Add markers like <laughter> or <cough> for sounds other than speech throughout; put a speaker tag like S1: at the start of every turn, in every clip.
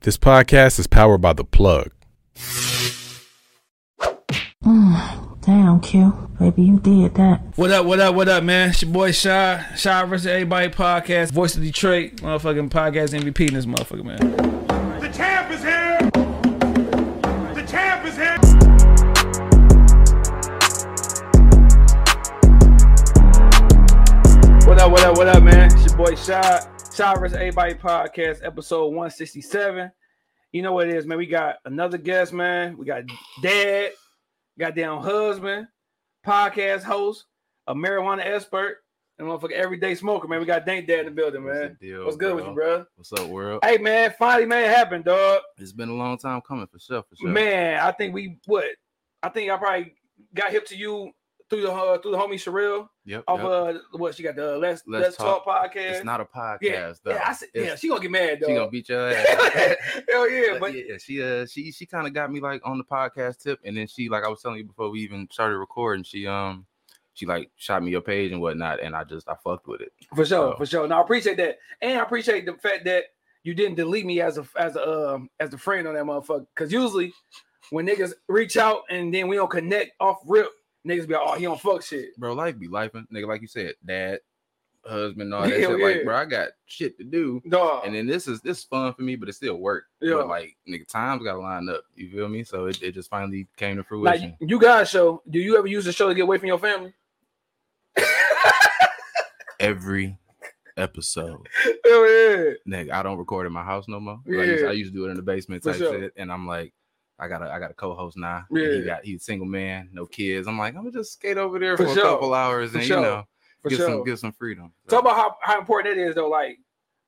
S1: This podcast is powered by The Plug.
S2: Damn, Q. Baby, you did that.
S3: What up, what up, what up, man? It's your boy Shy. Shy versus Everybody podcast. Voice of Detroit. Motherfucking podcast MVP in this motherfucker, man.
S4: The champ is here! The champ is here!
S3: What up, what up, what up, man? It's your boy Shy. Shy versus Everybody podcast, episode 167. You know what it is, man. We got another guest, man. We got dad, goddamn husband, podcast host, a marijuana expert, and motherfucking everyday smoker, man. We got Dank Dad in the building,
S5: What's
S3: man.
S5: the deal,
S3: What's good with
S5: bro?
S3: you, bro?
S5: What's up, world?
S3: Hey, man, finally, man, it happened, dog.
S5: It's been a long time coming for sure. For sure.
S3: Man, I think we what? I think I probably got hip to you through the uh, through the homie Sherelle
S5: yep.
S3: off
S5: yep.
S3: uh what she got the let's let's,
S5: Let's
S3: talk,
S5: Talk.
S3: podcast.
S5: it's not a podcast
S3: yeah,
S5: though.
S3: yeah, I said, yeah,
S5: It's-
S3: she gonna get mad
S5: <laughs> she gonna
S3: though. <laughs>
S5: beat your ass.
S3: Hell yeah,
S5: But
S3: but
S5: yeah, she uh she she kind of got me like on the podcast tip, and then she like I was telling you before we even started recording, she um she like shot me your page and whatnot, and I just I fucked with it.
S3: for sure,
S5: Oh.
S3: for sure. Now I appreciate that, and I appreciate the fact that you didn't delete me as a as a um, as a friend on that motherfucker. Because usually when niggas reach out and then we don't connect off rip, niggas be like, oh he don't fuck shit.
S5: Bro, life be life, nigga. Like you said, dad, husband, all that
S3: Hell <laughs>
S5: shit.
S3: yeah.
S5: Like, bro, I got shit to do.
S3: Dog.
S5: And then this is this is fun for me, but it's still work.
S3: Yeah.
S5: But like nigga, times gotta line up. You feel me? So it, it just finally came to fruition.
S3: Like you guys show, do you ever use the show to get away from your family?
S5: every episode.
S3: Hell yeah.
S5: Nigga, I don't record in my house no more. Like, I, used,
S3: Yeah.
S5: I used to do it in the basement
S3: For
S5: type
S3: sure.
S5: shit, and I'm like, I got a I got a co-host now. and
S3: Yeah.
S5: he got he's a single man, no kids. I'm like, I'm gonna just skate over there
S3: For
S5: for,
S3: sure.
S5: a couple hours
S3: For
S5: and
S3: sure.
S5: you know
S3: For
S5: get
S3: sure.
S5: some get some freedom. So,
S3: Talk about how, how important that is though, like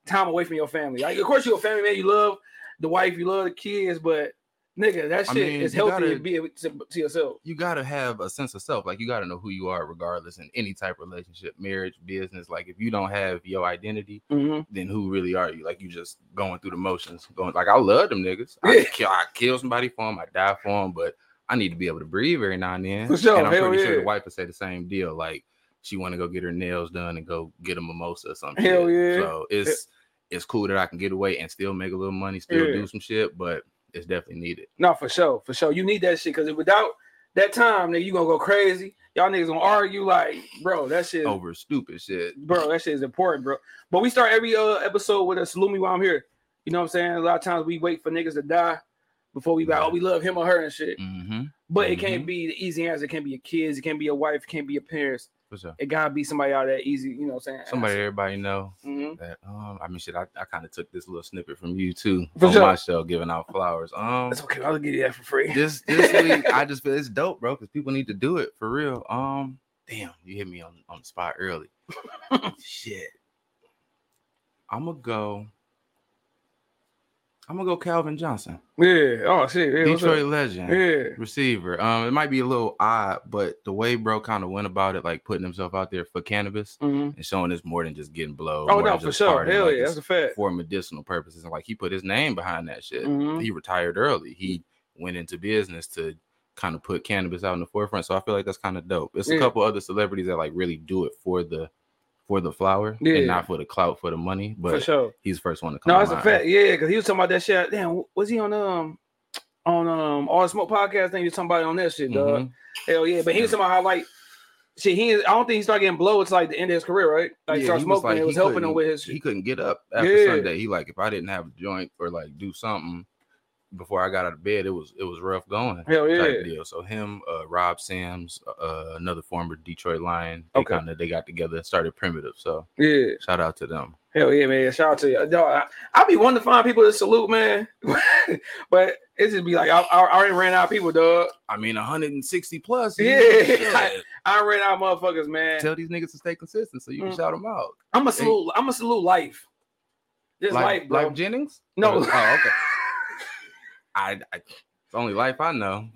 S3: time away from your family. Like of course you're a family man, you love the wife, you love the kids, but nigga, that
S5: I
S3: shit
S5: mean,
S3: is
S5: you
S3: healthy
S5: gotta-
S3: to be able to, to yourself.
S5: you gotta have a sense of self. Like you gotta know who you are, regardless in any type of relationship, marriage, business. Like if you don't have your identity, then who really are you? Like you just going through the motions, going like I love them niggas. I
S3: Yeah.
S5: kill, I kill somebody for them, I die for them, but I need to be able to breathe every now and then.
S3: For sure,
S5: and I'm
S3: hell
S5: pretty sure
S3: yeah.
S5: the wife would say the same deal. Like she want to go get her nails done and go get a mimosa or something.
S3: Hell yeah.
S5: So it's it's cool that I can get away and still make a little money, still
S3: Yeah.
S5: do some shit, but it's definitely needed.
S3: No, for sure, for sure. You need that shit because without that time, nigga, you gonna go crazy. Y'all niggas gonna argue like, bro, that shit,
S5: Over stupid shit.
S3: bro, that shit is important, bro. But we start every uh, episode with a salute me while I'm here. You know what I'm saying? A lot of times we wait for niggas to die before we be like, oh, we love him or her and shit.
S5: Mm-hmm.
S3: But it can't be the easy answer. It can't be your kids. It can't be your wife. It can't be your parents.
S5: For sure.
S3: It gotta be somebody out there easy. You know what I'm saying?
S5: Somebody everybody know
S3: Mhm.
S5: that um I mean shit, I, I kind of took this little snippet from you too
S3: For
S5: on
S3: sure.
S5: my show giving out flowers. Um
S3: That's okay. I'll give you that for free.
S5: this this
S3: <laughs>
S5: week I just feel it's dope, bro, because people need to do it for real. Um, damn, you hit me on on the spot
S3: <laughs>
S5: early. Shit, I'm gonna go. I'm gonna go Calvin Johnson,
S3: Yeah. Oh shit. Yeah. what's up?
S5: Detroit legend
S3: Yeah.
S5: receiver. Um, it might be a little odd, but the way bro kind of went about it, like putting himself out there for cannabis
S3: Mhm.
S5: and showing it's more than just getting blowed.
S3: Oh
S5: more
S3: no,
S5: than
S3: for
S5: just
S3: sure.
S5: partying,
S3: Hell
S5: like,
S3: yeah, that's
S5: it's
S3: a fact.
S5: for medicinal purposes, and like he put his name behind that shit
S3: Mhm.
S5: he retired early. He went into business to kind of put cannabis out in the forefront. So I feel like that's kind of dope. It's
S3: Yeah.
S5: a couple other celebrities that like really do it for the for the flower
S3: Yeah.
S5: and not for the clout for the money.
S3: For
S5: But
S3: sure.
S5: he's the first one to come.
S3: No,
S5: to
S3: that's a
S5: mind.
S3: fact. Yeah, because he was talking about that shit. Damn, was he on um on um all the smoke podcast? I think he was somebody on that shit, dog.
S5: Mhm.
S3: Hell yeah. But he was talking about how like shit. He I don't think he started getting blow. It's like the end of his career, right? Like he
S5: Yeah,
S3: started
S5: he was
S3: smoking.
S5: like,
S3: it
S5: he
S3: was helping him
S5: couldn't-
S3: with his.
S5: He couldn't get up after
S3: Yeah.
S5: Sunday. He like if I didn't have a joint or like do something before I got out of bed, it was it was rough going.
S3: Hell
S5: type
S3: yeah.
S5: deal. So him, uh, Rob Sims, uh, another former Detroit Lion, they
S3: Okay.
S5: kind of they got together and started Primitive. So
S3: Yeah.
S5: shout out to them.
S3: Hell yeah, man. Shout out to you. Dog, I, I be wanting to find people to salute, man. <laughs> but it just be like, I, I, I already ran out of people, dog.
S5: I mean, 160 plus.
S3: Yeah. <laughs>
S5: shit.
S3: I ran out of motherfuckers, man.
S5: Tell these niggas to stay consistent so you can
S3: Mm.
S5: shout them out.
S3: I'm a salute. I'm a salute life. This life,
S5: Life,
S3: bro.
S5: life Jennings?
S3: No.
S5: Oh,
S3: <laughs>
S5: okay. I, I it's only life I know.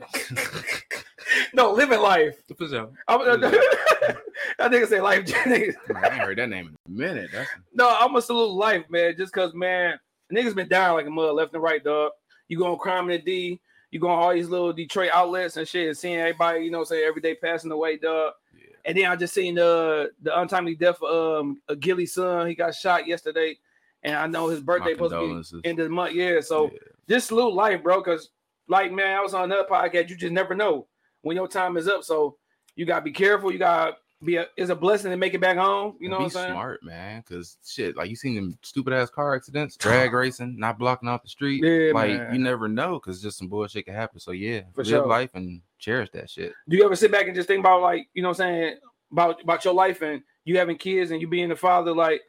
S3: no, living life.
S5: For sure.
S3: I'm,
S5: Yeah.
S3: <laughs> that nigga say life. <laughs> Jennings.
S5: I ain't heard that name in a minute. That's
S3: no, I'm a salute life, man. Just cause, man, niggas been dying like a mother left and right, dog. You going crime in the D. You going all these little Detroit outlets and shit, and seeing everybody, you know, say every day passing away, dog.
S5: yeah.
S3: And then I just seen the the untimely death of um of Gilly's son. He got shot yesterday, and I know his
S5: My
S3: birthday supposed to
S5: condolences.
S3: be end of the month. Yeah, so
S5: Yeah.
S3: just salute life, bro. Cause like man, I was on another podcast. You just never know when your time is up. So you gotta be careful. You gotta be a, it's a blessing to make it back home. You
S5: And
S3: know
S5: be
S3: what I'm saying?
S5: smart, man. Cause shit, like you seen them stupid ass car
S3: <laughs>
S5: accidents, drag racing, not blocking off the street.
S3: Yeah,
S5: like
S3: man.
S5: you never know, cause just some bullshit can happen. So yeah,
S3: For
S5: live
S3: sure.
S5: life and cherish that shit.
S3: Do you ever sit back and just think about like you know what I'm saying about about your life and you having kids and you being a father like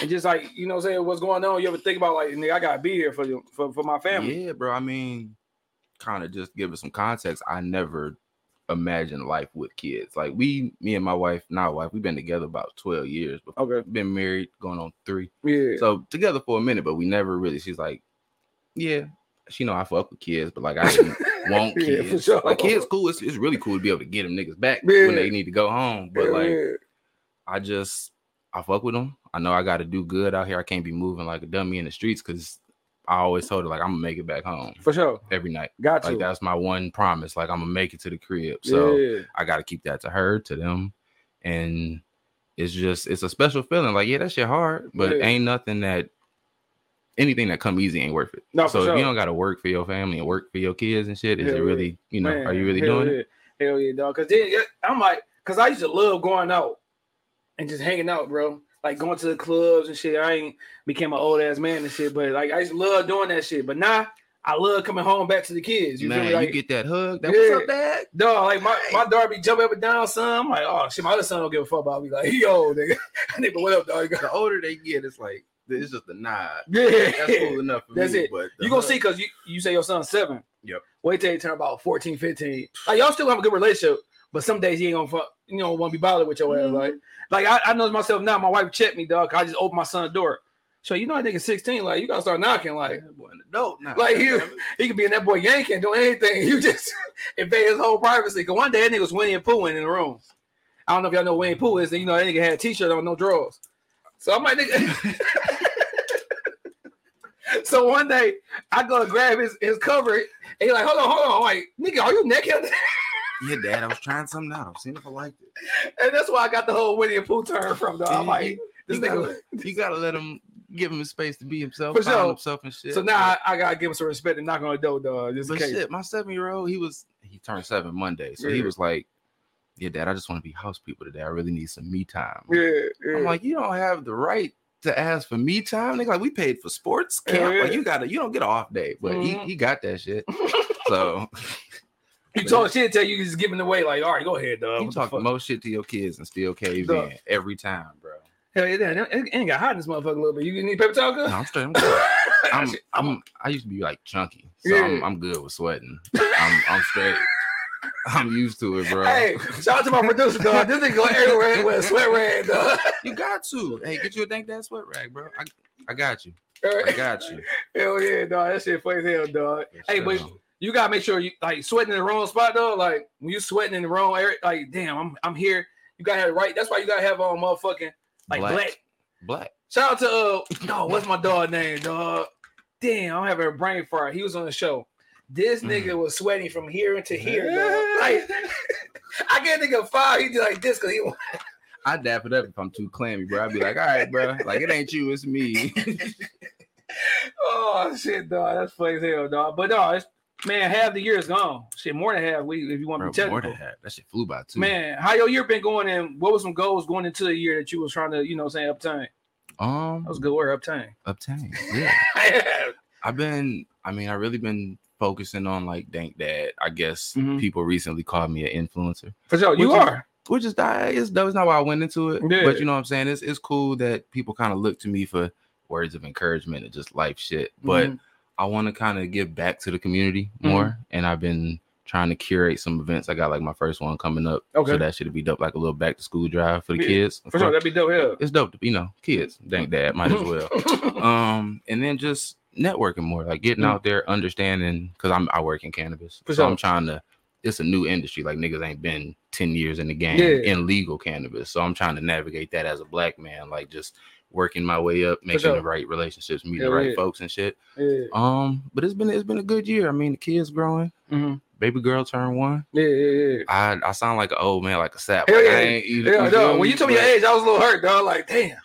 S3: and just like you know what I'm saying what's going on? You ever think about like nigga, I gotta be here for you for, for my family.
S5: Yeah, bro. I mean, kind of just give it some context. I never imagined life with kids. Like we, me and my wife, not wife, we've been together about twelve years. Before.
S3: Okay.
S5: Been married, going on three.
S3: Yeah.
S5: So together for a minute, but we never really. She's like, yeah, she know I fuck with kids, but like I didn't want
S3: <laughs> Yeah,
S5: kids.
S3: for <laughs> sure.
S5: Like kids, cool. It's, it's really cool to be able to get them niggas back
S3: Yeah.
S5: when they need to go home. But
S3: Yeah,
S5: like,
S3: yeah.
S5: I just I fuck with them. I know I got to do good out here. I can't be moving like a dummy in the streets because I always told her like I'm gonna make it back home
S3: for sure,
S5: every night.
S3: got you.
S5: Like that's my one promise. Like I'm gonna make it to the crib. So
S3: yeah.
S5: I gotta keep that to her, to them. And it's just it's a special feeling. Like, yeah, that shit hard, but
S3: Yeah.
S5: ain't nothing that anything that come easy ain't worth it.
S3: No, for
S5: so
S3: sure.
S5: if you don't gotta work for your family and work for your kids and shit, is
S3: Hell
S5: it
S3: yeah.
S5: really, you know, are
S3: Man,
S5: you really
S3: hell
S5: doing
S3: yeah.
S5: it?
S3: Hell yeah, dog. Cause then yeah, I'm like, cause I used to love going out and just hanging out, bro. Like going to the clubs and shit. I ain't became an old ass man and shit, but like I used to love doing that shit. But now I love coming home back to the kids. You feel
S5: Man,
S3: me? Like,
S5: you get that hug. That
S3: Yeah.
S5: what's up, dad?
S3: dog, like my, my daughter be jumping up and down, son. I'm like, oh shit, my other son don't give a fuck about me. Like, he old nigga. <laughs> nigga, what up, dog? <laughs>
S5: The older they get, it's like it's just a nod.
S3: Yeah.
S5: That's cool enough
S3: <laughs>
S5: for
S3: That's
S5: me.
S3: it.
S5: But the
S3: You gonna
S5: hug-
S3: see because you, you say your son's seven.
S5: Yep.
S3: Wait till he turn about 14, 15. Like y'all still have a good relationship, but some days he ain't gonna fuck, you know, wanna be bothered with your ass. Like, like I, I know myself now. My wife checked me, dog. 'cause I just opened my son's door. So you know that nigga 16, like you gotta start knocking. Like
S5: That boy an adult now.
S3: Like, he-
S5: Goddamn it.
S3: he could be in that boy yanking, doing anything. <laughs> You just invade his whole privacy. Cause one day that nigga was Winnie and Pooh in the room. I don't know if y'all know who Winnie and Pooh is, and you know that nigga had a t-shirt on, no drawers. So I'm like, nigga. <laughs> so one day I go to grab his, his cover, and he like, hold on, hold on. I'm like, nigga, are you naked? <laughs>
S5: Yeah, Dad, I was trying something out. I'm seeing if I liked it.
S3: and that's why I got the whole Winnie and Pooh turn from dog. I'm like, this
S5: you,
S3: nigga.
S5: gotta, you gotta let him give him his space to be himself,
S3: For
S5: find
S3: sure.
S5: himself and shit.
S3: So now I, I gotta give him some respect and knock on the door, dog. Just in
S5: but
S3: case.
S5: shit, my seven year old, he was he turned seven Monday, so he
S3: Yeah.
S5: was like, "Yeah, Dad, I just want to be house people today. I really need some me time."
S3: Yeah, yeah.
S5: I'm like, "You don't have the right to ask for me time, nigga. Like we paid for sports camp.
S3: Yeah.
S5: Like you gotta, you don't get an off day." But
S3: Mhm.
S5: he, he got
S3: <laughs>
S5: that shit. so
S3: you talk shit till you just giving away, like, all right, go ahead, dog.
S5: you
S3: Uh, What the
S5: talk
S3: fuck?
S5: most shit to your kids and still cave
S3: Duh.
S5: in every time,
S3: <laughs>
S5: bro.
S3: Hell yeah, damn, it ain't got hot in this motherfucker a little bit. You need paper towel,
S5: No,
S3: cuz? <laughs>
S5: I'm straight. I'm good. I'm, I'm I used to be like chunky, so I'm,
S3: Yeah.
S5: I'm good with sweating. I'm I'm straight. <laughs> I'm used to it, bro.
S3: Hey, shout out to my producer, dog. This nigga go everywhere with a sweat rag, dog.
S5: You got to. Hey, get you a dank that sweat rag, bro. I, I got you. I
S3: Alright.
S5: got you.
S3: <laughs> Hell yeah, dog. That shit funny as hell, dog.
S5: For
S3: Hey, but
S5: sure.
S3: you gotta make sure you like sweating in the wrong spot, though. Like when you sweating in the wrong area, like damn, I'm I'm here. You gotta have the right. That's why you gotta have on motherfucking like black.
S5: black.
S3: Shout out to uh no, what's my dog name, dog? Damn, I'm having a brain fart. He was on the show. This
S5: Mm.
S3: nigga was sweating from here to here, dog.
S5: <laughs>
S3: Like I get nigga five, he did like this because he
S5: I dap it up if I'm too clammy, bro. I'd be like, all right, bro. Like it ain't you,
S3: <laughs>
S5: it's me.
S3: Oh shit, dog. That's funny as hell, dog. But no, it's, man, half the year is gone. Shit, more than half. We, if you want to
S5: Bro,
S3: be
S5: more than
S3: technical,
S5: half. That shit flew by too.
S3: man, how your year been going? And what was some goals going into the year that you was trying to, you know, what I'm saying obtain? That
S5: Um,
S3: was a good word,
S5: <laughs>
S3: obtain.
S5: obtain. Yeah. I've been, I mean, I really been focusing on like Dank Dad. I guess
S3: Mhm.
S5: people recently called me an influencer,
S3: For sure, you
S5: Which is-
S3: are.
S5: which is that is that was not why I went into it.
S3: Yeah.
S5: But you know what I'm saying? It's it's cool that people kind of look to me for words of encouragement and just life shit. But
S3: Mhm.
S5: I want to kind of give back to the community
S3: Mm-hmm.
S5: more, and I've been trying to curate some events. I got like my first one coming up,
S3: Okay.
S5: so that should be dope, like a little back to school drive for the
S3: Yeah,
S5: kids.
S3: for sure, that'd be dope. Yeah.
S5: It's dope, to, you know, kids. Dank
S3: <laughs>
S5: Dad might as well um and then just networking more like getting
S3: Mm.
S5: out there understanding because i'm i work in cannabis
S3: For
S5: so
S3: sure.
S5: i'm trying to it's a new industry like niggas ain't been 10 years in the game
S3: Yeah.
S5: in legal cannabis so i'm trying to navigate that as a black man like just working my way up making
S3: sure.
S5: the right relationships meeting
S3: Hell
S5: the right
S3: yeah.
S5: folks and shit
S3: yeah.
S5: um but it's been it's been a good year i mean the kids growing
S3: Mhm.
S5: baby girl turned one.
S3: Yeah, yeah, yeah.
S5: I I sound like an old man, like a sap.
S3: Hell
S5: Like,
S3: yeah.
S5: I ain't either.
S3: Yeah, dog.
S5: feel
S3: When
S5: me?
S3: you told me your
S5: But-
S3: age, I was a little hurt, dog. Like,
S5: <laughs>
S3: damn,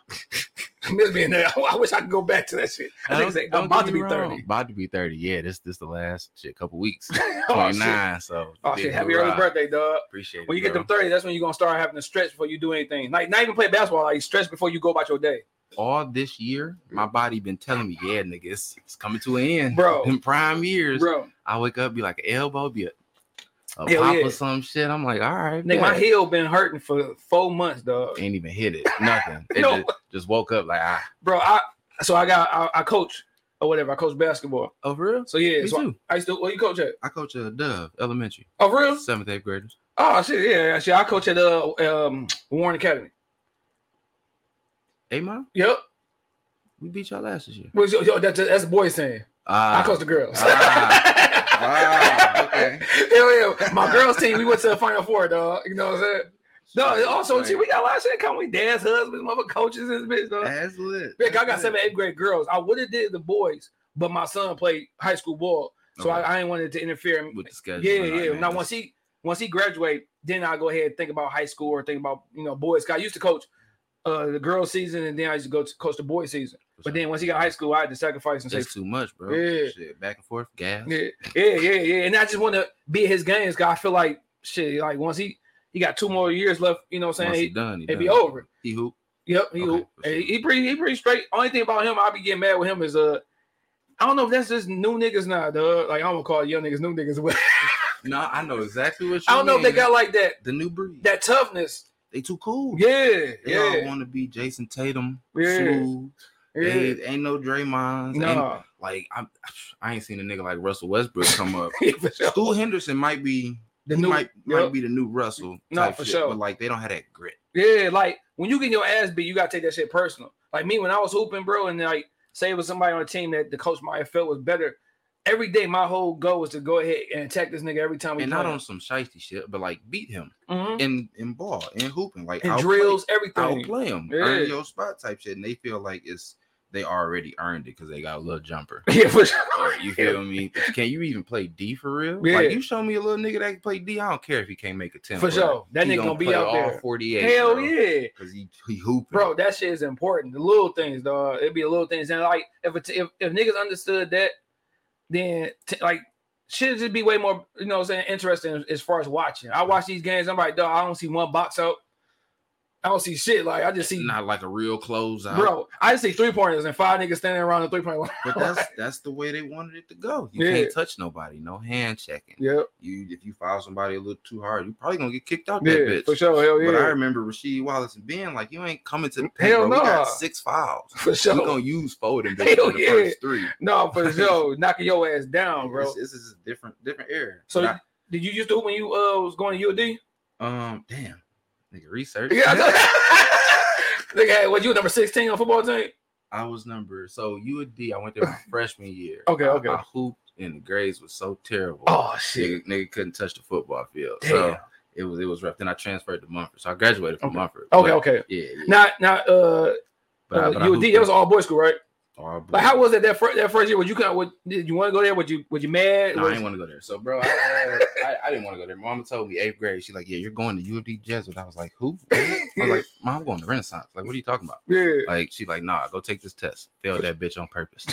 S3: I miss being there. I wish I could go back to that shit. I
S5: Don't-
S3: think it's-
S5: don't
S3: I'm about
S5: get
S3: to
S5: me
S3: be
S5: wrong.
S3: thirty.
S5: About to be thirty. Yeah, this this the last shit couple weeks.
S3: <laughs> oh
S5: Twenty
S3: shit!
S5: nine. So
S3: Oh
S5: big
S3: shit! Happy
S5: hoorah.
S3: early birthday, dog.
S5: Appreciate it.
S3: When you get
S5: bro.
S3: them thirty, that's when you're gonna start having to stretch before you do anything. Like not even play basketball. Like stretch before you go about your day,
S5: all this year, my body been telling me, yeah, nigga, it's, it's coming to an end.
S3: Bro.
S5: <laughs> in prime years,
S3: bro.
S5: I wake up, be like an elbow, be a, a
S3: Hell
S5: pop
S3: yeah.
S5: or some shit. I'm like, all right,
S3: Nigga, my
S5: bet.
S3: heel been hurting for four months, dog.
S5: ain't even hit it.
S3: <laughs>
S5: Nothing. It
S3: No.
S5: just, just woke up like, ah,
S3: Bro, I so I got I, I coach or whatever. I coach basketball.
S5: oh, for real?
S3: So yeah,
S5: Me
S3: so I-
S5: too.
S3: I, used to. What you coach at?
S5: I coach a Dove Elementary,
S3: Oh, for real?
S5: seventh, eighth graders.
S3: Oh shit, yeah, yeah, shit. I coach at uh um Warren Academy.
S5: Hey, mom,
S3: Yep.
S5: we beat y'all last year.
S3: What's your, yo, that's, that's the boy saying. I
S5: Ah,
S3: coach the girls.
S5: Ah.
S3: <laughs>
S5: Ah, okay.
S3: Hell yeah. My girls team, we went to the final four, dog. You know what I'm saying? No, and also, see,
S5: shit.
S3: we got a lot of shit coming. We dance husbands, mother coaches, and this bitch, dog.
S5: That's lit.
S3: Vic, I got
S5: That's lit.
S3: seven, eighth grade girls. I would have did the boys, but my son played high school ball, so
S5: Okay.
S3: I, I ain't wanted to interfere.
S5: with the schedule.
S3: Yeah,
S5: and all
S3: yeah.
S5: that,
S3: Now
S5: man.
S3: once he once he graduate, then I go ahead and think about high school or think about you know boys. 'Cause I used to coach uh the girls season, and then I used to go to coach the boys season. But then once he got high school, I had to sacrifice and say,
S5: that's too much, bro.
S3: Yeah.
S5: Shit, back and forth, gas.
S3: yeah, yeah, yeah, yeah. And I just want to be at his games because I feel like shit. Like once he he got two more years left, you know what I'm saying?
S5: Once he
S3: He,
S5: done, he
S3: it'd be
S5: done.
S3: over.
S5: He hoop.
S3: Yep, he
S5: Okay,
S3: hoop.
S5: for sure.
S3: And he pretty he pretty straight. Only thing about him, I be getting mad with him is uh I don't know if that's just new niggas now, dog. Like I'm gonna call young niggas new niggas. but <laughs>
S5: No, I know exactly what you
S3: I don't know if they
S5: mean.
S3: got like that
S5: the new breed.
S3: that toughness.
S5: they too cool.
S3: Yeah,
S5: They all
S3: yeah,
S5: want to be Jason Tatum,
S3: Yeah.
S5: smooth.
S3: yeah.
S5: They, ain't no Draymond.
S3: No,
S5: like I'm, I ain't seen a nigga like Russell Westbrook come up.
S3: <laughs> for sure.
S5: Stu Henderson might be
S3: The
S5: he
S3: new,
S5: might might
S3: yep.
S5: be the new Russell.
S3: No,
S5: type
S3: for
S5: shit,
S3: sure.
S5: But like they don't have that grit.
S3: yeah. Like when you get your ass beat, you gotta take that shit personal. Like me when I was hooping, bro, and like say it was somebody on the team that the coach might have felt was better. Every day, my whole goal was to go ahead and attack this nigga every time we
S5: And not
S3: play.
S5: on some shiesty shit, but like beat him
S3: Mhm.
S5: in in ball in hooping, like
S3: and
S5: outplay-
S3: drills, everything.
S5: outplay him,
S3: Yeah.
S5: earn your spot type shit, and they feel like it's they already earned it because they got a little
S3: <laughs>
S5: jumper.
S3: <laughs> Yeah, for sure.
S5: Or, you feel me? Can you even play D for real?
S3: Yeah.
S5: Like you show me a little nigga that can play D. I don't care if he can't make a ten.
S3: For sure. That nigga gonna be out there.
S5: Forty eight.
S3: Hell
S5: bro,
S3: yeah,
S5: Cause he he hooping.
S3: bro. That shit is important. The little things, dog. It'd be the little things, and like if it, if, if niggas understood that, then t- like shit just be way more, you know, what I'm saying interesting as far as watching. I watch these games. I'm like, dog, I don't see one box out. I don't see shit. Like I just see,
S5: not like a real closeout.
S3: bro. I just see three pointers and five niggas standing around the three point <laughs> line.
S5: But that's that's the way they wanted it to go. You
S3: Yeah.
S5: can't touch nobody. No hand checking.
S3: yeah,
S5: You if you foul somebody a little too hard, you probably gonna get kicked out
S3: yeah,
S5: that bitch.
S3: for sure. Hell
S5: But I
S3: yeah,
S5: remember Rashid Wallace being like, "You ain't coming to the paint,
S3: Hell
S5: bro.
S3: nah.
S5: We got
S3: <laughs>
S5: six fouls.
S3: for
S5: We're
S3: sure.
S5: gonna use Foden bitch, for
S3: Hell
S5: the
S3: yeah.
S5: first three.
S3: no,
S5: <laughs>
S3: for sure. Knocking your ass down, bro.
S5: This, this is a different different era.
S3: So-
S5: But I-
S3: Did you used to when you uh was going to UD?
S5: Um, damn, nigga, research.
S3: Yeah. <laughs> I know. Nigga, hey, what you number 16 on football team?
S5: <laughs> I was number so U of D. I went there
S3: <laughs>
S5: my freshman year.
S3: Okay,
S5: I-
S3: okay.
S5: I, hooped and the grades was so terrible.
S3: Oh shit.
S5: nigga, nigga couldn't touch the football field. So
S3: Damn.
S5: it was it was rough. Then I transferred to Mumford, so I graduated from
S3: Okay.
S5: Mumford.
S3: Okay,
S5: but-
S3: okay.
S5: Yeah, yeah.
S3: Now now uh,
S5: but I-
S3: uh
S5: but I Mm-hmm.
S3: you D,
S5: hooped
S3: that was all boys school, right?
S5: all blue.
S3: Like how was it that first that first year? Would you kind of did you want to go there? Would you would you mad?
S5: No, I
S3: Was-
S5: didn't want to go there. So, bro, I, I, I- I didn't want to go there. Mama told me eighth grade. She like, yeah, you're going to U of D Jesuit. I was like, who? I
S3: <laughs>
S5: was like, mom, I'm going to Renaissance. Like, what are you talking about?
S3: yeah.
S5: Like she like, nah, go take this test. Failed that bitch on purpose.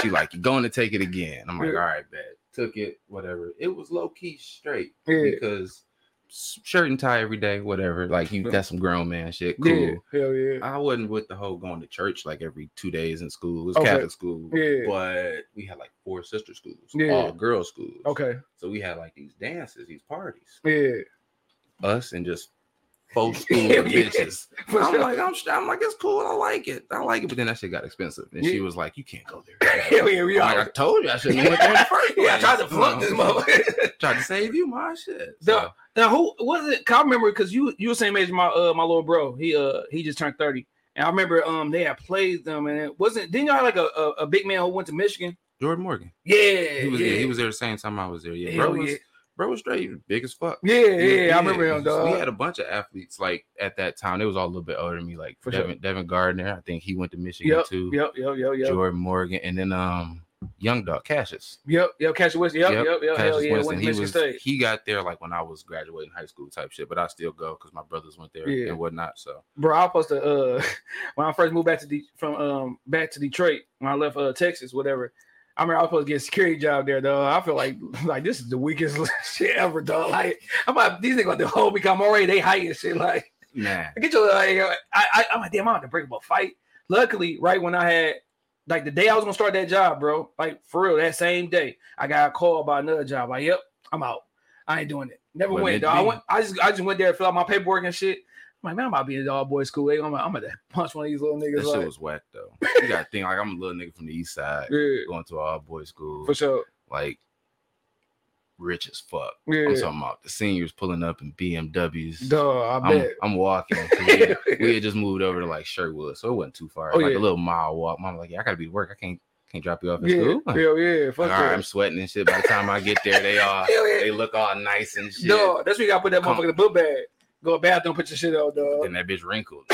S5: she like, you going to take it again. I'm like, all
S3: Yeah.
S5: right, bet. Took it, whatever. It was low key straight
S3: Yeah.
S5: because s- shirt and tie every day, whatever. Like you, that's some grown man shit. Cool.
S3: Yeah. Hell yeah.
S5: I wasn't with the whole going to church like every two days in school. It was
S3: Okay.
S5: Catholic school,
S3: Yeah.
S5: but we had like four sister schools,
S3: Yeah.
S5: all girls schools.
S3: Okay.
S5: so we had like these dances, these parties,
S3: Yeah. <laughs>
S5: us and just four school
S3: Yeah.
S5: of bitches.
S3: <laughs> For
S5: I'm
S3: sure.
S5: like, I'm, sh- I'm like, it's cool. I like it. I like it. But then that shit got expensive. And she
S3: Yeah.
S5: was like, you can't go
S3: <laughs>
S5: there.
S3: Hell yeah, we
S5: I'm
S3: are.
S5: like, uh-huh. I told you I shouldn't have went there in the first place.
S3: <laughs> yeah, I tried to flunk this
S5: You know,
S3: motherfucker. <laughs>
S5: <laughs> Tried to save you my shit.
S3: Duh. now who was it? 'Cause I remember because you you were same age as my uh my little bro. He uh he just turned 30. And I remember um they had played them and it wasn't didn't y'all have, like a, a, a big man who went to Michigan?
S5: Jordan Morgan.
S3: Yeah,
S5: He was
S3: yeah.
S5: yeah, he was there the same time I was there. Yeah.
S3: Hell
S5: Bro was,
S3: yeah.
S5: bro was straight big as fuck.
S3: Yeah, yeah, I remember him,
S5: So
S3: dog.
S5: We had a bunch of athletes like at that time. They was all a little bit older than me, like
S3: For sure.
S5: Devin, Devin Gardner. I think he went to Michigan
S3: yep,
S5: too.
S3: yep, yep, yep, yep.
S5: Jordan Morgan. And then um young dog Cassius.
S3: Yep, yep, Cassius Winston. Yep,
S5: Yep,
S3: yep, yep, yep hell
S5: Cassius
S3: yeah.
S5: Winston.
S3: Went to
S5: He
S3: Michigan
S5: was
S3: State.
S5: he got there like when I was graduating high school type shit, but I still go because my brothers went there
S3: Yeah.
S5: and whatnot. So
S3: Bro, I was supposed to uh <laughs> when I first moved back to De- from um back to Detroit when I left uh Texas, whatever. I remember I was supposed to get a security job there, though. I feel like <laughs> like this is the weakest <laughs> shit ever, dog. Like I'm like these niggas gonna hold me because I'm already they height and shit. Like
S5: nah,
S3: I get your like, I, I I'm like, damn, I'm about to break up a fight. Luckily, right when I had like the day I was gonna start that job, bro, like for real, that same day, I got called by another job. Like, yep, I'm out. I ain't doing it. Never
S5: Wasn't
S3: went,
S5: it
S3: dog. I
S5: me?
S3: went, I just I just went there to fill out my paperwork and shit. I'm like, man, I'm about to be in the all boys school. eh? I'm like, I'm gonna <laughs> punch one of these little
S5: that
S3: niggas.
S5: shit
S3: Like,
S5: was whack though.
S3: <laughs>
S5: You gotta think like I'm a little nigga from the east side
S3: yeah,
S5: going to all boys school,
S3: for sure.
S5: like rich as fuck.
S3: Yeah,
S5: I'm talking about the seniors pulling up in BMWs.
S3: dog. I
S5: I'm,
S3: bet.
S5: I'm walking.
S3: <laughs>
S5: 'cause We had, we had just moved over to like Sherwood, so it wasn't too far.
S3: Oh,
S5: like
S3: yeah.
S5: a little mile walk. Mom like, yeah, I gotta be to work. I can't can't drop you off at
S3: Yeah,
S5: school. Like,
S3: hell yeah, fuck
S5: all right,
S3: that.
S5: I'm sweating and shit. By the time I get there, they all
S3: Hell yeah.
S5: they look all nice and shit.
S3: Dog, that's where you gotta put that
S5: Come-
S3: motherfucker in the book bag. Go to the bathroom, put your shit out, dog.
S5: Then that bitch wrinkled. <laughs>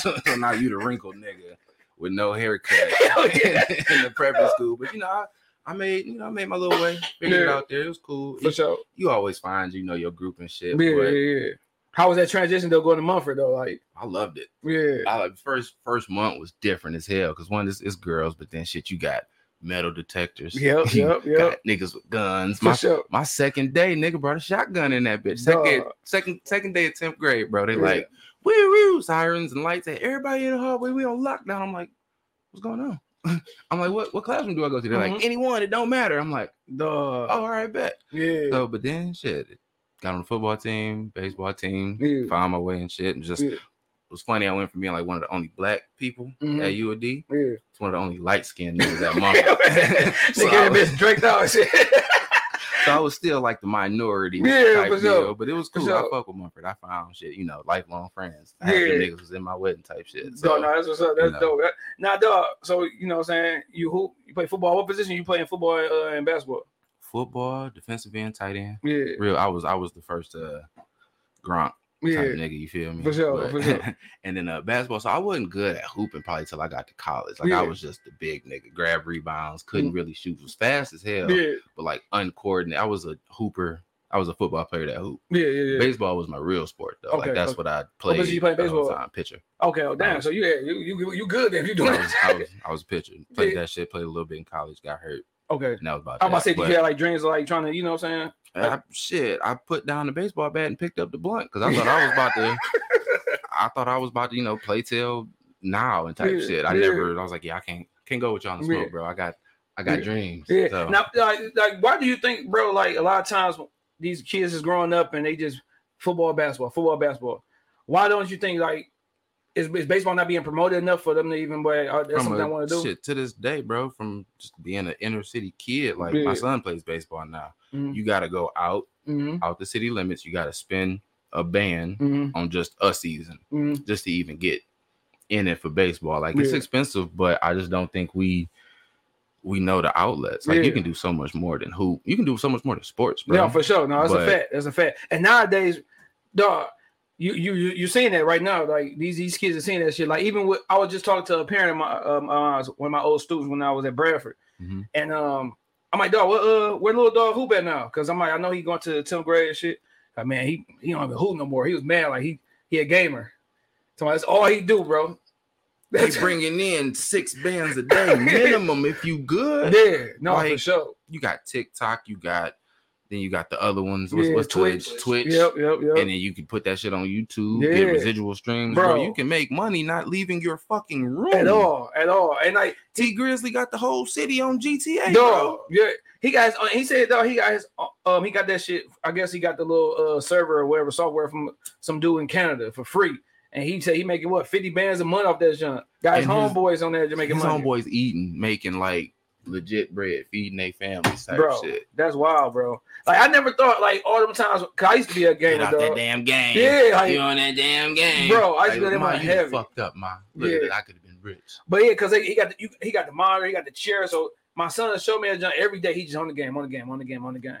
S5: so now you the wrinkled nigga with no haircut
S3: <laughs> Hell yeah.
S5: <laughs> in the prepping school. But you know, I, I made you know I made my little way. Figured it
S3: Yeah.
S5: out there. It was cool.
S3: For sure.
S5: You always find you know your group and shit.
S3: Yeah,
S5: but
S3: yeah, yeah. How was that transition though going to Mumford though? Like,
S5: I loved it.
S3: yeah,
S5: I, first first month was different as hell because one is it's girls, but then shit you got metal detectors.
S3: yep,
S5: You <laughs>
S3: yep,
S5: Got
S3: yep.
S5: niggas with guns.
S3: For
S5: My,
S3: sure.
S5: my second day, nigga brought a shotgun in that bitch. Second,
S3: Dog.
S5: second, second day of tenth grade, bro. They
S3: Yeah.
S5: like woo woo sirens and lights at everybody in the hallway. We on lockdown. I'm like, what's going on? <laughs> I'm like, what what classroom do I go to? They're
S3: Mhm.
S5: like, anyone. It don't matter. I'm like,
S3: Dog.
S5: oh, all right, bet.
S3: yeah.
S5: So, but then shit, got on the football team, baseball team,
S3: Yeah.
S5: found my way and shit, and just
S3: Yeah.
S5: it was funny. I went from being like one of the only black people
S3: Mhm.
S5: at U of D.
S3: yeah.
S5: It's one of the only light skinned
S3: <laughs>
S5: niggas at <laughs>
S3: Nigga,
S5: Mumford. so, I
S3: that
S5: was,
S3: bitch draked out and
S5: <laughs>
S3: shit.
S5: so I was still like the minority.
S3: Yeah,
S5: type
S3: for sure.
S5: deal, But it was
S3: For
S5: cool.
S3: sure.
S5: I fuck with Mumford. I found shit, you know, lifelong friends. Half the
S3: Yeah.
S5: niggas was in my wedding type shit. So
S3: Dog, no, that's what's up. That's
S5: you know.
S3: dope. That- Now, dog. So you know what I'm saying? You hoop, you play football. What position you play in football uh, and basketball?
S5: football, defensive end, tight end.
S3: Yeah,
S5: Real, I was I was the first uh Gronk
S3: yeah.
S5: type nigga, you feel me?
S3: For sure, for sure.
S5: <laughs> and then uh basketball. So I wasn't good at hooping probably till I got to college. Like
S3: Yeah. Mm.
S5: I was just the big nigga, grab rebounds, couldn't really shoot, was fast as hell,
S3: Yeah,
S5: but like uncoordinated. I was a hooper, I was a football player that hoop.
S3: yeah, yeah, yeah.
S5: Baseball was my real sport though.
S3: Okay,
S5: like that's
S3: okay.
S5: what I
S3: position
S5: played.
S3: you played
S5: the whole
S3: baseball?
S5: time, pitcher.
S3: Okay, oh, damn. So you, yeah, you, you, you good then if you <laughs>
S5: I
S3: doing
S5: was, I
S3: that?
S5: was, I was a pitcher. Played
S3: Yeah.
S5: that shit. Played a little bit in college. Got hurt,
S3: Okay.
S5: and that was about.
S3: I'm about to say,
S5: that.
S3: did you have like dreams of like trying to, you know what I'm saying?
S5: But I, shit, I put down the baseball bat and picked up the blunt because I thought I was about
S3: <laughs>
S5: to. I thought I was about to, you know, play till now and type
S3: Yeah,
S5: shit. I
S3: yeah.
S5: never. I was like, yeah, I can't can't go with y'all in the smoke,
S3: Yeah.
S5: bro. I got I got
S3: Yeah.
S5: dreams.
S3: Yeah.
S5: So,
S3: Now, like, like, why do you think, bro? Like, a lot of times these kids is growing up and they just football, basketball, football, basketball. Why don't you think like is, is baseball not being promoted enough for them to even play? uh, That's
S5: from
S3: something I
S5: a-
S3: want to do.
S5: Shit, to this day, bro, from just being an inner city kid, like
S3: Yeah.
S5: my son plays baseball now.
S3: Mhm.
S5: You got to go out
S3: Mhm,
S5: out the city limits. You got to spend a band
S3: mhm,
S5: on just a season.
S3: mhm.
S5: just to even get in it for baseball. Like it's
S3: Yeah.
S5: expensive, but I just don't think we we know the outlets. Like
S3: Yeah.
S5: you can do so much more than hoop. You can do so much more than sports, bro.
S3: Yeah, for sure. No, that's
S5: But-
S3: a fact. That's a fact. And nowadays, dog. You you you you seeing that right now? Like these these kids are seeing that shit. Like even with I was just talking to a parent of my um uh, one of my old students when I was at Bradford.
S5: Mhm.
S3: And um, I'm like, dog, what, uh, where little dog hoop at now? Because I'm like, I know he going to the 10th grade and shit. Like, man, he he don't even hoop no more. He was mad, like he he a gamer. So that's all he do, bro. <laughs>
S5: They
S3: That's
S5: bringing in six bands a day minimum if you
S3: <laughs>
S5: good.
S3: yeah, no, for
S5: Like,
S3: sure.
S5: You got TikTok, you got then you got the other ones. What's,
S3: Yeah,
S5: what's Twitch? Twitch.
S3: Yep, yep, yep.
S5: And then you can put that shit on YouTube,
S3: Yeah.
S5: get residual streams, bro.
S3: Bro.
S5: You can make money not leaving your fucking room
S3: at all, at all. And like,
S5: T Grizzly got the whole city on GTA,
S3: dog,
S5: bro.
S3: yeah, he got his, uh, he said though he got his um he got that shit. I guess he got the little uh server or whatever software from some dude in Canada for free. And he said he making what 50 bands a month off that junk. Got his
S5: And his-
S3: homeboys on there making
S5: his
S3: money.
S5: homeboys eating, making like legit bread, feeding their families type
S3: bro.
S5: shit.
S3: That's wild, bro. Like I never thought like all them times. Cause I used to be a
S5: Get
S3: gamer,
S5: out that
S3: dog.
S5: damn game.
S3: Yeah, like-
S5: you on that damn game,
S3: Bro, I used to go
S5: Like,
S3: to
S5: Ma,
S3: my
S5: you
S3: heavy.
S5: done fucked up, ma. Look
S3: Yeah.
S5: at that, I could have been rich.
S3: But yeah, cause they, he got the you, he got the monitor, he got the chair. So my son showed me that junk every day. He just on the game, on the game, on the game, on the game.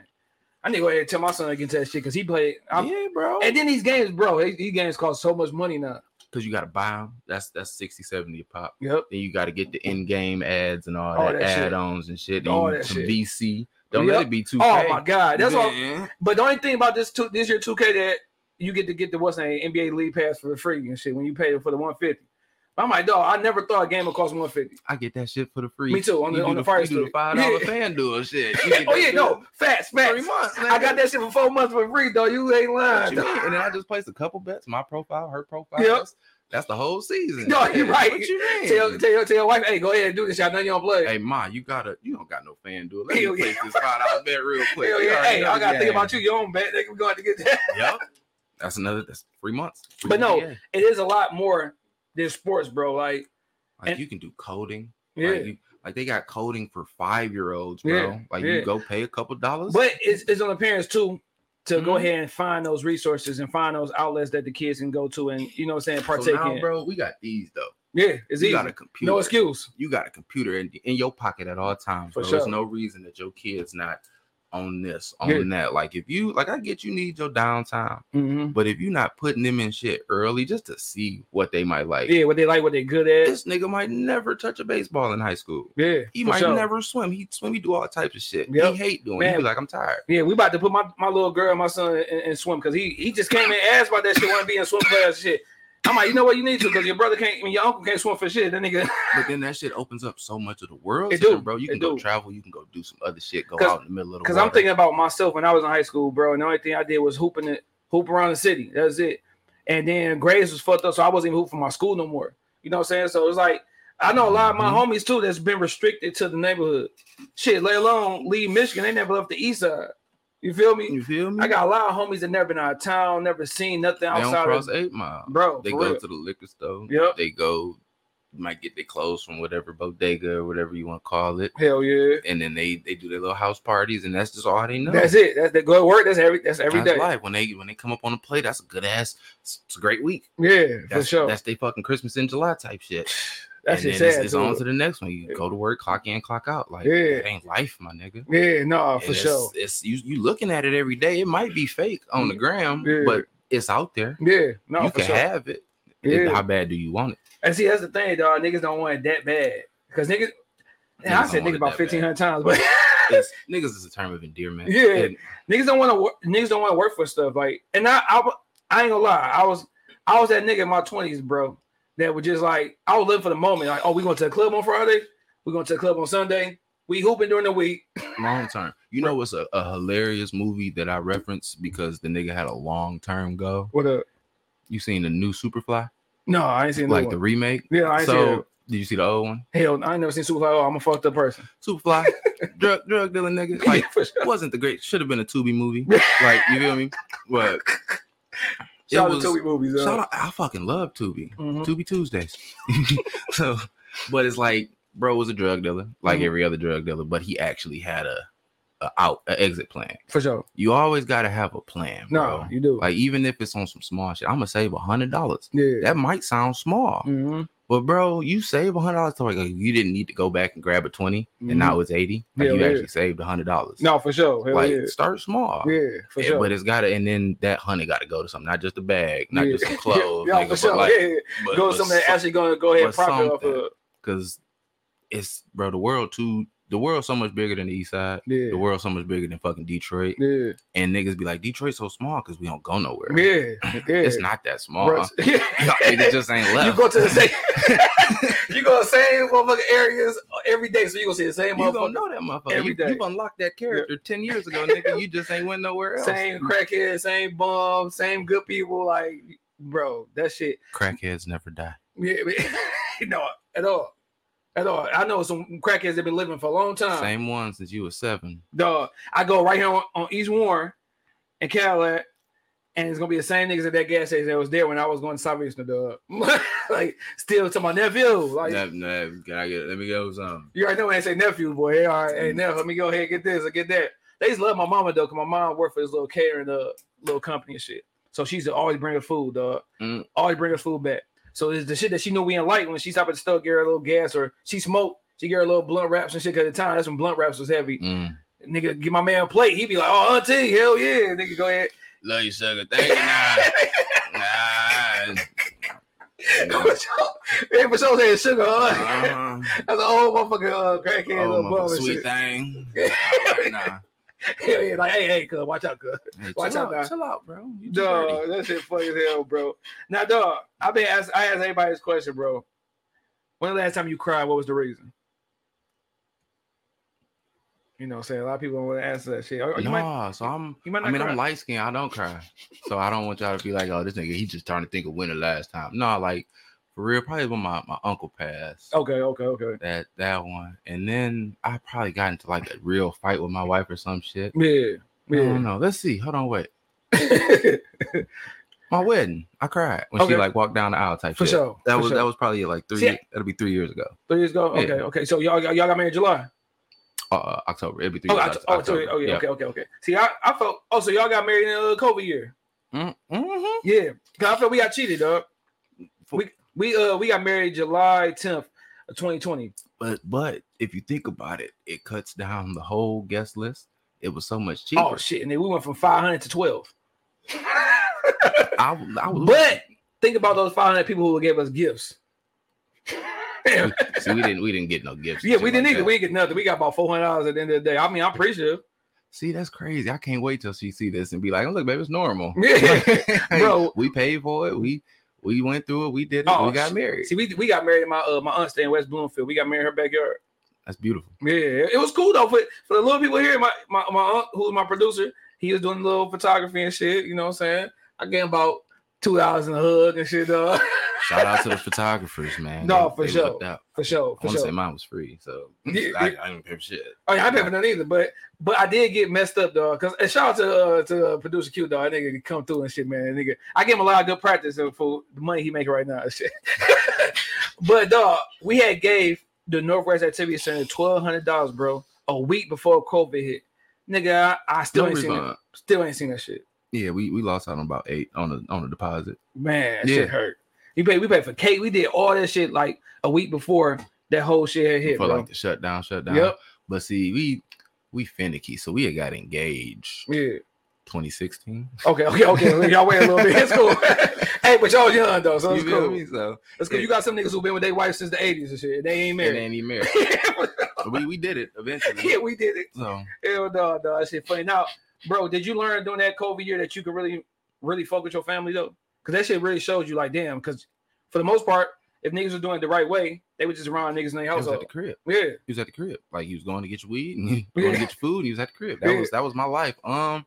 S3: I need to go ahead and tell my son to get into that shit because he played. I'm,
S5: yeah, bro.
S3: And then these games, bro, these, these games cost so much money now.
S5: because you gotta buy them. That's that's 60, 70 a pop.
S3: Yep.
S5: Then you gotta get the in-game ads and all,
S3: Mm-hmm. All
S5: that,
S3: that shit.
S5: add-ons and shit. Then
S3: All
S5: you-
S3: that
S5: some
S3: shit.
S5: VC. Don't
S3: Yep.
S5: let it be too.
S3: Oh my god, that's all.
S5: Yeah.
S3: But the only thing about this two, this year 2K that you get to get the what's name NBA League Pass for free and shit when you pay for the 150. I'm like, dog, I never thought a game would cost
S5: <laughs>
S3: 150.
S5: I get that shit for the free.
S3: Me too, on
S5: You
S3: the-
S5: do
S3: on the Fire
S5: you do the
S3: Stick.
S5: five dollar
S3: <laughs> Yeah.
S5: fan duel shit. You get
S3: oh
S5: that
S3: yeah,
S5: shit
S3: no, facts,
S5: three
S3: facts.
S5: months.
S3: I got that shit for four months for free, though. You ain't
S5: What
S3: lying.
S5: you
S3: dog.
S5: mean? And then I just placed a couple bets, my profile, her profile.
S3: Yep.
S5: That's, that's the whole season.
S3: No, you're
S5: Yeah,
S3: right.
S5: What you mean?
S3: Tell, tell, your- tell your wife, hey, go ahead and do this. Y'all know you don't play.
S5: hey ma, you gotta you don't got no fan duel. Let me
S3: Hell yeah.
S5: place this five dollar bet real quick.
S3: Hell
S5: You
S3: yeah,
S5: already
S3: hey,
S5: know
S3: I
S5: the
S3: gotta think
S5: game.
S3: about you. Your own bet. Nigga, we going to get that. <laughs>
S5: Yep. That's another that's three months. Free
S3: But no,
S5: NBA.
S3: It is a lot more than sports, bro. Like,
S5: like
S3: and-
S5: you can do coding.
S3: yeah.
S5: Like, you, like they got coding for five year olds, bro.
S3: Yeah,
S5: Like
S3: yeah.
S5: you go pay a couple dollars.
S3: But it's, it's on the parents too to go
S5: Mhm.
S3: ahead and find those resources and find those outlets that the kids can go to and you know what I'm saying
S5: so
S3: partake
S5: now,
S3: in.
S5: bro, we got these though.
S3: Yeah, it's
S5: you
S3: easy.
S5: got a computer.
S3: No excuse.
S5: you got a computer in, in your pocket at all times.
S3: For
S5: bro.
S3: sure.
S5: There's no reason that your kid's not on this, on
S3: Yeah.
S5: that. Like if you like, I get you need your downtime,
S3: Mhm.
S5: but if you're not putting them in shit early just to see what they might like,
S3: Yeah, what they like, what they good at.
S5: this nigga might never touch a baseball in high school.
S3: Yeah,
S5: He
S3: for
S5: might
S3: sure.
S5: never swim. He swim. He do all types of shit.
S3: Yep.
S5: He hate doing.
S3: Man.
S5: He be like, I'm tired.
S3: Yeah, we about to put my, my little girl, and my son, in, in swim because he he just came and asked about that shit. Want to be in swim class? and Shit. I'm like, you know what? You need to because your brother can't, I mean, your uncle can't swim for shit. That nigga. <laughs>
S5: But then that shit opens up so much of the world,
S3: It
S5: to them,
S3: do.
S5: bro. You
S3: It
S5: can go
S3: do.
S5: travel. You can go do some other shit. Go
S3: 'Cause-
S5: out in the middle of the.
S3: Because I'm
S5: water.
S3: thinking about myself when I was in high school, bro. And the only thing I did was hooping it, hoop around the city. That's it. And then grades was fucked up, so I wasn't even hooping for my school no more. You know what I'm saying? So it's like I know a lot of my
S5: Mm-hmm.
S3: homies too that's been restricted to the neighborhood. Shit, let alone leave Michigan, they never left the east side. You feel me?
S5: You feel me?
S3: I got a lot of homies that never been out of town, never seen nothing
S5: they don't
S3: outside
S5: cross
S3: of
S5: eight mile.
S3: bro.
S5: They
S3: Oh, for
S5: go
S3: real.
S5: to the liquor store.
S3: Yep.
S5: They go might get their clothes from whatever bodega or whatever you want to call it.
S3: Hell yeah.
S5: And then they they do their little house parties and that's just all they know.
S3: That's it. That's they go to work. That's every that's every
S5: That's
S3: day.
S5: life. When they when they come up on the play, that's a good ass. It's, it's a great week.
S3: Yeah, for
S5: That's
S3: sure.
S5: that's they fucking Christmas in July type shit.
S3: <sighs> That's
S5: and
S3: just
S5: then it's,
S3: sad.
S5: it's on to
S3: dude.
S5: the next one. You go to work, clock in, clock out. Like
S3: Yeah.
S5: that ain't life, my nigga.
S3: Yeah, no,
S5: And
S3: for
S5: it's,
S3: sure. Mm-hmm.
S5: It's you you looking at it every day. It might be fake on the gram,
S3: Yeah.
S5: but it's out there.
S3: Yeah, no,
S5: you
S3: for
S5: can
S3: sure.
S5: have it.
S3: Yeah.
S5: How bad do you want it?
S3: And see, that's the thing, dog. Niggas don't want it that bad because niggas. And I
S5: Niggas
S3: said
S5: don't want
S3: niggas
S5: it
S3: about
S5: that bad.
S3: fifteen hundred times,
S5: <laughs>
S3: but <laughs>
S5: It's, niggas is a term of endearment.
S3: Yeah.
S5: And
S3: niggas don't want to. work Niggas don't want to work for stuff like. And I, I, wa- I ain't gonna lie. I was, I was that nigga in my twenties, bro. That was just like I was living for the moment. Like, oh, we going to the club on Friday. We going to the club on Sunday. We hooping during the week.
S5: long term. You know what's a, a hilarious movie that I referenced because the nigga had a long term goal.
S3: What up?
S5: You seen the new Superfly,
S3: No, I ain't seen
S5: like
S3: no
S5: the
S3: one.
S5: remake?
S3: yeah, I ain't
S5: So did you see the old one?
S3: seen hell. I ain't never seen Superfly. Oh, I'm a fucked up person. <laughs>
S5: Superfly, drug drug dealing nigga. <laughs> Like
S3: yeah, <laughs> for sure.
S5: it wasn't the great. Should have been a Tubi movie. Like you feel me? But it
S3: Shout out
S5: was-
S3: to Toby movies. though.
S5: shout out, I fucking love Tubi.
S3: Mhm.
S5: Tubi Tuesdays. <laughs> so, but it's like bro was a drug dealer, like
S3: Mhm.
S5: every other drug dealer, but he actually had a, a out a exit plan.
S3: For sure.
S5: You always gotta have a plan.
S3: No,
S5: bro.
S3: you do.
S5: Like even if it's on some small shit, I'm gonna save a hundred dollars.
S3: yeah.
S5: That might sound small,
S3: hmm
S5: but bro, you save a hundred dollars. So, Like you didn't need to go back and grab a 20 and now it's eighty.
S3: Yeah,
S5: Like you
S3: Mm-hmm. yeah.
S5: actually saved a hundred dollars.
S3: No, for sure. Hell
S5: like uh,
S3: yeah.
S5: start small.
S3: Yeah, for
S5: Yeah,
S3: sure.
S5: But it's gotta, and then that honey gotta go to something, not just a bag,
S3: <laughs>
S5: not
S3: Yeah.
S5: just some clothes.
S3: yeah,
S5: nigga,
S3: for
S5: but
S3: sure.
S5: like,
S3: yeah, yeah.
S5: but-
S3: go
S5: but
S3: something that
S5: so-
S3: actually gonna go ahead and
S5: but
S3: profit off
S5: something.
S3: of.
S5: because it's bro the world too the world's so much bigger than the east side
S3: Yeah,
S5: the world's so much bigger than fucking detroit
S3: yeah,
S5: and niggas be like detroit's so small because we don't go nowhere
S3: yeah, yeah.
S5: it's not that small
S3: <laughs> Bruh,
S5: <laughs> Y'all niggas just ain't
S3: <laughs>
S5: left
S3: you go to the
S5: <laughs>
S3: same. <laughs> you go to the same motherfucking areas every day, so you gonna see the same
S5: you gonna
S3: motherfucker,
S5: know that motherfucker.
S3: every
S5: you,
S3: day.
S5: have unlocked that character ten years ago, nigga. You just ain't went nowhere else.
S3: same crackhead, same bum, same good people. Like, bro, that shit. <laughs>
S5: Crackheads never die.
S3: Yeah, <laughs> no, at all, at all. I know some crackheads that been living for a long time.
S5: Same one since you was seven.
S3: Dog, I go right here on, on East Warren and Cadillac, and it's gonna be the same niggas at that gas station that was there when I was going to Salvation, dog. <laughs> like, still to my nephew. Like,
S5: Nah, nah, gotta get- let me go some.
S3: you already know when I say nephew, boy. Hey, all right, hey, nephew, let me go ahead and get this or get that. They just love my mama, though, because my mom worked for this little catering uh, little company and shit. So she used to always bring her food, dog.
S5: Mm.
S3: Always bring her food back. So it's the shit that she knew we didn't like when she stopped at the store, get her a little gas, or she smoked, she get her little blunt wraps and shit, because at the time, that's when blunt wraps was heavy
S5: Mm.
S3: nigga, give my man a plate. He be like, oh, auntie, hell yeah, nigga, go ahead. <laughs>
S5: Love you, sugar. Thank you. Nah. nah.
S3: Hey, for sure, saying sugar. huh?
S5: Uh-huh.
S3: <laughs> That's an old motherfucking uh, crackhead
S5: Oh,
S3: little
S5: my
S3: bum and
S5: sweet
S3: shit. <laughs>
S5: thing. Nah.
S3: yeah, yeah, like, hey, hey, cuz, watch out, cuz.
S5: Hey,
S3: Watch
S5: chill
S3: out now.
S5: out, chill out, bro. You too
S3: Dog, that shit funny as hell, bro. Now, dog, I've been asked, I asked everybody this question, bro. When the last time you cried, what was the reason? You know, what I'm saying a lot of people don't want to answer that shit. Or- or
S5: dirty.
S3: You
S5: Nah,
S3: might,
S5: so I'm.
S3: you might not
S5: I mean,
S3: cry.
S5: I'm light skinned. I don't cry, so I don't want y'all to be like, "Oh, this nigga, he just trying to think of when the last time." No, like for real, probably when my my uncle passed.
S3: okay, okay, okay.
S5: That that one, and then I probably got into like a real fight with my wife or some shit.
S3: Yeah,
S5: I don't
S3: yeah.
S5: know. Let's see. Hold on, wait. My wedding, I cried when she
S3: Okay.
S5: like walked down the aisle type
S3: <laughs> For
S5: shit.
S3: sure,
S5: That
S3: for
S5: was
S3: sure.
S5: that was probably like three.
S3: See-
S5: That'll be three years ago.
S3: Three years ago.
S5: Yeah.
S3: Okay, okay. So y'all, y'all y'all got married in July.
S5: Uh, October. It'd be three
S3: Oh,
S5: years.
S3: I, oh, so-
S5: October.
S3: oh, yeah, okay, okay, okay. See, I, I felt. Oh, so y'all got married in the COVID year.
S5: Mm, mhm.
S3: Yeah, 'Cause I felt we got cheated, dog. We we uh we got married July tenth, twenty twenty.
S5: But but if you think about it, it cuts down the whole guest list. It was so much cheaper.
S3: Oh shit! And then we went from five hundred to twelve.
S5: I, w- I was,
S3: But think about those five hundred people who gave us gifts. <laughs> yeah,
S5: see, we didn't we didn't get no gifts. and
S3: we
S5: shit
S3: didn't
S5: like
S3: either.
S5: that.
S3: We didn't get nothing. We got about four hundred dollars at the end of the day. I mean, I'm pretty sure.
S5: see, that's crazy. I can't wait till she see this and be like, "Oh, look, baby, it's normal."
S3: <laughs> Yeah. Bro.
S5: <laughs> we paid for it. We we went through it. We did it.
S3: Oh,
S5: we got
S3: shit.
S5: married.
S3: See, we we got married. in My uh, my aunt stay in West Bloomfield. We got married in her backyard.
S5: that's beautiful.
S3: Yeah, it was cool though. For for the little people here, my my, my aunt who was my producer, he was doing a little photography and shit. You know what I'm saying? I gave him about two hours in a hug and shit, dog.
S5: Shout out to the photographers, man.
S3: No, for sure.
S5: looked out.
S3: <laughs> for sure,
S5: I
S3: for
S5: want to say
S3: sure.
S5: mine was free, so
S3: Yeah,
S5: I,
S3: yeah.
S5: I didn't pay for shit.
S3: I, mean, I never done either, but but I did get messed up, dog. Cause and shout out to uh, to uh, producer Q, dog. That nigga can come through and shit, man. That Nigga, I give him a lot of good practice uh, for the money he making right now and shit. <laughs> but dog, we had gave the Northwest Activity Center twelve hundred dollars, bro, a week before COVID hit. Nigga, I, I still
S5: No
S3: ain't seen
S5: refund.
S3: that, still ain't seen that shit.
S5: Yeah, we, we lost out on about eight on a on a deposit.
S3: Man, that
S5: Yeah.
S3: shit hurt. We paid we paid for cake. We did all that shit like a week before that whole shit had hit.
S5: for
S3: bro.
S5: like the shutdown, shutdown.
S3: Yep.
S5: But see, we we finicky, so we had got engaged
S3: Yeah.
S5: 2016.
S3: Okay, okay, okay. Y'all wait a little bit. <laughs> It's cool. hey, but y'all young though, <laughs> so
S5: You
S3: it's
S5: feel
S3: cool.
S5: me? So
S3: It's cool. You got some niggas who've been with their wife since the 80s and shit. and They ain't
S5: and
S3: married.
S5: then
S3: <laughs>
S5: he married. But we we did it eventually.
S3: yeah, we did it.
S5: So
S3: Hell no, no, that shit funny. Now, bro, did you learn during that COVID year that you could really, really fuck with your family though? Because that shit really shows you, like, damn. Because for the most part, if niggas were doing it the right way, they was just around niggas in their
S5: he was at the
S3: household.
S5: crib.
S3: Yeah,
S5: He was at the crib. Like he was going to get your weed
S3: <laughs>
S5: and he was going to get your food. And he was at the crib. That
S3: Yeah.
S5: was that was my life. Um,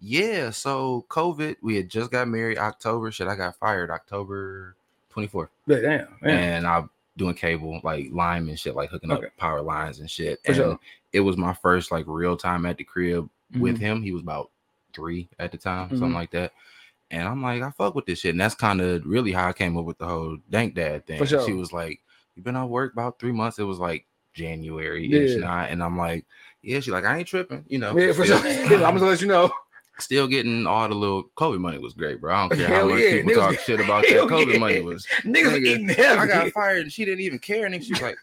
S5: yeah. So COVID, we had just got married October. Shit, I got fired October 24th.
S3: but damn, man.
S5: and I'm doing cable like lineman shit, like hooking
S3: Okay.
S5: up power lines and shit.
S3: For
S5: and
S3: sure.
S5: it was my first like real time at the crib with
S3: Mhm.
S5: him. He was about three at the time,
S3: Mhm.
S5: something like that. And I'm like, I fuck with this shit, and that's kind of really how I came up with the whole Dank Dad thing.
S3: For sure.
S5: She was like, "You've been out of work about three months." It was like January, ish
S3: Yeah.
S5: and I, and I'm like, "Yeah." She like, "I ain't tripping," you know.
S3: <laughs> Yeah,
S5: <laughs>
S3: for sure. I'm
S5: still,
S3: gonna let you know.
S5: still getting all the little COVID money was great,
S3: <laughs>
S5: bro. I don't care
S3: Hell
S5: how much
S3: yeah,
S5: people
S3: niggas-
S5: talk
S3: <laughs>
S5: shit about that.
S3: hell
S5: COVID
S3: yeah.
S5: money was
S3: Niggas
S5: Nigga,
S3: eating heavy. <laughs>
S5: I got fired and she didn't even care. And then she was like,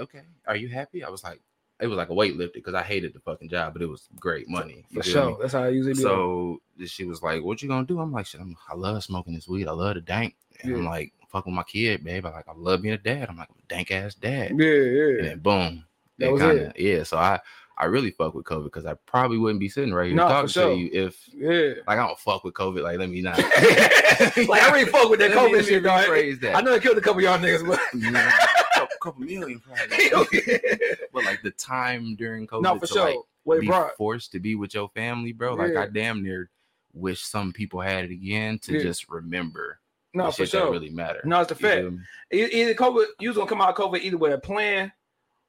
S5: okay, are you happy? I was like, it was like a weight lifted because I hated the fucking job, but it was great money.
S3: for
S5: you feel
S3: sure.
S5: me?
S3: That's how I usually be. So,
S5: So she was like, what you gonna do? I'm like, shit, I'm, I love smoking this weed. I love the dank. And I'm
S3: Yeah.
S5: like, fuck with my kid, babe. I like, I love being a dad. I'm like, I'm a dank ass dad.
S3: yeah,
S5: And
S3: yeah.
S5: then boom.
S3: That
S5: it
S3: was
S5: kinda- Yeah. So I, I really fuck with COVID because I probably wouldn't be sitting right here
S3: Nah, for
S5: talking
S3: sure.
S5: to you if
S3: Yeah.
S5: like I don't fuck with COVID. Like, let me not.
S3: <laughs> like I really fuck with that
S5: Let me- let
S3: COVID
S5: me
S3: shit, dog.
S5: rephrase that.
S3: I know it killed a couple of y'all niggas, but <laughs>
S5: couple, couple million, probably.
S3: Hell yeah.
S5: but like the time during COVID
S3: no, for
S5: to
S3: sure.
S5: like
S3: Wait,
S5: be
S3: bro.
S5: forced to be with your family, bro. Like
S3: Yeah.
S5: I damn near wish some people had it again to
S3: Yeah.
S5: just remember
S3: No,
S5: the
S3: for
S5: shit
S3: sure.
S5: that really matter.
S3: no, it's the
S5: You feel
S3: fact.
S5: me?
S3: E- Either COVID, you was gonna come out of COVID either with a plan,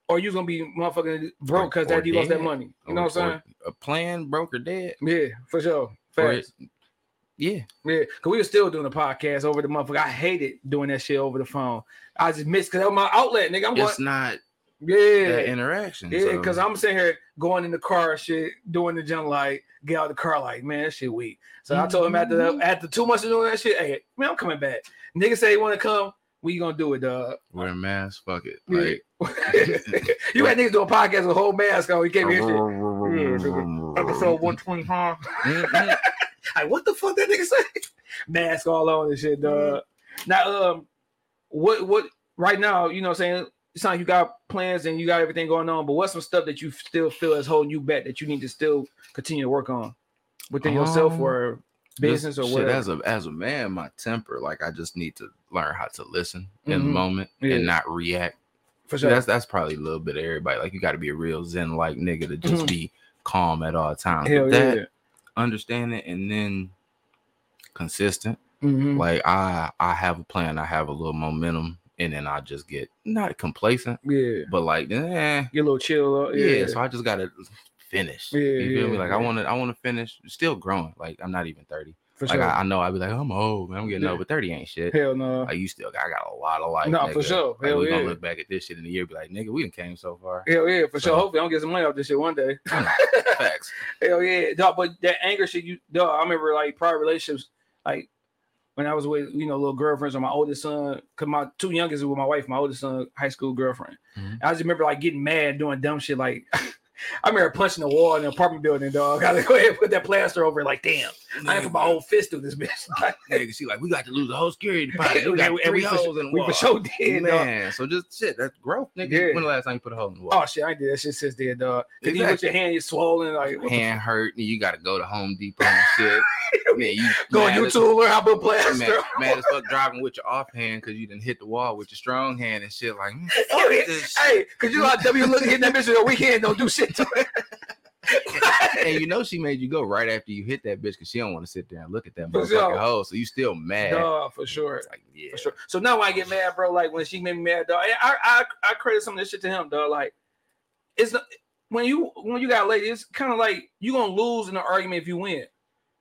S3: or you was gonna be motherfucking broke because
S5: Or- or
S3: that you lost that
S5: dead.
S3: money. You know
S5: Or-
S3: what I'm saying?
S5: or A plan broke or dead.
S3: Yeah, for sure.
S5: Or
S3: Facts.
S5: it- yeah,
S3: Yeah, cause we were still doing the podcast over the motherfucker. I hated doing that shit over the phone. I just missed cause that was my outlet, nigga. I'm going,
S5: it's not
S3: yeah,
S5: that interaction.
S3: Yeah,
S5: so-
S3: because I'm sitting here going in the car, shit, doing the jump light, get out of the car, like, man, that shit weak. So I told him after that, after two months of doing that shit, hey, man, I'm coming back. Nigga say you want to come, we gonna do it, dog.
S5: wear a mask. Fuck it.
S3: Yeah.
S5: Like,
S3: <laughs> you had niggas do a podcast with a whole mask on. You came
S5: Uh-huh.
S3: here, shit. Episode
S5: episode
S3: 125. <laughs> Like, what the fuck that nigga say? mask all on and shit, dog. Now, um, what what right now, you know, what I'm saying it's not like you got plans and you got everything going on, but what's some stuff that you still feel is holding you back that you need to still continue to work on within yourself
S5: Um,
S3: or business or
S5: Shit,
S3: whatever?
S5: as a as a man, my temper, like I just need to learn how to listen in the
S3: Mhm.
S5: moment
S3: Yeah.
S5: and not react.
S3: For
S5: So
S3: sure.
S5: that's that's probably a little bit of everybody. Like you got to be a real zen like nigga to just
S3: Mhm.
S5: be calm at all times.
S3: Hell
S5: but
S3: yeah.
S5: that understand it and then consistent.
S3: Mhm.
S5: Like I I have a plan. I have a little momentum, and then I just get not complacent,
S3: Yeah.
S5: but like eh,
S3: Get a little chill. uh,
S5: yeah.
S3: Yeah.
S5: So I just gotta finish.
S3: Yeah,
S5: you feel me?
S3: yeah,
S5: Like I
S3: yeah.
S5: want to I want to finish. Still growing. Like I'm not even thirty.
S3: for
S5: Like
S3: sure.
S5: I, I know I'd be like, I'm old, man. I'm getting
S3: Yeah.
S5: over 30 ain't shit.
S3: Hell no.
S5: Like you still got, I got a lot of life.
S3: No, for
S5: nigga.
S3: sure.
S5: Like,
S3: Hell
S5: we gonna
S3: yeah.
S5: look back at this shit in a year, and be like, nigga, we done came so far.
S3: Hell yeah, for
S5: So-
S3: sure. Hopefully, I don't get some money off this shit one day.
S5: Facts.
S3: Hell yeah, dog. But that anger shit, you dog. I remember like prior relationships, like when I was with you know little girlfriends or my oldest son, cause my two youngest is with my wife, my oldest son, high school girlfriend.
S5: Mhm.
S3: I just remember like getting mad, doing dumb shit. Like <laughs> I remember punching the wall in an apartment building, dog. <laughs> I like, go ahead and put that plaster over. it, Like damn, <laughs> I ain't put my whole fist through this bitch. <laughs> Like,
S5: <laughs> Nigga, she like, we got to lose the whole security
S3: <laughs>
S5: deposit. We
S3: and
S5: got
S3: we- and
S5: three
S3: we for,
S5: holes
S3: sure-
S5: in the
S3: we
S5: wall.
S3: for sure did, dog.
S5: man. So just shit, that's growth, nigga.
S3: Yeah.
S5: When the last time you put a hole in the wall?
S3: Oh shit, I ain't did that shit since then, dog. 'Cause you with
S5: Exactly.
S3: your hand, you're swollen, like what the
S5: Hand hurt, and you got to go to Home Depot and
S3: <laughs>
S5: shit. man, you
S3: Go on
S5: mad as-
S3: YouTube, learn how to put
S5: Mad,
S3: plaster.
S5: mad as fuck driving with your off hand because you didn't hit the wall with your strong hand and shit.
S3: <laughs>
S5: Like, mm, fuck
S3: Oh, yeah.
S5: this shit.
S3: Hey, cause you know how W look hitting that bitch in the weekend, don't do shit to it.
S5: <laughs> and you know she made you go right after you hit that bitch because she don't want to sit there and look at that
S3: For
S5: motherfucking
S3: sure.
S5: hole. So you still mad.
S3: Duh, for sure.
S5: Like, yeah.
S3: For sure. So now when I get mad, bro, like when she made me mad, dog. I I I credit some of this shit to him, dog. Like it's not, when you when you got a lady, it's kind of like you gonna lose in an argument if you win.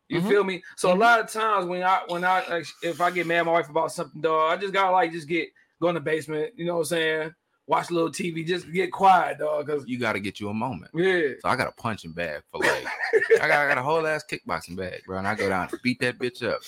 S3: You
S5: Mhm.
S3: feel me? So
S5: Mhm.
S3: a lot of times when I when I like, if I get mad at my wife about something, dog, I just gotta like just get go in the basement, you know what I'm saying? Watch a little TV, just get quiet, dog. Cause
S5: You gotta get you a moment.
S3: yeah,
S5: So I got a punching bag for
S3: <laughs>
S5: like I got, I got a whole ass kickboxing bag, bro. And I go down and beat that bitch up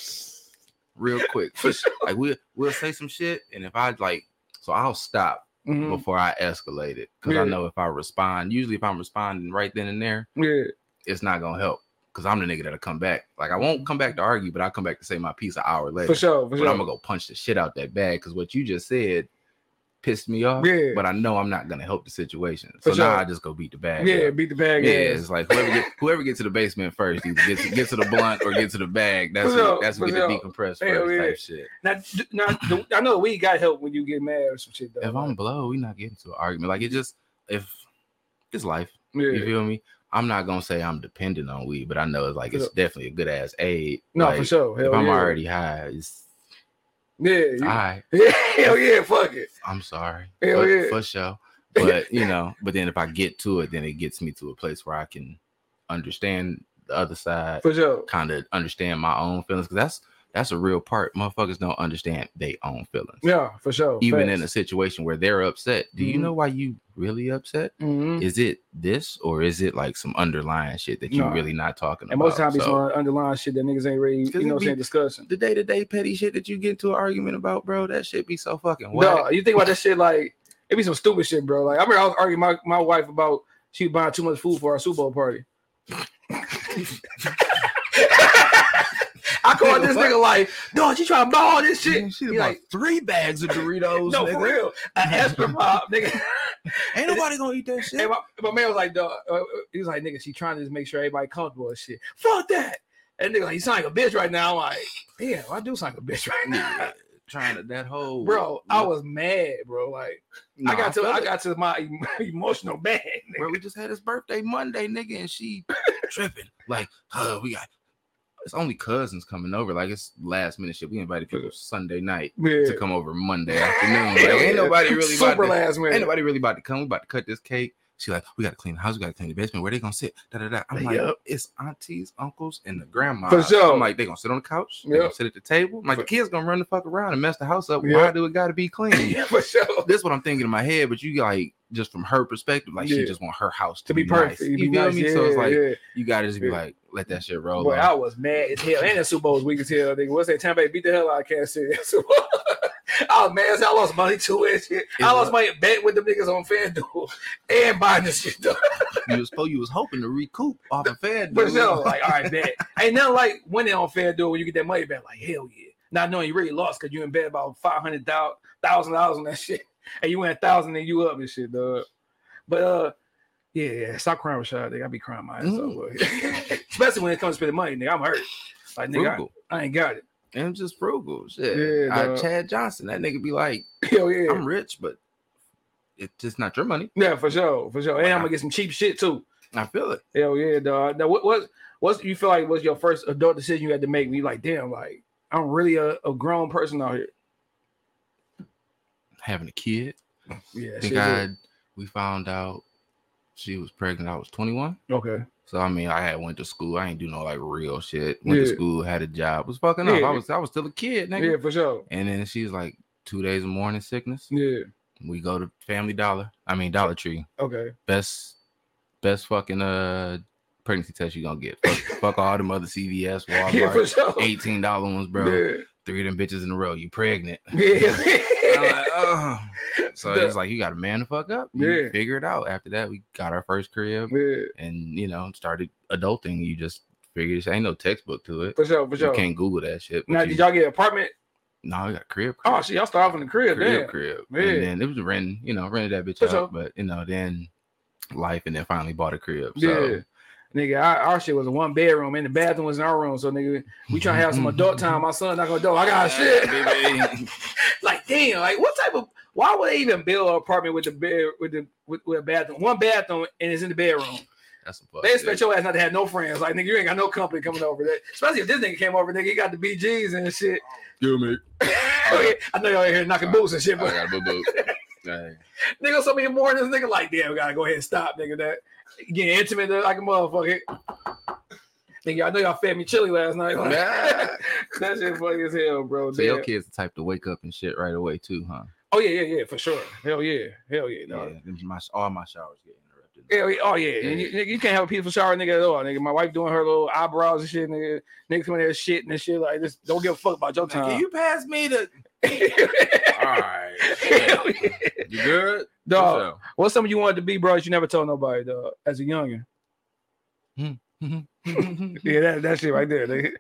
S5: real quick.
S3: for sure.
S5: Like we'll we'll say some shit. And if I like so I'll stop
S3: Mhm.
S5: before I escalate it. Cause
S3: Yeah.
S5: I know if I respond, usually if I'm responding right then and there,
S3: Yeah.
S5: it's not gonna help. Cause I'm the nigga that'll come back. Like I won't come back to argue, but I'll come back to say my piece an hour later.
S3: For sure, for
S5: but
S3: sure.
S5: I'm gonna go punch the shit out that bag because what you just said pissed me off.
S3: Yeah.
S5: But I know I'm not gonna help the situation.
S3: For
S5: So now
S3: sure.
S5: I just go beat the bag.
S3: yeah,
S5: up.
S3: beat the bag.
S5: yeah.
S3: ass.
S5: It's like whoever get, whoever gets to the basement first, either get to, get to the blunt or get to the bag. That's
S3: For sure,
S5: what, that's
S3: for
S5: what get
S3: sure.
S5: to decompress first
S3: Hell yeah.
S5: type shit.
S3: Now, d- now the, I know we got help when you get mad or some shit. Though.
S5: If I'm blow, we not getting to an argument. Like it just if it's life.
S3: yeah.
S5: You feel me? I'm not gonna say I'm dependent on weed, but I know it's like
S3: For
S5: it's
S3: sure.
S5: definitely a good ass aid.
S3: no,
S5: Like,
S3: for sure. Hell
S5: If I'm
S3: yeah.
S5: already high, it's
S3: yeah, you-
S5: all right.
S3: yeah, <laughs> hell yeah, fuck it.
S5: I'm sorry.
S3: Hell <laughs>
S5: for,
S3: yeah.
S5: for sure. But you know, but then if I get to it, then it gets me to a place where I can understand the other side,
S3: For sure.
S5: kind of understand my own feelings. Cause that's that's a real part. Motherfuckers don't understand their own feelings.
S3: Yeah, for sure.
S5: Even in a situation where they're upset, do you
S3: Mhm.
S5: know why you really upset?
S3: a, mm
S5: Is it this or is it like some underlying shit that you're
S3: No.
S5: really not talking
S3: and
S5: about?
S3: most times it's
S5: So,
S3: on underlying shit that niggas ain't really,
S5: Cause
S3: you
S5: it
S3: know, what I'm
S5: be-
S3: saying discussing.
S5: the day-to-day petty shit that you get into an argument about, bro, that shit be so fucking whack.
S3: No, you think about that shit like it be some stupid shit, bro. Like I remember I was arguing my my wife about she was buying too much food for our Super Bowl party. I called this nigga like, no, she trying to buy all this shit.
S5: Man, she
S3: He
S5: bought
S3: like-
S5: three
S3: <laughs>
S5: bags of Doritos.
S3: No,
S5: nigga.
S3: for real.
S5: <laughs>
S3: An Esper pop, nigga.
S5: Ain't nobody gonna eat that shit.
S3: And my, my man was like, Duh. uh, he was like, nigga, she trying to just make sure everybody comfortable and shit. Fuck that. And nigga, like, he sound like a bitch right now. I'm like, damn, I do sound like a bitch right now.
S5: trying to that whole
S3: <laughs> Bro, I was mad, bro. Like,
S5: Nah,
S3: I got to,
S5: feel
S3: I
S5: it.
S3: got to my <laughs> em- emotional bag.
S5: Bro, we just had his birthday Monday, nigga,
S3: <laughs>
S5: and she tripping like, huh, we got. It's only cousins coming over. Like it's last minute shit. We invited people Sunday night
S3: nigga.
S5: to
S3: Yeah.
S5: come
S3: <laughs>
S5: over Monday afternoon. Like, ain't nobody really about
S3: super
S5: to,
S3: last minute.
S5: ain't nobody really about to come. We about to cut this cake. She like, we gotta clean the house. We gotta clean the basement. Where they gonna sit? Da da da. I'm like,
S3: Yup.
S5: it's aunties, uncles, and the grandma.
S3: For sure.
S5: I'm like, they gonna sit on the couch. They
S3: Yup.
S5: gonna sit at the table. I'm like, the kids gonna run the fuck around and mess the house up. Why
S3: Yup.
S5: do it gotta
S3: <laughs>
S5: be clean?
S3: yeah, for sure.
S5: this is what I'm thinking in my head, but you like just from her perspective, like she
S3: Yeah.
S5: just want her house to,
S3: To be perfect,
S5: Nice.
S3: you be
S5: You feel
S3: nice.
S5: me?
S3: Yeah,
S5: so it's like
S3: yeah.
S5: you gotta just be
S3: Yeah.
S5: like, let that shit roll.
S3: Boy,
S5: off.
S3: I was mad as hell. And the Super Bowl was weak as hell, nigga. What's that? Tampa Bay beat the hell out of Kansas City. <laughs> I was mad as hell. I lost money to it. and Shit.
S5: Yeah.
S3: I lost my bet with them niggas on FanDuel <laughs> and buying this shit, though.
S5: you was supposed you was hoping to recoup off of Fed. <laughs>
S3: But no, like, all right, bet. Ain't nothing like winning on FanDuel when you get that money back. Like, hell yeah. not knowing you really lost because you in bed about five hundred thousand dollars on that <laughs> shit, and you win a thousand and you up and shit, dog. But uh, yeah, yeah, stop crying, Rashad. Nigga, I be crying my ass off,
S5: Mm.
S3: boy. <laughs> especially when it comes to spending money. Nigga, I'm hurt. Like nigga,
S5: Frugal.
S3: I, I ain't got it. <laughs>
S5: I'm just frugal. Shit.
S3: Yeah,
S5: I-
S3: dog.
S5: Chad Johnson. That nigga be like,
S3: Hell yeah,
S5: I'm rich, but it's just not your money.
S3: yeah, for sure, for sure. And I'm gonna get some cheap shit too.
S5: I feel it.
S3: Hell yeah, dog. Now, what was what's you feel like was your first adult decision you had to make? When you like, damn, like I'm really a, a grown person out here.
S5: Having a kid.
S3: Yeah,
S5: I think
S3: shit,
S5: I we found out she was pregnant. I was 21.
S3: yeah. okay.
S5: So I mean, I had went to school. I ain't do no like real shit. Went
S3: Yeah.
S5: to school, had a job, was fucking up.
S3: Yeah.
S5: I was I was still a kid, nigga.
S3: Yeah, for sure.
S5: And then she was like two days of morning sickness.
S3: Yeah,
S5: We go to Family Dollar. I mean Dollar Tree.
S3: okay.
S5: Best best fucking uh pregnancy test you
S3: <laughs>
S5: gonna get. Fuck, fuck all them other CVS, Walmart,
S3: yeah, for sure.
S5: eighteen dollar ones, bro. Three of them bitches in a row. You pregnant?
S3: Yeah,
S5: I'm
S3: yeah.
S5: like, "Ugh." So
S3: Duh.
S5: it's like you got to man the fuck up. You
S3: Yeah.
S5: Figure it out. After that, we got our first crib
S3: yeah, <laughs>
S5: and you know started adulting. You just figure this ain't no textbook to it.
S3: for sure, for
S5: You
S3: sure.
S5: can't Google that shit. but
S3: Now,
S5: you-
S3: did y'all get an apartment?
S5: No, we got crib.
S3: Oh
S5: crib.
S3: shit, y'all start off in the crib,
S5: crib,
S3: damn.
S5: crib.
S3: Yeah.
S5: And then it was renting, you know, rented that bitch
S3: For
S5: out.
S3: sure.
S5: But you know, then life, and then finally bought a crib.
S3: Yeah.
S5: So
S3: Nigga, our, our shit was a one bedroom and the bathroom was in our room. So nigga, we trying to have some adult time. My son not gonna do. I got shit.
S5: Baby.
S3: <laughs> like damn, like what type of why would they even build an apartment with the bed with the with, with a bathroom? One bathroom and it's in the bedroom.
S5: that's some fuck.
S3: They
S5: shit.
S3: expect your ass not to have no friends. Like nigga, you ain't got no company coming over there. Especially if this nigga came over, nigga, he got the BGs and shit. <laughs>
S5: You me.
S3: I know y'all in here knocking boots and shit,
S5: I
S3: but
S5: got a boo
S3: <laughs>
S5: boo.
S3: nigga, so many more than this nigga like, damn, we gotta go ahead and stop, nigga. That get intimate like a motherfucker. Nigga, I know y'all fed me chili last night. Like, <laughs> that shit funny as hell, bro.
S5: So your
S3: damn.
S5: kids the type to wake up and shit right away too, huh?
S3: Oh yeah, yeah, yeah, for sure. Hell yeah, hell yeah, dog.
S5: Yeah, them- my- all my showers get interrupted.
S3: Yeah, we- oh yeah,
S5: Yeah.
S3: And you, nigga, you can't have a peaceful shower, nigga, at all, nigga. My wife doing her little eyebrows and shit, nigga. Nigga coming there shit and shit like this. Don't give a fuck about your
S5: Like,
S3: time.
S5: you pass me the? All right.
S3: <laughs> Hell yeah.
S5: You good?
S3: Dog, what's something you wanted to be, bro? That you never told nobody, dog, as a youngin. Yeah, that, that shit right there. nigga.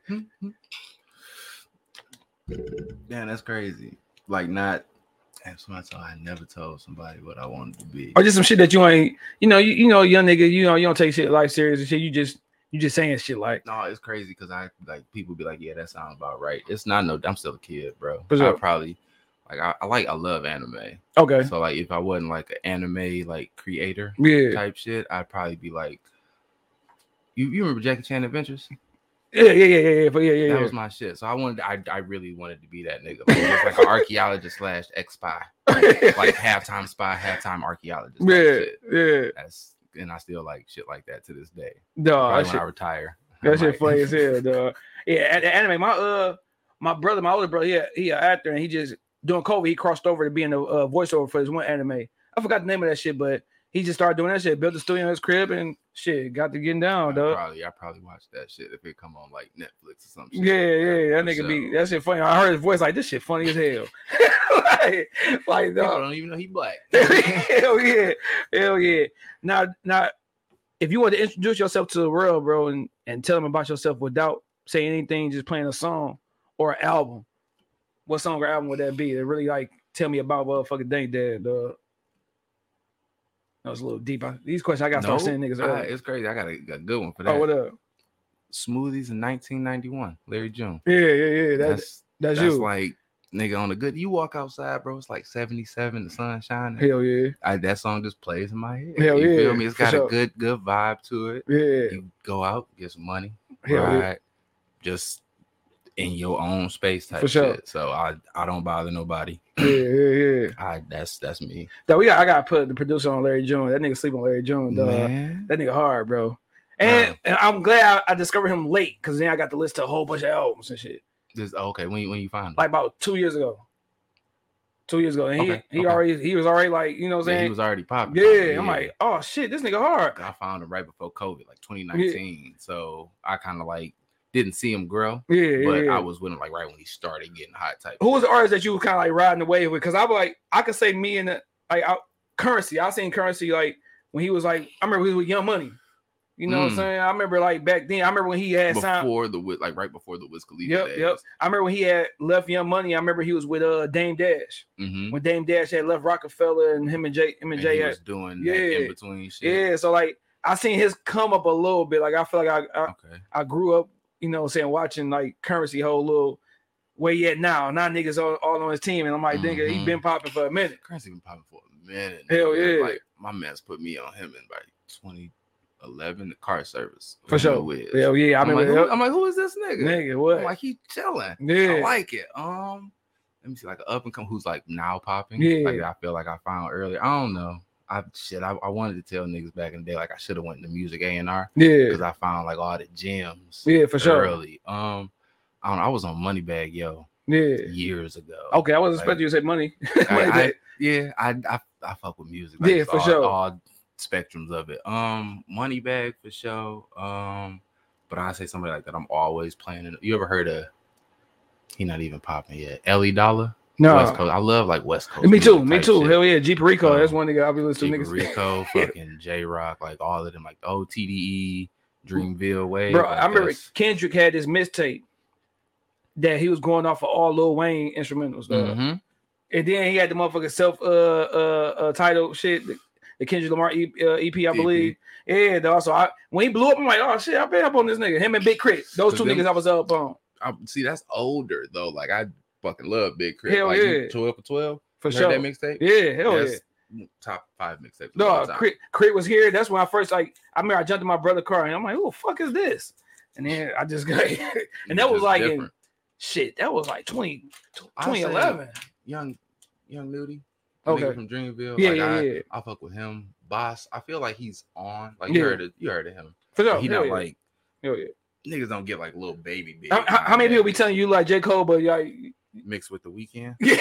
S5: Damn, that's crazy. Like not. That's why I told- I never told somebody what I wanted to be.
S3: Or just some shit that you ain't, you know, you, you know, young nigga, you know, you don't take shit life serious and shit. You just you just saying shit like
S5: No, it's crazy because I like people be like, yeah, that sounds about right. It's not no. I'm still a kid, bro.
S3: For sure.
S5: I probably like I, I like I love anime.
S3: okay.
S5: So like if I wasn't like an anime like creator
S3: Yeah,
S5: type shit, I'd probably be like. You, you remember Jackie Chan Adventures?
S3: yeah, yeah, yeah, yeah, yeah, but yeah, yeah,
S5: That
S3: yeah.
S5: was my shit. So I wanted, I, I really wanted to be that nigga, like, just like an archaeologist slash ex spy,
S3: <laughs>
S5: like halftime spy, halftime archaeologist. type
S3: yeah,
S5: shit.
S3: yeah.
S5: That's and I still like shit like that to this day.
S3: Dog, Oh, that
S5: Probably when
S3: shit,
S5: I retire. <laughs> I
S3: that shit
S5: might-
S3: funny as hell, dog. Yeah, at the anime, my uh, my brother, my older brother, yeah, he, he an actor, and he just during COVID, he crossed over to being a uh, voiceover for this one anime. I forgot the name of that shit, but he just started doing that shit, built a studio in his crib, and shit, got to getting
S5: <laughs> I
S3: down, dog.
S5: probably I probably watch that shit if it come on like Netflix or something.
S3: Yeah, yeah, that nigga be that shit funny. I heard his voice like this shit funny as hell. <laughs> like, like
S5: People
S3: dog.
S5: don't even know
S3: <laughs>
S5: he black.
S3: hell yeah, hell yeah. Now, now, if you want to introduce yourself to the world, bro, and and tell them about yourself without saying anything, just playing a song or an album, what song or album would that be? That really like tell me about motherfucking Dank Dad, dog. uh, That was a little deep. I, these questions I gotta
S5: <laughs> No,
S3: start sending niggas.
S5: I-
S3: early.
S5: it's crazy. I got a, a good one for that.
S3: oh, what up?
S5: Smoothies in 1991, Larry June.
S3: Yeah, yeah, yeah. That's
S5: That's
S3: that's,
S5: that's,
S3: you.
S5: like nigga on a good. You walk outside, bro. It's like 77. The sun shining.
S3: hell yeah,
S5: I, that song just plays in my head.
S3: Hell
S5: you
S3: yeah,
S5: feel me? It's
S3: for
S5: got
S3: sure.
S5: a good good vibe to it.
S3: yeah,
S5: You go out, get some money,
S3: hell yeah.
S5: ride, just in your own space type
S3: For sure.
S5: shit. So I I don't bother nobody.
S3: yeah, yeah, yeah.
S5: <clears throat> I that's that's me.
S3: That we got, I gotta put the producer on Larry Jones. That nigga sleep on Larry Jones, dog.
S5: Man.
S3: That nigga hard, bro. And,
S5: Nah.
S3: and I'm glad I, I discovered him late because then I got to listen to a whole bunch of albums and shit.
S5: This okay when you, when you find it.
S3: Like about two years ago. Two years ago. And he
S5: Okay,
S3: he
S5: okay.
S3: already he was already like, you know what I'm
S5: Yeah, he
S3: saying?
S5: was already
S3: Yeah,
S5: popular.
S3: I'm like, oh shit, this nigga hard.
S5: I found him right before COVID, like 2019. So I kind of like didn't see him grow,
S3: Yeah,
S5: but
S3: yeah.
S5: I was with him like right when he started getting hot type.
S3: Who was the artist that you were kind of like riding the wave with? Because I'm like, I could say me and the, like I, currency. I seen currency like when he was like, I remember he was with Young Money. You know what I'm
S5: Mm.
S3: saying? I remember like back then. I remember when he had signed.
S5: before the Wiz- like right before the Wiz Khalifa.
S3: Yep, yep. I remember when he had left Young Money. I remember he was with uh Dame Dash
S5: Mm-hmm.
S3: when Dame Dash had left Rockefeller and him and J him and,
S5: And
S3: Jay
S5: he
S3: had-
S5: was doing
S3: yeah.
S5: that in between shit.
S3: Yeah, so like I seen his come up a little bit. Like I feel like I I,
S5: Okay.
S3: I grew up, you know, what I'm saying watching like currency whole little where he at now. Now niggas all, all on his team, and I'm like, nigga, he
S5: Mhm.
S3: been popping for a minute.
S5: Currency been popping for a minute.
S3: Hell
S5: nigga.
S3: yeah.
S5: Like my man's put me on him in like 2011, the car service.
S3: For sure.
S5: Wiz.
S3: Hell yeah, I
S5: I'm, like,
S3: remember.
S5: who, I'm like, who is this nigga?
S3: nigga,
S5: I'm
S3: what?
S5: like, he chilling. I
S3: Yeah,
S5: like it. Um, let me see, like an up and come who's like now popping.
S3: Yeah.
S5: Like I feel like I found earlier. I don't know. I shit. I, I wanted to tell niggas back in the day, like I should have went to music A and R
S3: yeah,
S5: because I found like all the gems.
S3: yeah, for sure.
S5: Early. Um, I don't know. I was on Moneybag Yo
S3: Yeah.
S5: years ago.
S3: Okay, I wasn't
S5: Like-
S3: expecting you to say money. <laughs> Like
S5: I-
S3: that.
S5: Yeah, I I, I fuck with music.
S3: Yeah,
S5: it's
S3: for
S5: all,
S3: sure.
S5: All spectrums of it. Um, Moneybag for sure. Um, but I say somebody like that. I'm always playing. It. You ever heard of? He not even popping yet. Ellie Dollar. West
S3: no.
S5: Coast. I love like West Coast.
S3: Me too,
S5: music
S3: me
S5: type
S3: too.
S5: shit.
S3: Hell yeah, G Perico. that's
S5: Um,
S3: one nigga I'll be listening to
S5: Jigga
S3: niggas. <laughs>
S5: Rico, fucking J Rock, like all of them, like oh, the old TDE, E, Dreamville Wave.
S3: Bro,
S5: like,
S3: I remember
S5: that's-
S3: Kendrick had this mixtape that he was going off of all Lil Wayne instrumentals, dog.
S5: Mhm.
S3: and then he had the motherfucking self uh uh, uh title shit, the, the Kendrick Lamar e, uh, EP, I
S5: EP.
S3: believe. Yeah, dog. So I when he blew up, I'm like, oh shit, I been up on this nigga. Him and Big Crit, those
S5: But
S3: two
S5: them-
S3: niggas I was up on
S5: I, see, that's older though. Like I fucking love Big Crit.
S3: Hell
S5: like you
S3: yeah.
S5: twelve for twelve.
S3: for
S5: heard
S3: sure.
S5: that mixtape?
S3: yeah, hell yeah.
S5: That's Top five mixtapes. of all
S3: No,
S5: time.
S3: Crit, Crit was here. That's when I first like. I remember I jumped in my brother's car and I'm like, "Who the fuck is this?" And then I just got <laughs> and that
S5: It's
S3: was
S5: just
S3: like in-
S5: different.
S3: shit. That was like 20,
S5: I say-
S3: 2011.
S5: young, young Nudie.
S3: Okay.
S5: Okay. From Dreamville.
S3: Yeah,
S5: like,
S3: yeah,
S5: I,
S3: yeah.
S5: I fuck with him. Boss. I feel like he's on. Like
S3: Yeah.
S5: you heard of, you heard of him.
S3: For sure.
S5: he
S3: hell
S5: not
S3: yeah.
S5: like
S3: Hell yeah.
S5: niggas don't get like little baby big.
S3: How, how- how many people be telling you like J Cole, but like,
S5: mixed with the weekend?
S3: <laughs> yeah.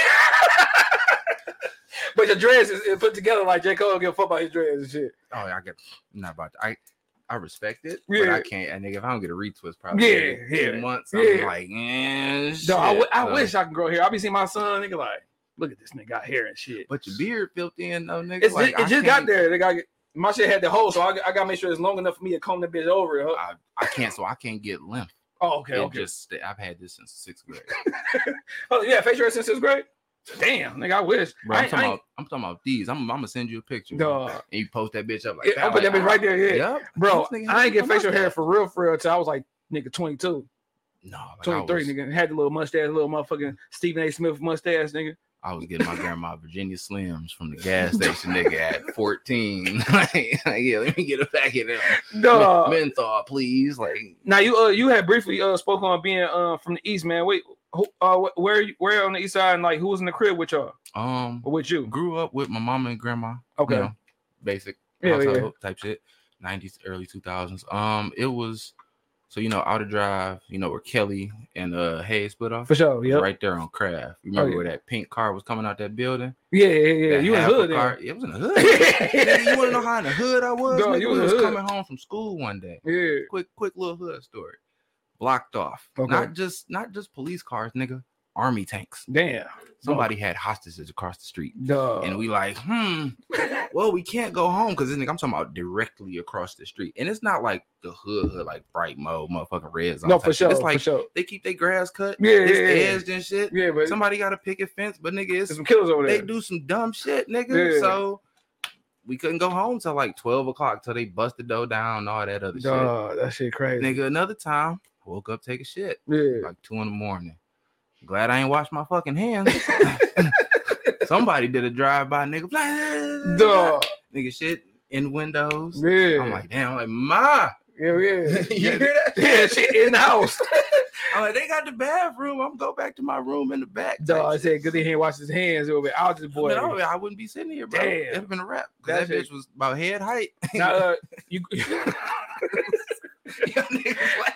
S3: but your dreads is, is put together like J Cole don't give a fuck about his dreads and shit.
S5: Oh, I get I'm not about to, I I respect it, but
S3: Yeah.
S5: I can't. And nigga, if I don't get a retwist probably
S3: Yeah,
S5: every two
S3: yeah,
S5: months,
S3: yeah.
S5: I'm like, eh,
S3: No, I, w-
S5: shit,
S3: I
S5: so-
S3: wish I could grow hair. I be seeing my son, nigga, like, look at this nigga got hair and shit.
S5: But your beard built in though, nigga.
S3: It's
S5: like,
S3: just, it
S5: I
S3: just got
S5: can't-
S3: there. They got my shit had the hole, so I, got- I gotta make sure it's long enough for me to comb the bitch over. it.
S5: I, I can't, so I can't get lymph.
S3: Oh, okay,
S5: it
S3: okay.
S5: just sta- I've had this since sixth
S3: <laughs>
S5: grade.
S3: oh yeah, face hair since it's great. Damn, nigga, I wish.
S5: Bro,
S3: I,
S5: I'm,
S3: ain't-
S5: talking
S3: I,
S5: about, I'm talking about these. I'm, I'm gonna send you a picture, bro.
S3: dog.
S5: and you post that bitch up like
S3: Yeah,
S5: that.
S3: I'll put
S5: like,
S3: that bitch right there. Yeah.
S5: Yep.
S3: Bro,
S5: This nigga
S3: I
S5: had
S3: ain't get
S5: something
S3: facial
S5: like
S3: hair
S5: that.
S3: for real, for real. Till I was like, nigga, 22,
S5: No, like, I
S3: 23,
S5: was-
S3: nigga. Had the little mustache, little motherfucking Stephen A. Smith mustache, nigga.
S5: I was getting my grandma Virginia Slims from the
S3: <laughs>
S5: gas station, nigga, at 14. <laughs> like, yeah, let me get a packet of
S3: Dog.
S5: menthol, please. Like,
S3: Now you uh you had briefly uh spoke on being uh from the east, man. Wait, who, uh wh- where you- where on the east side and like who was in the crib with y'all
S5: um,
S3: or with you?
S5: grew up with my mama and grandma.
S3: Okay.
S5: You know, basic
S3: Yeah, yeah.
S5: household type shit. 90s, early 2000s. Um, it was so you know, Outer Drive, you know, where Kelly and uh Hayes split off.
S3: For sure. Yep. Oh,
S5: Right there on Craft. Remember
S3: yeah.
S5: where that pink car was coming out that building?
S3: Yeah, yeah, yeah.
S5: that
S3: you in
S5: half a
S3: hood
S5: car-
S3: then.
S5: It was in the hood. Nigga, you want to know how in the hood I was?
S3: Dog,
S5: nigga?
S3: you
S5: we
S3: in the
S5: was
S3: hood.
S5: coming home from school one day.
S3: Yeah.
S5: Quick, quick little hood story. Blocked off.
S3: Okay.
S5: Not just not just police cars, nigga. Army tanks.
S3: Damn.
S5: Somebody had hostages across the street.
S3: Dog. <laughs>
S5: And we like, hmm. Well, we can't go home because this nigga, I'm talking about directly across the street. And it's not like the hood, hood, like bright mode, motherfucking red zone.
S3: no,
S5: type
S3: for
S5: shit.
S3: sure.
S5: It's like
S3: for sure.
S5: they keep their grass cut.
S3: Yeah,
S5: it's
S3: yeah, yeah.
S5: edged and shit.
S3: Yeah, but
S5: Somebody got a picket fence, but nigga, it's
S3: there's some killers over there.
S5: they do some dumb shit, nigga.
S3: Yeah.
S5: So we couldn't go home till like 12 o'clock till they busted dough down and all that other
S3: Dog, that shit
S5: shit.
S3: crazy.
S5: Nigga, another time, woke up, take a shit,
S3: Yeah.
S5: like two in the morning. Glad I ain't washed my
S3: <laughs>
S5: fucking hands. <laughs> Somebody did a drive by, nigga.
S3: Dog.
S5: Nigga, shit in windows.
S3: Yeah.
S5: I'm like, damn, I'm like, ma.
S3: yeah, yeah.
S5: <laughs> you hear that?
S3: Yeah, shit in the
S5: <laughs>
S3: house.
S5: I'm like, they got the bathroom. I'm go back to my room in the back. type
S3: Dog, I
S5: shit.
S3: said good thing he ain't washed his hands a little bit. I was just
S5: I, mean,
S3: boy.
S5: I would- I wouldn't be sitting here, bro.
S3: Damn.
S5: It'd have been a wrap. 'cause
S3: That
S5: That,
S3: shit-
S5: bitch was about head height. <laughs>
S3: Now, uh, you <laughs>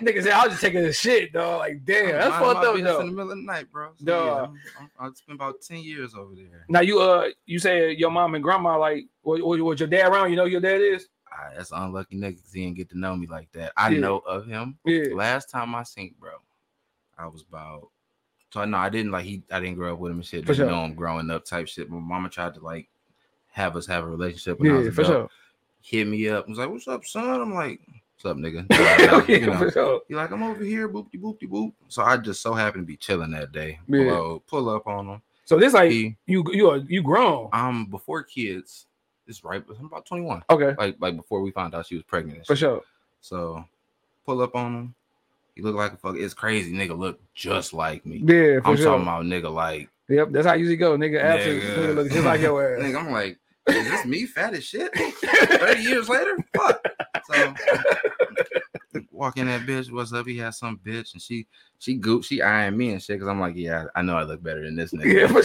S3: niggas said I was just taking a shit, dog. Like, damn, that's
S5: Mind my
S3: fucked up,
S5: business
S3: though.
S5: In the middle of the night, bro. So,
S3: Duh.
S5: yeah, I'm- I'm- I spent about ten years over there.
S3: Now you uh you say your mom and grandma like was, was your dad around? You know who your dad is?
S5: Ah, that's an unlucky nigga 'cause he didn't get to know me like that. I
S3: Yeah.
S5: know of him.
S3: Yeah.
S5: Last time I seen bro, I was about. So no, I didn't like he. I didn't grow up with him and shit.
S3: For
S5: Didn't
S3: sure.
S5: know him growing up type shit. My mama tried to like have us have a relationship when I was
S3: Yeah,
S5: a
S3: for
S5: adult.
S3: sure. <laughs>
S5: hit me up. and was like, "What's up, son?" I'm like, What's up,
S3: <laughs>
S5: nigga? you
S3: yeah,
S5: know,
S3: for sure.
S5: He like, I'm over here, boop de boop de boop. So I just so happened to be chilling that day.
S3: Yeah.
S5: Pull, pull up on him.
S3: So this like
S5: He,
S3: you you are you grown.
S5: um, before kids, it's right. I'm about 21.
S3: Okay,
S5: Like, like before we found out she was pregnant. and
S3: for
S5: shit.
S3: sure.
S5: So pull up on him. He looked like a fuck. It's crazy. Nigga look just like me.
S3: Yeah, for
S5: I'm
S3: sure.
S5: talking about nigga like
S3: Yep, that's how you usually go, nigga. Absent,
S5: Nigga.
S3: nigga look just like your ass.
S5: nigga. I'm like, is this me fat as shit? <laughs>
S3: <laughs>
S5: 30 years later? Fuck. So walk in that bitch, what's up? He had some bitch and she she goop, she eyeing me and shit. Cause I'm like, yeah, I, I know I look better than this nigga.
S3: Yeah, for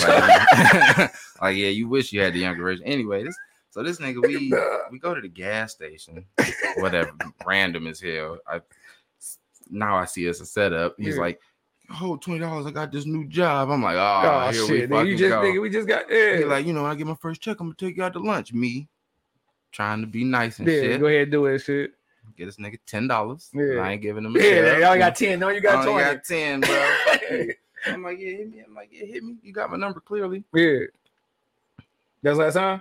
S5: like, <laughs> like, yeah, you wish you had the younger version. Anyway, this so this nigga,
S3: <laughs>
S5: we
S3: Nah.
S5: we go to the gas station, whatever, random as hell. I now I see it's a setup. He's
S3: Yeah.
S5: like, Oh, twenty dollars, I got this new job. I'm like, oh,
S3: Oh,
S5: here we
S3: shit, nigga,
S5: fucking
S3: you just
S5: go.
S3: nigga, we just got yeah.
S5: He like, you know, when I get my first check, I'm gonna take you out to lunch. Me trying to be nice and
S3: yeah,
S5: shit.
S3: go ahead and do it, shit.
S5: Get this nigga ten dollars.
S3: Yeah.
S5: I ain't giving him. A
S3: Yeah,
S5: yeah,
S3: y'all got ten. No, you got
S5: I
S3: twenty.
S5: got ten, bro.
S3: <laughs>
S5: I'm like, yeah, hit me. I'm like, yeah, hit me. You got my number clearly.
S3: yeah, that's last time.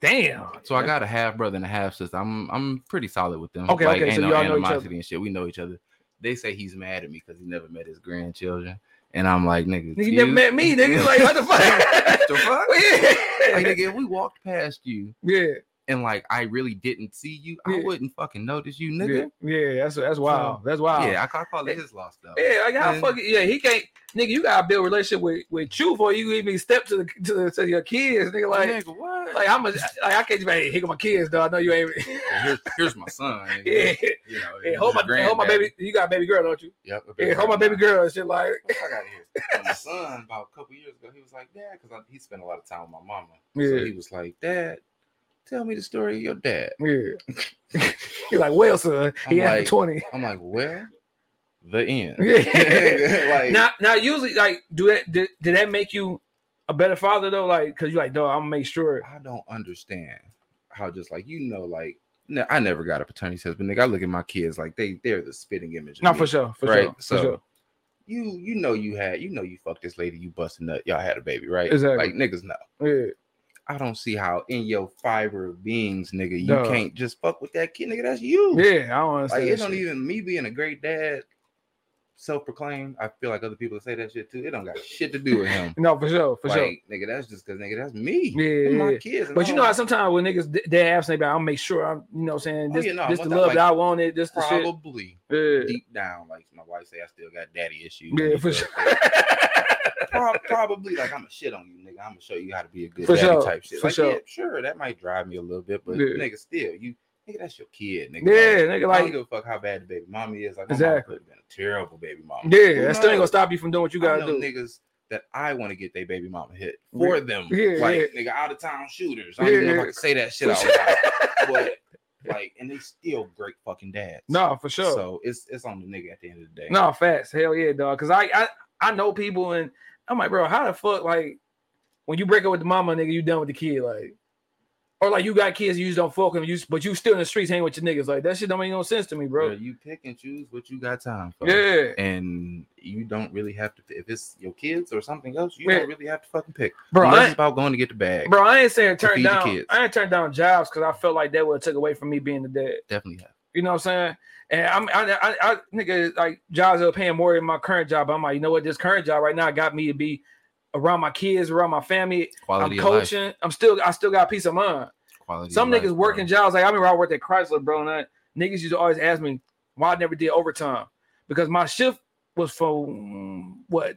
S3: Damn.
S5: So I got a half brother and a half sister. I'm I'm pretty solid with them.
S3: Okay,
S5: like,
S3: okay,
S5: Ain't
S3: so
S5: no
S3: y'all know each
S5: animosity
S3: other.
S5: and shit. We know each other. They say he's mad at me because he never met his grandchildren, and I'm like, nigga,
S3: Nigga, you never met me,
S5: <laughs>
S3: nigga. Like what the fuck?
S5: the
S3: <laughs>
S5: fuck? Like,
S3: yeah.
S5: nigga, if we walked past you
S3: yeah,
S5: and like I really didn't see you, I
S3: Yeah.
S5: wouldn't fucking notice you, nigga.
S3: yeah, yeah. That's that's wild. That's wild.
S5: Yeah, I ca- I call it his lost though.
S3: Yeah, like how
S5: Yeah.
S3: fucking yeah, he can't nigga, you gotta build a relationship with, with you before you even step to the to, the, to your kids, nigga. Like
S5: Nigga, what?
S3: like how much like I can't just be like, hey, here go my kids, though. I know you ain't <laughs>
S5: Well, here's, here's my son. nigga.
S3: Yeah.
S5: You know,
S3: Hey, hold my
S5: he's a
S3: hold my
S5: granddaddy.
S3: baby you got a baby girl, don't you?
S5: Yep. a
S3: Yeah, hold my baby girl and shit like
S5: What I got here? my son, about a couple years ago, he was like, Dad, because he spent a lot of time with my mama.
S3: Yeah.
S5: So he was like, Dad, tell me the story of your dad.
S3: Yeah. <laughs> He's like, well, son, he
S5: I'm
S3: had
S5: like-
S3: 20.
S5: I'm like, Well, the end.
S3: <laughs> Yeah.
S5: <laughs> like,
S3: Now, now, usually, like, do that? Did, did that make you a better father though? Like, cause you like, dog, I'm gonna make sure.
S5: I don't understand how just like you know, like no, I never got a paternity test, but nigga, I look at my kids like they they're the spitting image. of
S3: No,
S5: me.
S3: for sure, for
S5: right?
S3: sure,
S5: so
S3: for sure.
S5: you you know you had you know you fucked this lady, you busted nut, y'all had a baby, right?
S3: Exactly.
S5: Like niggas know.
S3: Yeah,
S5: I don't see how in your fiber of beings, nigga, you
S3: Duh.
S5: can't just fuck with that kid, nigga. That's you.
S3: yeah, I don't
S5: Like
S3: understand.
S5: it
S3: that
S5: don't
S3: shit.
S5: even me being a great dad, self-proclaimed. I feel like other people that say that shit too. It don't got shit to do with him.
S3: no, for sure, <laughs> for
S5: like,
S3: sure.
S5: nigga, that's just because nigga, that's me.
S3: Yeah,
S5: and my
S3: yeah.
S5: kids. and
S3: But
S5: I
S3: you know how
S5: don't-
S3: sometimes when niggas d- they ask me about, I'll make sure I'm, you know, what I'm saying
S5: Oh,
S3: this,
S5: yeah, no, I
S3: this the
S5: want that,
S3: love
S5: like,
S3: that I wanted, this the shit.
S5: probably
S3: Yeah,
S5: deep down, like my wife say, I still got daddy issues.
S3: yeah, for
S5: Nigga,
S3: sure.
S5: <laughs>
S3: <laughs>
S5: prob- probably like I'm gonna shit on you, nigga. I'm gonna show you how to be a good
S3: For
S5: daddy
S3: sure,
S5: type shit.
S3: for
S5: like,
S3: sure.
S5: yeah, sure, that might drive me a little bit, but
S3: Yeah.
S5: nigga, still, you nigga, that's your kid, nigga.
S3: yeah,
S5: like,
S3: nigga,
S5: I don't
S3: like,
S5: give a fuck how bad the baby mommy is. Like, my mama
S3: Exactly.
S5: could have been a terrible baby mama.
S3: yeah,
S5: Who
S3: that still ain't gonna
S5: knows?
S3: stop you from doing what you
S5: I
S3: gotta do.
S5: know niggas that I want to get their baby mama hit for them.
S3: Yeah,
S5: like nigga, out of town shooters. I
S3: Yeah,
S5: don't even know if
S3: yeah.
S5: I can say that shit
S3: For
S5: out
S3: <laughs>
S5: loud, but like, and they still great fucking dads.
S3: No, for sure.
S5: So it's it's on the nigga at the end of the day.
S3: No, facts. Hell yeah, dog. Cause I, I I know people and I'm like, bro, how the fuck like when you break up with the mama, nigga, you done with the kid, like, or like you got kids, you just don't fuck them, you but you still in the streets hanging with your niggas, like that shit don't make no sense to me,
S5: bro.
S3: bro.
S5: You pick and choose what you got time for.
S3: Yeah,
S5: And you don't really have to. If it's your kids or something else, you
S3: Yeah.
S5: don't really have to fucking pick.
S3: bro,
S5: Unless
S3: I,
S5: it's about going to get the bag.
S3: bro, I ain't saying
S5: to
S3: turn
S5: feed the
S3: down,
S5: kids.
S3: I ain't turned down jobs because I felt like that would have took away from me being the dad.
S5: Definitely have.
S3: You know what I'm saying? And I'm, I, I, I nigga, like jobs are paying more than my current job. I'm like, you know what? This current job right now got me to be around my kids, around my family.
S5: Quality
S3: I'm
S5: of life.
S3: coaching. I'm still, I still got peace of mind.
S5: Quality.
S3: Some
S5: of
S3: niggas
S5: life,
S3: working
S5: bro.
S3: jobs. Like I remember I worked at Chrysler, bro, and I, niggas used to always ask me why I never did overtime because my shift was from what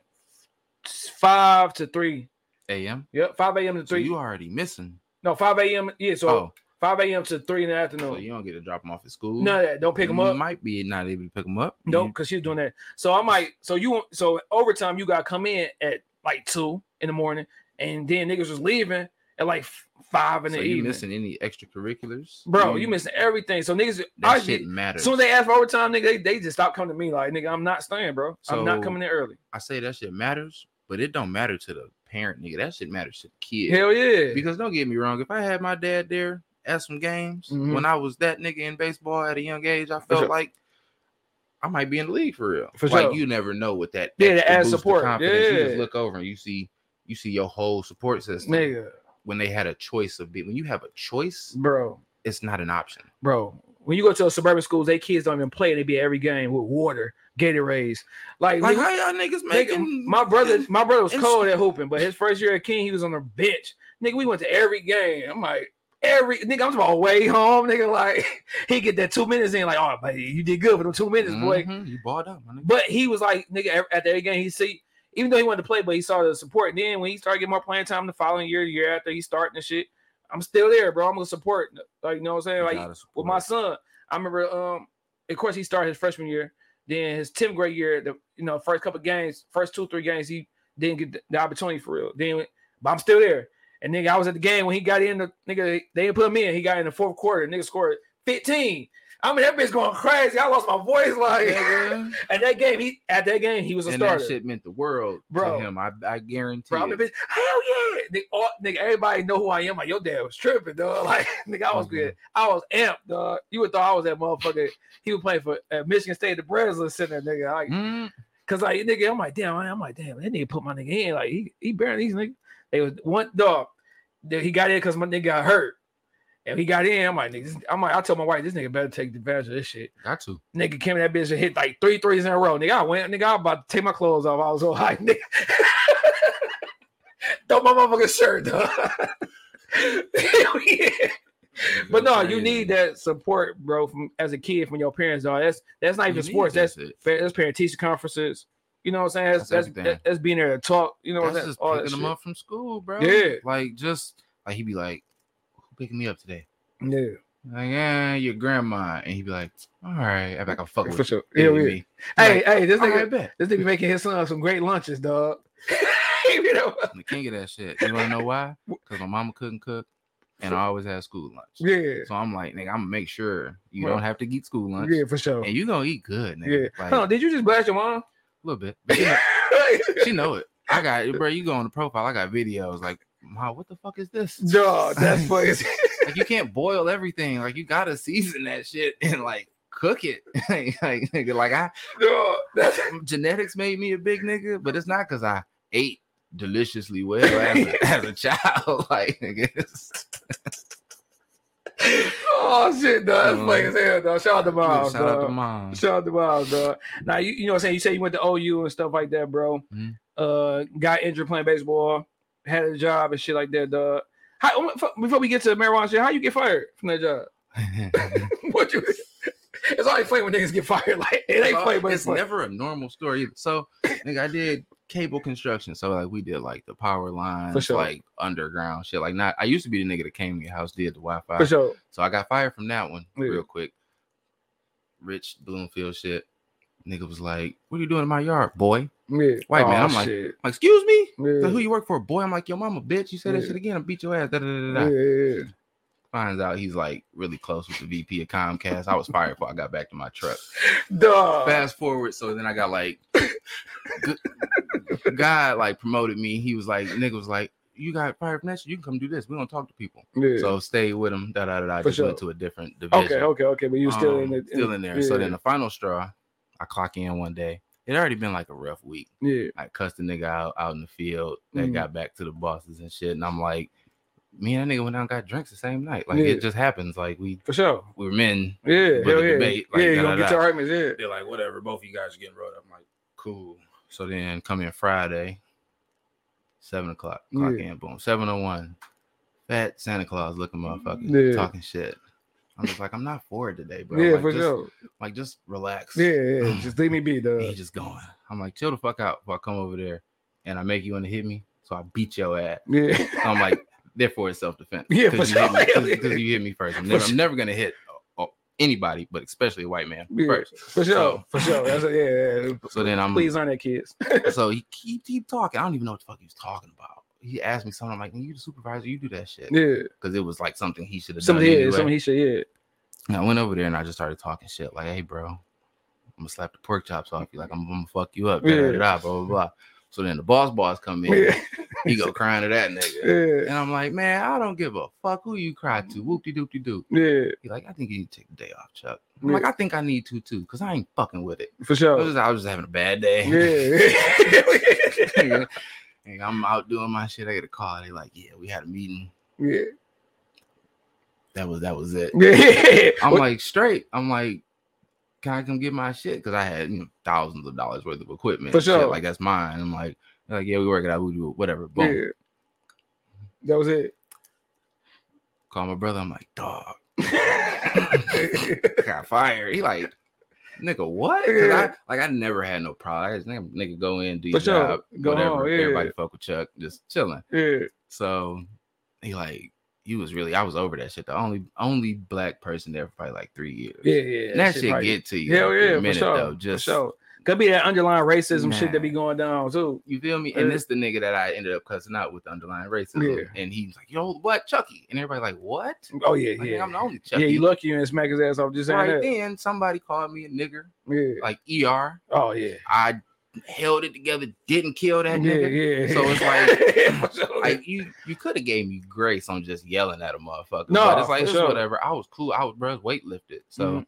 S3: five to three.
S5: AM.
S3: Yep, five a.m. to
S5: So
S3: three.
S5: you already missing.
S3: no, five a.m. Yeah, so
S5: oh,
S3: five a.m. to three in the
S5: so
S3: afternoon.
S5: you don't get to drop them off at school.
S3: None of that. Don't pick them
S5: you
S3: up.
S5: Might be not able to pick them up.
S3: Nope, because she was doing that. So I'm like, so you so overtime you gotta come in at like two in the morning, and then niggas was leaving at like f- five
S5: You,
S3: in
S5: so
S3: the
S5: you
S3: evening.
S5: missing any extracurriculars?
S3: Bro, you missing everything. So niggas,
S5: Mm. that
S3: I
S5: shit
S3: get-
S5: matters.
S3: soon as they ask for overtime, nigga, they, they just stop coming to me. Like, nigga, I'm not staying, bro. I'm not
S5: So-
S3: coming in early.
S5: I say that shit matters, but it don't matter to the parent, nigga. That shit matters to the kid.
S3: Hell yeah.
S5: Because don't get me wrong, if I had my dad there at some games
S3: Mhm.
S5: when I was that nigga in baseball at a young age, I felt
S3: sure.
S5: like I might be in the league for real.
S3: For
S5: like
S3: sure.
S5: you never know what that
S3: Yeah, that
S5: extra
S3: adds
S5: boost of
S3: support.
S5: confidence. You
S3: Yeah.
S5: just look over and you see you see your whole support system.
S3: nigga,
S5: When they had a choice of being when you have a choice,
S3: bro,
S5: it's not an option.
S3: bro. When you go to the suburban schools, they kids don't even play and they be at every game with water, Gatorades. Like,
S5: Like
S3: nigga,
S5: how y'all niggas making
S3: my <laughs> brother, my brother was
S5: it's-
S3: cold at hooping, but his first year at King, he was on the bench. Nigga, we went to every game. I'm like, every nigga, I'm about way home, nigga. Like, <laughs> he get that two minutes in, like, oh, buddy, you did good for them two minutes, boy.
S5: Mhm, You balled up, my nigga.
S3: But he was like, nigga, ev- at the end of the game, he see, even though he wanted to play, but he saw the support. And then when he started getting more playing time the following year, the year after, he's starting and shit. I'm still there, bro. I'm gonna support. Like, you know what I'm saying?
S5: You
S3: Like
S5: gotta
S3: with my
S5: support.
S3: son, I remember um, of course he started his freshman year, then his 10th grade year, the you know, first couple games, first two, three games, he didn't get the- the opportunity for real. Then but I'm still there. And nigga, I was at the game when he got in the nigga, they- they didn't put him in. He got in the fourth quarter, nigga scored 15. I mean, that bitch going crazy. I lost my voice <laughs> like
S5: Nigga.
S3: and that game, he at that game, he was a
S5: and
S3: starter.
S5: that shit meant the world
S3: Bro.
S5: to him. I, I guarantee.
S3: Bro, I'm a
S5: it.
S3: bitch. Hell yeah, nigga, all, nigga. Everybody know who I am. Like your dad was tripping, dog. <laughs> Like nigga, I was
S5: Mhm.
S3: good. I was amped, dog. You would thought I was that motherfucker. He was playing for uh, Michigan State, the Brazilian Center, nigga. Like,
S5: Mm,
S3: cause like nigga, I'm like damn. I'm like damn. That nigga put my nigga in. Like he he bearing these niggas. They was one dog. Then he got in because my nigga got hurt. And he got in. I'm like, nigga, this- I'm like, I told my wife, this nigga better take advantage of this shit.
S5: got to.
S3: Nigga came in that bitch and hit like three threes in a row. Nigga, I went, nigga, I about to take my clothes off. I was so high, <laughs> nigga. Throw my motherfucking shirt, dog. Hell yeah. <laughs> But no, you need that support, bro, from as a kid from your parents, dog. That's that's not even sports. That's
S5: it.
S3: fa- that's parent teacher conferences. You know what I'm saying? That's
S5: That's
S3: that's,
S5: everything.
S3: that's, being there to talk. You know what I'm
S5: That's
S3: saying?
S5: just
S3: All
S5: picking
S3: that
S5: them
S3: shit.
S5: up from school, bro.
S3: Yeah.
S5: Like just like he'd be like, "Who picking me up today?"
S3: Yeah,
S5: Like, yeah, your grandma, and he'd be like, "All right," I'm like, "I fuck with
S3: for
S5: you."
S3: sure.
S5: You
S3: Yeah,
S5: know what I
S3: yeah.
S5: mean?
S3: Hey, hey, this
S5: All
S3: nigga,
S5: right, bet.
S3: this nigga making his son some great lunches, dog. <laughs> you know?
S5: I'm the king of that shit. You wanna
S3: <laughs>
S5: know why? Because my mama couldn't cook, and I always had school lunch.
S3: Yeah,
S5: So I'm like, nigga, I'm gonna make sure you
S3: Right.
S5: don't have to eat school lunch,
S3: yeah, for sure.
S5: and you gonna eat good,
S3: Yeah.
S5: nigga.
S3: <laughs>
S5: Like
S3: Huh, did you just blast your
S5: <laughs>
S3: mom?
S5: a little bit. But you know-
S3: <laughs>
S5: she know it. I got bro. You go on the profile. I got videos. Like, ma, what the fuck
S3: <laughs>
S5: is this?
S3: Dog, that's funny. <laughs>
S5: Like, you can't boil everything. Like, you gotta season that shit <laughs> and like cook it. <laughs> like, nigga, like I
S3: Dog, that's
S5: genetics made me a big nigga, but it's not because I ate deliciously well as
S3: <laughs>
S5: a, as a child. <laughs> Like, nigga, it's,
S3: oh shit, dog. That's
S5: Um,
S3: funny as hell, dog. Shout out to Miles,
S5: <laughs> shout out to
S3: dog.
S5: mom.
S3: Shout out to Miles, dog. Now you, you know what I'm saying. You say you went to OU and stuff like that, bro.
S5: Mhm.
S3: Uh, got injured playing baseball, had a job and shit like that, dog. How, oh, f- before we get to the marijuana shit, how you get fired from that
S5: <laughs>
S3: job? <laughs> what you? It's always funny when niggas get fired. Like it ain't
S5: Well,
S3: funny, but
S5: it's
S3: it's funny.
S5: never a normal story. either. So, nigga, I did cable construction. So, like, we did like the power lines,
S3: sure.
S5: like underground shit. Like, not I used to be the nigga that came to your house, did the Wi Fi.
S3: for sure.
S5: So I got fired from that one
S3: Yeah.
S5: real quick. Rich Bloomfield shit. Nigga was like, "What are you doing in my yard, boy?" I'm
S3: Yeah.
S5: White man,
S3: Aw,
S5: I'm like,
S3: shit.
S5: like, "Excuse me." He's
S3: yeah.
S5: Like, who you work for, boy? I'm like, "Your mama, bitch." You say that
S3: Yeah.
S5: shit again, I'll beat your ass. Da, da, da, da,
S3: yeah,
S5: da.
S3: yeah, yeah.
S5: Finds out he's like really close with the VP of Comcast. I was fired before I got back to my truck.
S3: Dog.
S5: Fast forward, so then I got like, g- God like promoted me. He was like, nigga was like, "You got fired from that shit. You can come do this. We don't talk to people."
S3: Yeah.
S5: So stay with him. Da da da. da. I
S3: For
S5: just went
S3: sure.
S5: to a different division.
S3: Okay, okay, okay. But you were still in the
S5: Um, still in there. So
S3: yeah,
S5: then the final straw, I clock in one day. It already been like a rough week.
S3: yeah,
S5: I cussed the nigga out out in the field. That
S3: Mhm.
S5: got back to the bosses and shit. And I'm like, me and that nigga went out and got drinks the same night. Like
S3: Yeah.
S5: it just happens. Like we
S3: for sure.
S5: we're men.
S3: Yeah,
S5: But
S3: hell
S5: the
S3: yeah,
S5: debate, like,
S3: yeah. You gonna
S5: da-da-da.
S3: get your arguments? Yeah,
S5: They're like, whatever. Both of you guys are getting rolled up. I'm like, cool. So then come in Friday, seven o'clock. Clock
S3: Yeah.
S5: in. Boom. Seven o one. Fat Santa Claus looking motherfucker
S3: Yeah.
S5: talking shit. I'm just like, I'm not for it today, bro.
S3: yeah,
S5: like,
S3: for
S5: just,
S3: sure.
S5: Like just relax.
S3: Yeah,
S5: <clears throat>
S3: yeah. Just leave me be,
S5: And
S3: dog.
S5: he just going. I'm like, chill the fuck out if I come over there and I make you want to hit me. So I beat your ass.
S3: <laughs>
S5: <laughs>
S3: Yeah, <laughs>
S5: I'm like, therefore it's self-defense.
S3: Yeah, for
S5: you hit me-
S3: sure.
S5: 'cause- 'cause you hit me first. I'm
S3: For
S5: never,
S3: sure.
S5: I'm never gonna hit uh, uh, anybody, but especially a white man
S3: Yeah.
S5: first.
S3: for sure, for sure. That's a, yeah, yeah.
S5: So then I'm
S3: Please learn that,
S5: <laughs>
S3: kids.
S5: so he keep keep talking. I don't even know what the fuck he was talking about. He asked me something. I'm like, you the supervisor, you do that shit.
S3: Yeah,
S5: Because it was like something he should have done.
S3: something he,
S5: anyway.
S3: something he should. Yeah,
S5: And I went over there and I just started talking shit like, "Hey, bro, I'm gonna slap the pork chops off you. Like, I'm, gonna fuck you up." Da, da, da, da, blah blah blah. So then the boss boss come in.
S3: yeah,
S5: He go crying to that nigga.
S3: <laughs> yeah,
S5: And I'm like, man, I don't give a fuck who you cry to. Whoop de doop de doop.
S3: yeah,
S5: He like, I think you need to take the day off, Chuck. I'm like, I think I need to too, cause I ain't fucking with it.
S3: for
S5: I
S3: sure.
S5: was just, I was just having a
S3: <laughs>
S5: bad <laughs> day.
S3: Yeah,
S5: Nigga, nigga, I'm out doing my shit. I get a call. They like, yeah, we had a meeting.
S3: yeah,
S5: That was that was
S3: <laughs>
S5: it.
S3: Yeah.
S5: I'm
S3: What-
S5: like straight. I'm like, can I come get my shit? Because I had you know, thousands of dollars worth of equipment.
S3: For
S5: and shit,
S3: sure.
S5: Like that's mine. I'm like, they're like yeah, we work it out. We do it, whatever. Boom.
S3: yeah. That was it. <laughs>
S5: Call my brother. I'm like, dog. <laughs> got fired. He like, nigga, what? 'Cause
S3: Yeah.
S5: I, like I never had no problem. I just, nigga, nigga go in, do
S3: For
S5: your
S3: sure.
S5: job,
S3: Go
S5: whatever.
S3: home, yeah.
S5: Everybody fuck with Chuck, just chilling.
S3: yeah.
S5: So he like, you was really, I was over that shit. The only only black person there for probably like three years.
S3: Yeah, yeah.
S5: And that, shit
S3: probably-
S5: get to you.
S3: Hell
S5: after
S3: yeah,
S5: a
S3: for
S5: minute,
S3: sure.
S5: though. Just
S3: for sure. Could be that underlying racism shit
S5: Nah.
S3: that be going down too.
S5: You feel me?
S3: Yeah.
S5: And this the nigga that I ended up cussing out with the underlying racism. And he's like, yo, what, Chucky? And everybody like, what?
S3: Oh yeah,
S5: Like,
S3: yeah.
S5: I'm the only Chucky.
S3: Yeah, you lucky you didn't smack his ass off just saying
S5: right
S3: that.
S5: then, somebody called me a nigger,
S3: Yeah.
S5: like ER.
S3: Oh yeah.
S5: I held it together, didn't kill
S3: Yeah,
S5: that nigga.
S3: yeah.
S5: So it's
S3: <laughs>
S5: like-
S3: Yeah, for sure.
S5: Like you, you could have gave me grace on just yelling at a motherfucker.
S3: No,
S5: but it's like
S3: for
S5: it's
S3: sure.
S5: whatever. I was cool. I was bro, weight lifted. So
S3: Mhm.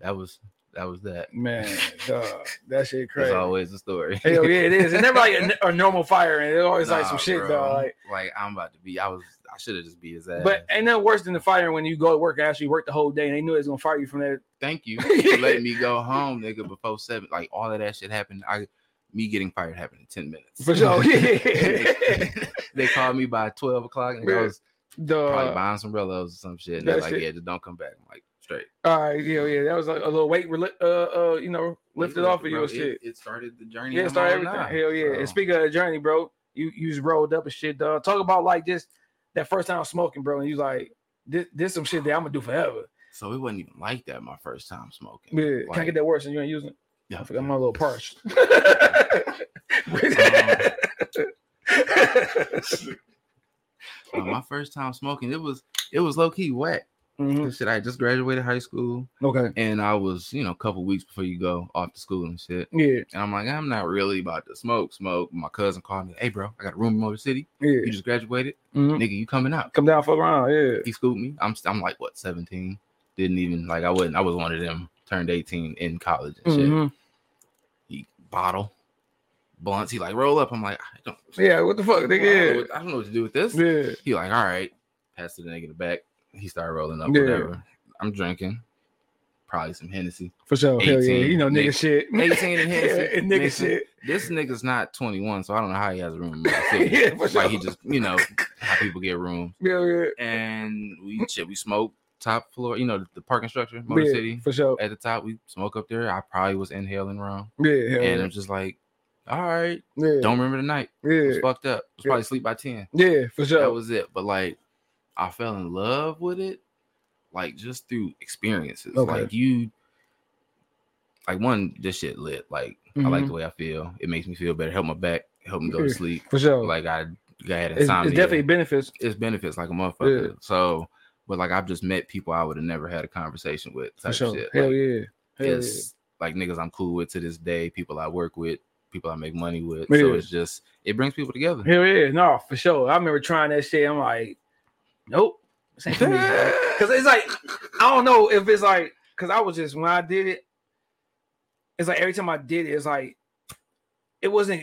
S5: that was that was that.
S3: man, dog, that shit
S5: There's
S3: crazy.
S5: always a story. <laughs>
S3: Hell yeah, it is. It's never like a, n- a normal fire, and it's always like
S5: Nah,
S3: some shit
S5: bro.
S3: though. Like,
S5: Like, I'm about to be. I was. I should have just beat his ass.
S3: but ain't nothing worse than the fire when you go to work and actually work the whole day, and they knew it was gonna fire you from that. <laughs>
S5: thank you for letting me go home, nigga, before seven. Like all of that shit happened. I me getting fired happened in 10 minutes.
S3: For sure.
S5: <laughs>
S3: <laughs>
S5: they called me by 12 o'clock and
S3: Yeah.
S5: I was probably
S3: Duh.
S5: buying some umbrellas or some shit. And they're
S3: uh, that
S5: like,
S3: shit-
S5: yeah, just don't come back. I'm like, straight.
S3: All right, yeah, yeah, that was like a little weight, rel- uh, uh, you know, lifted
S5: Bro,
S3: off of you and
S5: it-
S3: shit.
S5: It started the journey.
S3: Yeah,
S5: I'm
S3: start
S5: on
S3: everything.
S5: now.
S3: Hell yeah.
S5: So,
S3: And speaking of the journey, bro, you you just rolled up and shit, dog. Talk about like just that first time smoking, bro, and you like this this some shit that I'm gonna do forever.
S5: so it wasn't even like that my first time smoking.
S3: Yeah, can I
S5: Like,
S3: get that worse and you ain't using it?
S5: yeah.
S3: I forgot my little
S5: <laughs>
S3: parched.
S5: Uh, my first time smoking, it was it was low key wet.
S3: Mhm.
S5: Shit, I just graduated high school,
S3: Okay.
S5: and I was you know a couple weeks before you go off to school and shit.
S3: Yeah,
S5: And I'm like, I'm not really about to smoke, smoke. My cousin called me, hey, bro, I got a room in Motor City. You
S3: yeah.
S5: just graduated.
S3: Mhm.
S5: Nigga, you coming out.
S3: Come down, fuck around. Yeah.
S5: He scooped me. I'm, st- I'm like, what, 17? Didn't even, like, I wasn't, I was one of them turned 18 in college and shit.
S3: Mhm.
S5: He bottle, blunts. He like, roll up. I'm like, I don't,
S3: Yeah, what the fuck,
S5: I don't know
S3: nigga?
S5: what- I don't know what to do with this.
S3: Yeah. yeah.
S5: He like, all right. Pass to the nigga in the back. He started rolling up,
S3: Yeah.
S5: whatever. I'm drinking. Probably some Hennessy.
S3: For sure. Hell yeah.
S5: 18,
S3: You know, nigga
S5: nigga.
S3: shit.
S5: 18 and
S3: <laughs>
S5: Hennessy.
S3: yeah, and nigga
S5: Mixing.
S3: shit.
S5: This nigga's not 21, so I don't know how he has a room. In
S3: <laughs>
S5: my city.
S3: yeah, for sure.
S5: like he just you know how people get rooms
S3: yeah, yeah.
S5: and we shit we smoke top floor you know the, parking structure motor
S3: Yeah,
S5: city
S3: For sure.
S5: at the top we smoke up there i probably was inhaling wrong
S3: Yeah, hell
S5: and
S3: yeah.
S5: i'm just like all right
S3: Yeah.
S5: don't remember the night It was
S3: Yeah.
S5: fucked up was
S3: Yeah.
S5: probably sleep by 10
S3: Yeah, for sure.
S5: that was it but like i fell in love with it like just through experiences
S3: Okay.
S5: like you like one this shit lit like i like the way i feel it makes me feel better help my back help me go to
S3: Yeah.
S5: sleep
S3: for Mm-hmm. sure. Oh.
S5: like i I had
S3: it's,
S5: insomnia
S3: it's definitely benefits.
S5: it's benefits like a motherfucker.
S3: Yeah.
S5: So, but like I've just met people I would have never had a conversation with.
S3: For
S5: Type
S3: sure.
S5: shit.
S3: Hell
S5: like,
S3: yeah. Hell yeah.
S5: It's like niggas I'm cool with to this day. People I work with. People I make money with.
S3: Yeah.
S5: So it's just it brings people together.
S3: Hell yeah. No, for sure. I remember trying that shit. I'm like, nope. This ain't for
S5: <laughs>
S3: me. Cause it's like, I don't know if it's like, cause I was just when I did it, it's like every time I did it, it's like it wasn't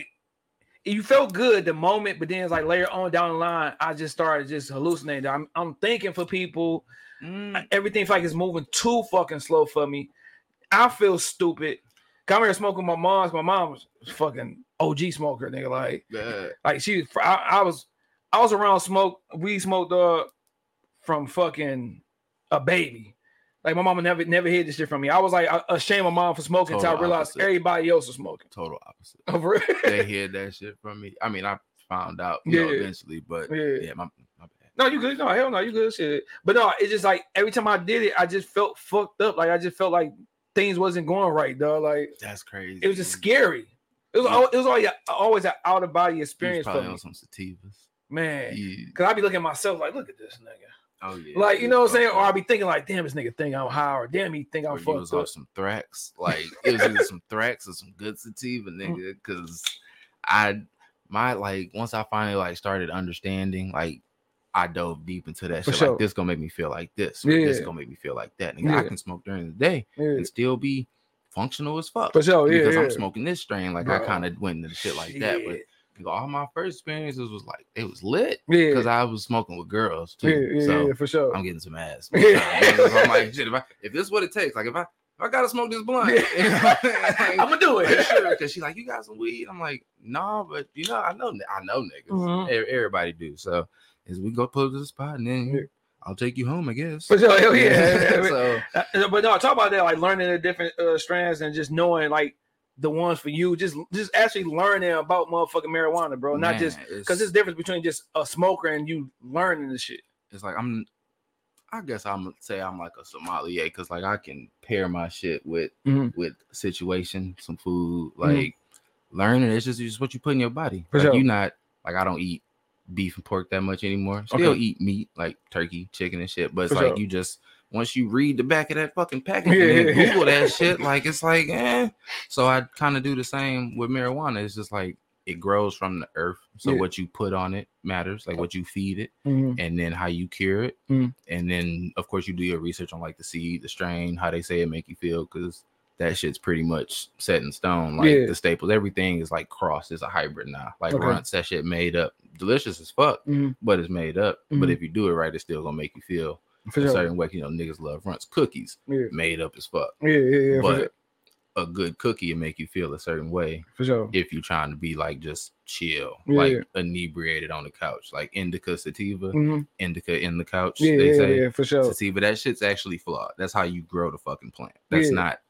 S3: you felt good the moment, but then it's like later on down the line, I just started just hallucinating. I'm I'm thinking for people.
S5: Mm,
S3: Everything feels like it's moving too fucking slow for me. I feel stupid. Cause I'm here smoking my mom's. My mom was fucking OG smoker, nigga. Like
S5: yeah.
S3: like she, I, I was, I was around smoke. We smoked uh from fucking a baby. Like my mama never never hid this shit from me. I was like uh, ashamed of my mom for smoking until I
S5: Total
S3: realized
S5: opposite.
S3: everybody else was smoking. <laughs>
S5: Total opposite.
S3: For real.
S5: they hid that shit from me. I mean, I found out you know,
S3: Yeah.
S5: eventually, but
S3: Yeah.
S5: <laughs> yeah, my, my bad.
S3: No, you good? No, hell no, you good shit. But no, it's just like every time I did it, I just felt fucked up. Like I just felt like things wasn't going right, dog. Like
S5: That's crazy.
S3: it was just scary. It was
S5: Yeah.
S3: al- it was always always an out of body
S5: You was
S3: experience for
S5: probably
S3: me,
S5: on some sativas.
S3: man.
S5: You-
S3: Cause I'd be looking at myself like, look at this nigga.
S5: oh yeah.
S3: Like, you
S5: you
S3: know what I'm saying?
S5: fucked
S3: Or I'll
S5: up.
S3: be thinking, like, damn, this nigga think I'm high, or damn, he think I'm
S5: Or you was
S3: fucked up.
S5: off some thrax. Like it was either some thrax or some
S3: <laughs>
S5: good sativa, nigga. Cause I my like once I finally like started understanding, like I dove deep into that
S3: For
S5: shit.
S3: sure.
S5: Like this gonna make me feel like this. Or This
S3: Yeah.
S5: gonna make me feel like that. Nigga,
S3: Yeah.
S5: I can smoke during the day
S3: Yeah.
S5: and still be functional as fuck.
S3: For sure, oh, yeah.
S5: because
S3: yeah.
S5: I'm smoking this strain. Like I
S3: Bro.
S5: kind of went into shit like that. But
S3: Shit.
S5: He go, all my first experiences was like it was lit
S3: Yeah,
S5: because I was smoking with girls
S3: yeah,
S5: too.
S3: yeah,
S5: so
S3: yeah, for sure. <laughs>
S5: I'm getting some ass.
S3: Yeah.
S5: I'm like, shit, if, I, if this is what it takes, like if I if I gotta smoke this blunt, <laughs>
S3: Yeah.
S5: like,
S3: I'ma do
S5: for
S3: it.
S5: sure. Cause she's like, you got some weed. I'm like, nah, but you know, I know, I know niggas.
S3: Mhm.
S5: E- Everybody do. So is we go pull to the spot and then
S3: Yeah.
S5: I'll take you home, I guess.
S3: For sure, hell
S5: <laughs>
S3: yeah. <laughs>
S5: so
S3: Uh, but no, talk about that, like learning the different uh, strands and just knowing like the ones for you. Just just actually learning about motherfucking marijuana, bro. Not just because
S5: because
S3: there's difference between just a smoker and you learning this shit.
S5: it's like I'm. I guess I'm say I'm like a sommelier because like I can pair my shit with
S3: Mhm.
S5: with situation, some food,
S3: Mhm.
S5: like learning. It's just, it's just what you put in your body.
S3: For
S5: like,
S3: sure.
S5: You not like I don't eat beef and pork that much anymore. Still
S3: Okay.
S5: eat meat like turkey, chicken and shit. But it's
S3: For
S5: like
S3: sure.
S5: you just once you read the back of that fucking package
S3: Yeah,
S5: and then
S3: yeah, yeah.
S5: Google
S3: <laughs>
S5: that shit, like it's like eh. So I kind of do the same with marijuana. It's just like it grows from the earth. So
S3: Yeah.
S5: what you put on it matters, like what you feed it and then how you cure it
S3: Mm.
S5: and then of course you do your research on like the seed the strain how they say it make you feel because that shit's pretty much set in stone like
S3: Yeah.
S5: the staples everything is like crossed it's a hybrid now like
S3: Okay.
S5: runts that shit made up delicious as fuck
S3: Mhm.
S5: but it's made up but
S3: Mhm.
S5: if you do it right it's still gonna make you feel
S3: For
S5: a
S3: sure.
S5: certain way you know niggas love runts cookies
S3: Yeah,
S5: made up as fuck
S3: yeah, yeah, yeah. For
S5: but
S3: sure.
S5: a good cookie will make you feel a certain way
S3: For sure.
S5: if you're trying to be like just chill
S3: Yeah,
S5: like
S3: yeah.
S5: inebriated on the couch like indica sativa
S3: Mhm.
S5: indica in the couch
S3: Yeah,
S5: they
S3: yeah,
S5: say
S3: yeah, for sure.
S5: Sativa, that shit's actually flawed. That's how you grow the fucking plant. That's
S3: Yeah.
S5: not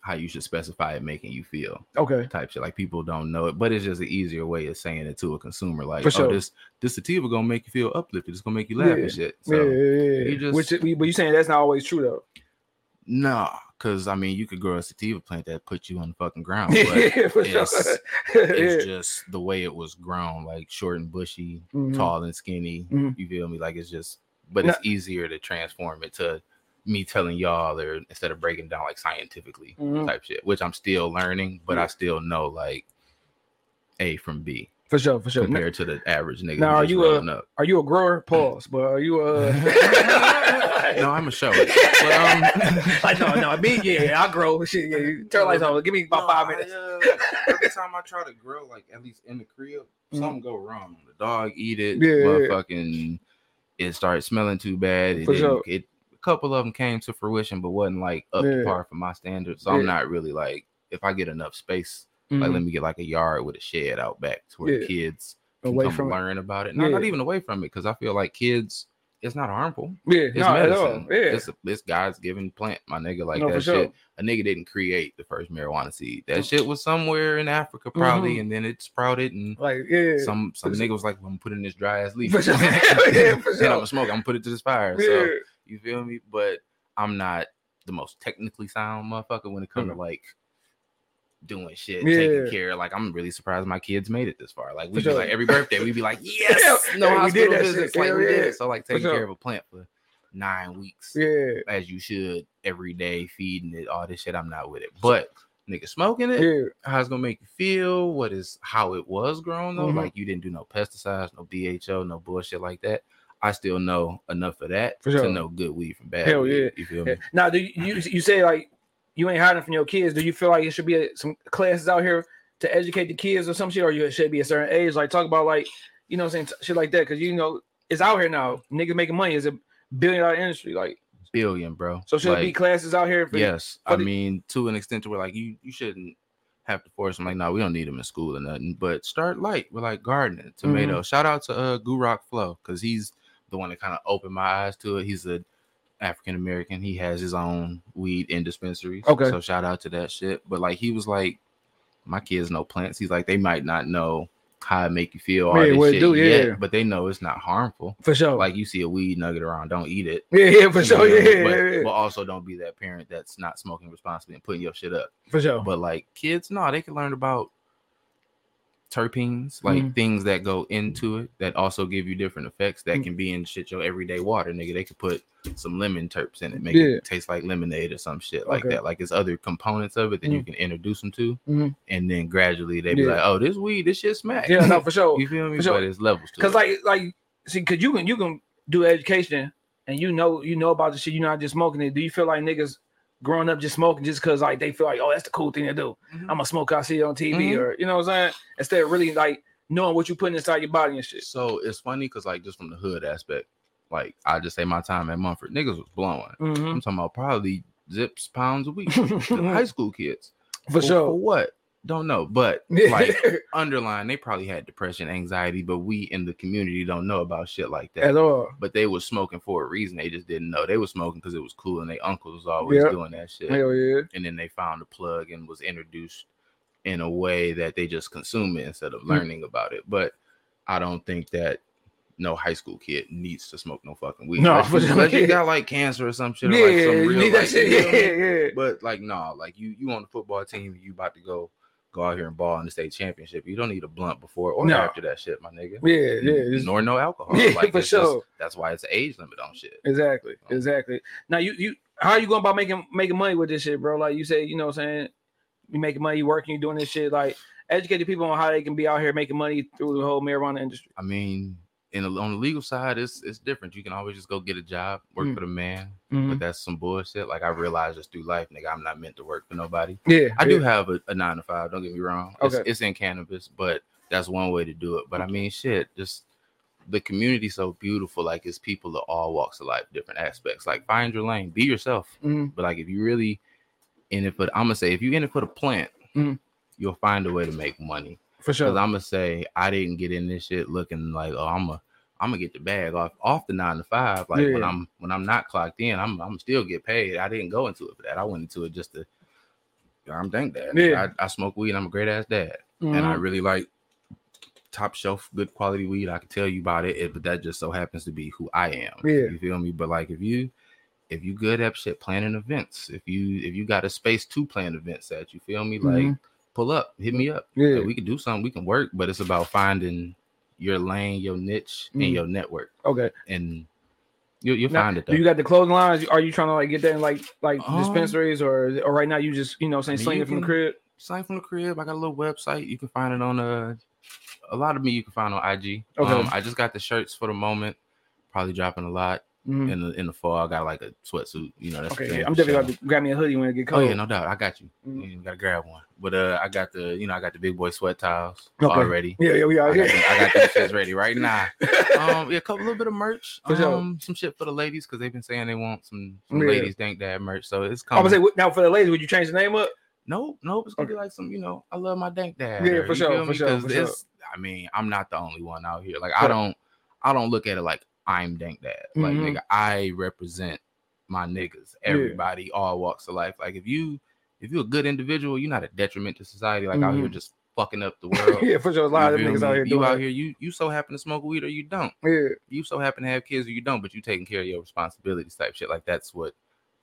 S5: how you should specify it making you feel
S3: Okay.
S5: type shit. Like people don't know it, but it's just an easier way of saying it to a consumer. Like,
S3: For
S5: oh,
S3: sure.
S5: this this sativa gonna make you feel uplifted. It's gonna make you laugh
S3: Yeah.
S5: and shit. So
S3: yeah, yeah, yeah.
S5: you
S3: yeah.
S5: just-
S3: Which, but you saying that's not always true though.
S5: nah, cause I mean you could grow a sativa plant that put you on the
S3: <laughs>
S5: fucking ground. But
S3: yeah, for sure.
S5: it's-
S3: yeah.
S5: it's just the way it was grown, like short and bushy,
S3: Mhm.
S5: tall and skinny.
S3: Mhm.
S5: You feel me? Like it's just, but
S3: No-
S5: it's easier to transform it to me telling y'all, or instead of breaking down like scientifically
S3: Mhm.
S5: type shit, which I'm still learning, but I still know like A from B
S3: For sure, for sure.
S5: compared to the average nigga.
S3: Now,
S5: who's
S3: are
S5: just
S3: you a-
S5: rolling
S3: <laughs>
S5: up.
S3: Are you a grower? Pause. But are you uh, <laughs> a?
S5: Mm. <laughs> no, I'm a show.
S3: <laughs>
S5: But, um,
S3: like no, no, me, yeah, I grow <laughs> shit. Yeah, you turn lights on. Give me about
S5: No,
S3: five
S5: I,
S3: minutes.
S5: uh, every time I try to grill, like at least in the crib,
S3: Mhm.
S5: something go wrong. The dog eat it.
S3: Yeah, yeah, yeah.
S5: motherfucking. It started smelling too bad. It,
S3: For
S5: didn't-
S3: sure.
S5: it a couple of them came to fruition, but wasn't like up
S3: Yeah.
S5: to par for my standards. So I'm
S3: Yeah. Mm-hmm.
S5: not really like if I get enough space,
S3: Mm.
S5: like let me get like a yard with a shed out back to where
S3: Yeah.
S5: kids can
S3: Away
S5: come
S3: from it.
S5: learn about it. No, not
S3: Yeah.
S5: even away from it because I feel like kids. It's not harmful.
S3: Yeah,
S5: It's
S3: no, at all.
S5: medicine.
S3: Yeah,
S5: It's a, it's God's given plant, my nigga. Like
S3: no,
S5: that
S3: for
S5: shit
S3: sure.
S5: a nigga didn't create the first marijuana seed. That shit was somewhere in Africa probably, and then it sprouted and
S3: Like Mm-hmm. yeah,
S5: some some
S3: For
S5: nigga was like, "Well, I'm putting this dry ass leaf, <laughs>
S3: For sure. <laughs> Yeah, for
S5: and
S3: sure.
S5: I'm gonna smoke. I'm gonna put it to this fire."
S3: yeah,
S5: So you feel me? But I'm not the most technically sound motherfucker when it comes to like doing shit,
S3: Mm-hmm. Yeah.
S5: taking care. Like I'm really surprised my kids made it this far. Like
S3: For
S5: we would be
S3: sure.
S5: like every birthday we'd
S3: <laughs>
S5: be like, "Yes, no
S3: Hey, we
S5: hospital
S3: did that
S5: visits."
S3: shit.
S5: Like
S3: Hell
S5: we
S3: yeah.
S5: did. So like
S3: For
S5: taking
S3: sure.
S5: care of a plant for nine weeks
S3: yeah,
S5: as you should every day, feeding it, all this shit. I'm not with it. But nigga smoking it,
S3: yeah,
S5: how it's gonna make you feel, what is how it was grown though.
S3: Mhm.
S5: Like you didn't do no pesticides, no BHO, no bullshit like that. I still know enough of that
S3: For
S5: to
S3: sure.
S5: know good weed from bad
S3: Hell
S5: weed.
S3: yeah. Eh,
S5: You feel
S3: yeah.
S5: me?
S3: Now, do you, you you say like you ain't hiding from your kids? Do you feel like it should be a, some classes out here to educate the kids or some shit, or you should be a certain age? Like talk about like you know what I'm saying shit like that because you know it's out here now. Niggas making money is a billion dollar industry. Like
S5: Billion, bro.
S3: so, should it be
S5: Like,
S3: classes out here? For
S5: Yes,
S3: for
S5: I
S3: the-
S5: mean to an extent to where like you you shouldn't have to force them. Like, no, we don't need them in school or nothing. But start light. We're like gardening,
S3: Mm-hmm.
S5: tomato. Shout out to uh Gurok Flow because he's the one that kind of opened my eyes to it. He's a African American. He has his own weed in dispensaries.
S3: Okay.
S5: so shout out to that shit. But like he was like, my kids know plants. He's like, they might not know how it make you feel all
S3: Yeah,
S5: this
S3: what it
S5: shit
S3: do, yeah. Oh.
S5: yet, but they know it's not harmful.
S3: For sure.
S5: Like you see a weed nugget around, don't eat it.
S3: yeah, yeah, for
S5: You
S3: sure.
S5: know,
S3: Yeah, yeah,
S5: but,
S3: yeah,
S5: but also don't be that parent that's not smoking responsibly and putting your shit up.
S3: for sure.
S5: But like kids, no, they can learn about terpenes, like
S3: Mhm.
S5: things that go into it that also give you different effects that
S3: Mhm.
S5: can be in shit your everyday water, nigga. They could put some lemon terps in it, make
S3: Yeah.
S5: it taste like lemonade or some shit like
S3: Okay.
S5: that. Like it's other components of it that you can introduce them to,
S3: Mhm.
S5: and then gradually they be
S3: Yeah.
S5: like, "Oh, this weed, this shit smack."
S3: yeah, no, for sure.
S5: <laughs> you feel me?
S3: for sure.
S5: But it's levels to
S3: Cause
S5: it.
S3: like like see, cause you can you can do education and you know you know about the shit. You're not just smoking it. Do you feel like niggas growing up just smoking just because like they feel like, oh, that's the cool thing to do.
S5: Mm-hmm.
S3: I'm gonna smoke I see it on TV
S5: Mhm.
S3: or you know what I'm saying? Instead of really like knowing what you putting inside your body and shit.
S5: So it's funny because like just from the hood aspect, like I just say my time at Mumford, niggas was blowing.
S3: Mhm. <laughs>
S5: I'm talking about probably zips pounds a week. The Mm-hmm. high school kids
S3: For
S5: For
S3: sure.
S5: what? Don't know,
S3: <laughs>
S5: but
S3: Like,
S5: like underlying, they probably had depression, anxiety, but we in the community don't know about shit like that.
S3: At all.
S5: But they was smoking for a reason. They just didn't know they was smoking because it was cool, and they uncles was always
S3: Yep.
S5: doing that shit.
S3: Hell yeah.
S5: And then they found the plug and was introduced in a way that they just consume it instead of
S3: Mm.
S5: learning about it. But I don't think that no high school kid needs to smoke no fucking weed.
S3: No,
S5: unless,
S3: for
S5: you,
S3: sure.
S5: unless you got like cancer or some shit.
S3: yeah,
S5: or, like, some
S3: you
S5: real,
S3: need that
S5: like,
S3: shit.
S5: you know what I mean?
S3: Yeah, yeah.
S5: But like, nah, like you you on the football team, you about to go go out here and ball in the state championship. You don't need a blunt before or
S3: No.
S5: after that shit, my nigga.
S3: Yeah, yeah. it's-
S5: Nor no alcohol.
S3: <laughs> Yeah,
S5: like
S3: for
S5: it's just-
S3: sure.
S5: that's why it's an age limit on shit.
S3: Exactly. Exactly. Now you you how you going about making making money with this shit, bro? Like you say, you know what I'm saying? You making money, you working, you doing this shit. Like educate the people on how they can be out here making money through the whole marijuana industry.
S5: I mean, in the on the legal side, it's it's different. You can always just go get a job, work
S3: Mm. Mm-hmm.
S5: for the man, but that's some bullshit. Like I realized just through life, nigga, I'm not meant to work for nobody.
S3: Yeah,
S5: I do have a, a nine to five. Don't get me wrong. It's,
S3: Okay.
S5: it's in cannabis, but that's one way to do it. But I mean, shit, just the community so beautiful. Like it's people of all walks of life, different aspects. Like find your lane, be yourself.
S3: Mhm.
S5: But like if you really in it, but I'm gonna say if you in it for the plant,
S3: Mhm.
S5: you'll find a way to make money.
S3: for
S5: Because
S3: sure.
S5: I'm gonna say I didn't get in this shit looking like oh I'm a I'm gonna get the bag off off the nine to five. Like when
S3: Yeah.
S5: I'm when I'm not clocked in, I'm I'm still get paid. I didn't go into it for that. I went into it just to I'm thank dad.
S3: Yeah.
S5: I, I smoke weed. I'm a great ass dad,
S3: Mhm.
S5: and I really like top shelf good quality weed. I can tell you about it, it- but that just so happens to be who I am.
S3: Yeah.
S5: you feel me? But like if you if you good at shit planning events, if you if you got a space to plan events at, you feel me? Like
S3: Mhm.
S5: pull up, hit me up.
S3: Mm-hmm. yeah,
S5: Like, we can do something, we can work, but it's about finding your lane, your niche,
S3: Mhm.
S5: and your network.
S3: okay.
S5: And you, you'll
S3: Now,
S5: find it though.
S3: Do you got the clothing lines? Are you trying to like get that in like like
S5: Um,
S3: dispensaries or or right now you just you know what I'm saying
S5: I mean,
S3: sling
S5: you
S3: it from the
S5: can-
S3: crib?
S5: Sign from the crib. I got a little website. You can find it on uh, a lot of me you can find on IG.
S3: Okay.
S5: Um, I just got the shirts for the moment. Probably dropping a lot
S3: Mhm.
S5: in the in the fall. I got like a sweatsuit. You know, that's the
S3: Okay,
S5: thing
S3: yeah,
S5: for
S3: I'm definitely
S5: sure.
S3: about to grab me a hoodie when it get
S5: Oh
S3: cold.
S5: yeah, no doubt. I got you.
S3: Mhm.
S5: You gotta grab one. But uh, I got the you know I got the big boy sweat towels
S3: Okay.
S5: already.
S3: yeah, yeah, we
S5: I
S3: out
S5: got
S3: here.
S5: them- I got them
S3: <laughs>
S5: shits ready right now. um, yeah, a couple little bit of merch,
S3: For
S5: um,
S3: sure.
S5: some shit for the ladies because they've been saying they want some, some
S3: Yeah.
S5: ladies dank dad merch. So it's
S3: I'm
S5: coming.
S3: gonna say what- now for the ladies, would you change the name up?
S5: nope, nope. It's gonna be
S3: Okay.
S5: like some, you know, I love my dank dad.
S3: Yeah,
S5: or,
S3: for
S5: you
S3: sure,
S5: feel
S3: for
S5: me?
S3: sure,
S5: 'Cause
S3: for sure.
S5: it's- I mean, I'm not the only one out here. Like
S3: Yeah.
S5: I don't, I don't look at it like I'm dank dad. Like
S3: Mhm.
S5: nigga, I represent my niggas,
S3: Yeah.
S5: everybody, all walks of life. Like if you, if you're a good individual, you're not a detriment to society. Like out here
S3: Mhm.
S5: just fucking up the world.
S3: <laughs> yeah, for sure. A
S5: You
S3: lot of
S5: feel
S3: them niggas
S5: me?
S3: out here
S5: You
S3: doing
S5: out
S3: that.
S5: here, you you so happen to smoke weed or you don't
S3: Yeah.
S5: you so happen to have kids or you don't, but you taking care of your responsibilities type shit. Like that's what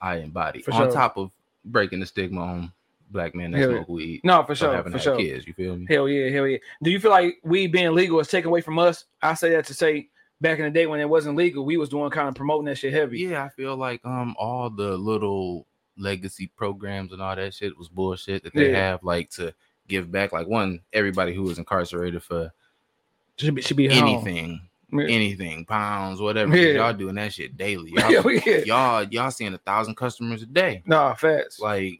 S5: I embody.
S3: For
S5: On
S3: sure.
S5: top of breaking the stigma on black men that
S3: Yeah.
S5: smoke weed,
S3: No, for
S5: so
S3: sure,
S5: having
S3: for
S5: to
S3: sure.
S5: have kids. You feel me?
S3: Hell yeah, hell yeah. Do you feel like weed being legal is taken away from us? I say that to say back in the day when it wasn't legal, we was doing kind of promoting that shit heavy.
S5: Yeah, I feel like um all the little legacy programs and all that shit was bullshit that they
S3: Yeah.
S5: have like to give back. Like one, everybody who was incarcerated for
S3: Should be, should be home. <laughs>
S5: anything,
S3: Yeah.
S5: anything, pounds, whatever. 'cause
S3: Yeah.
S5: Y'all doing that shit daily.
S3: <laughs> yeah,
S5: Y'all,
S3: yeah.
S5: y'all, y'all seeing a thousand customers a day.
S3: Nah, facts.
S5: Like,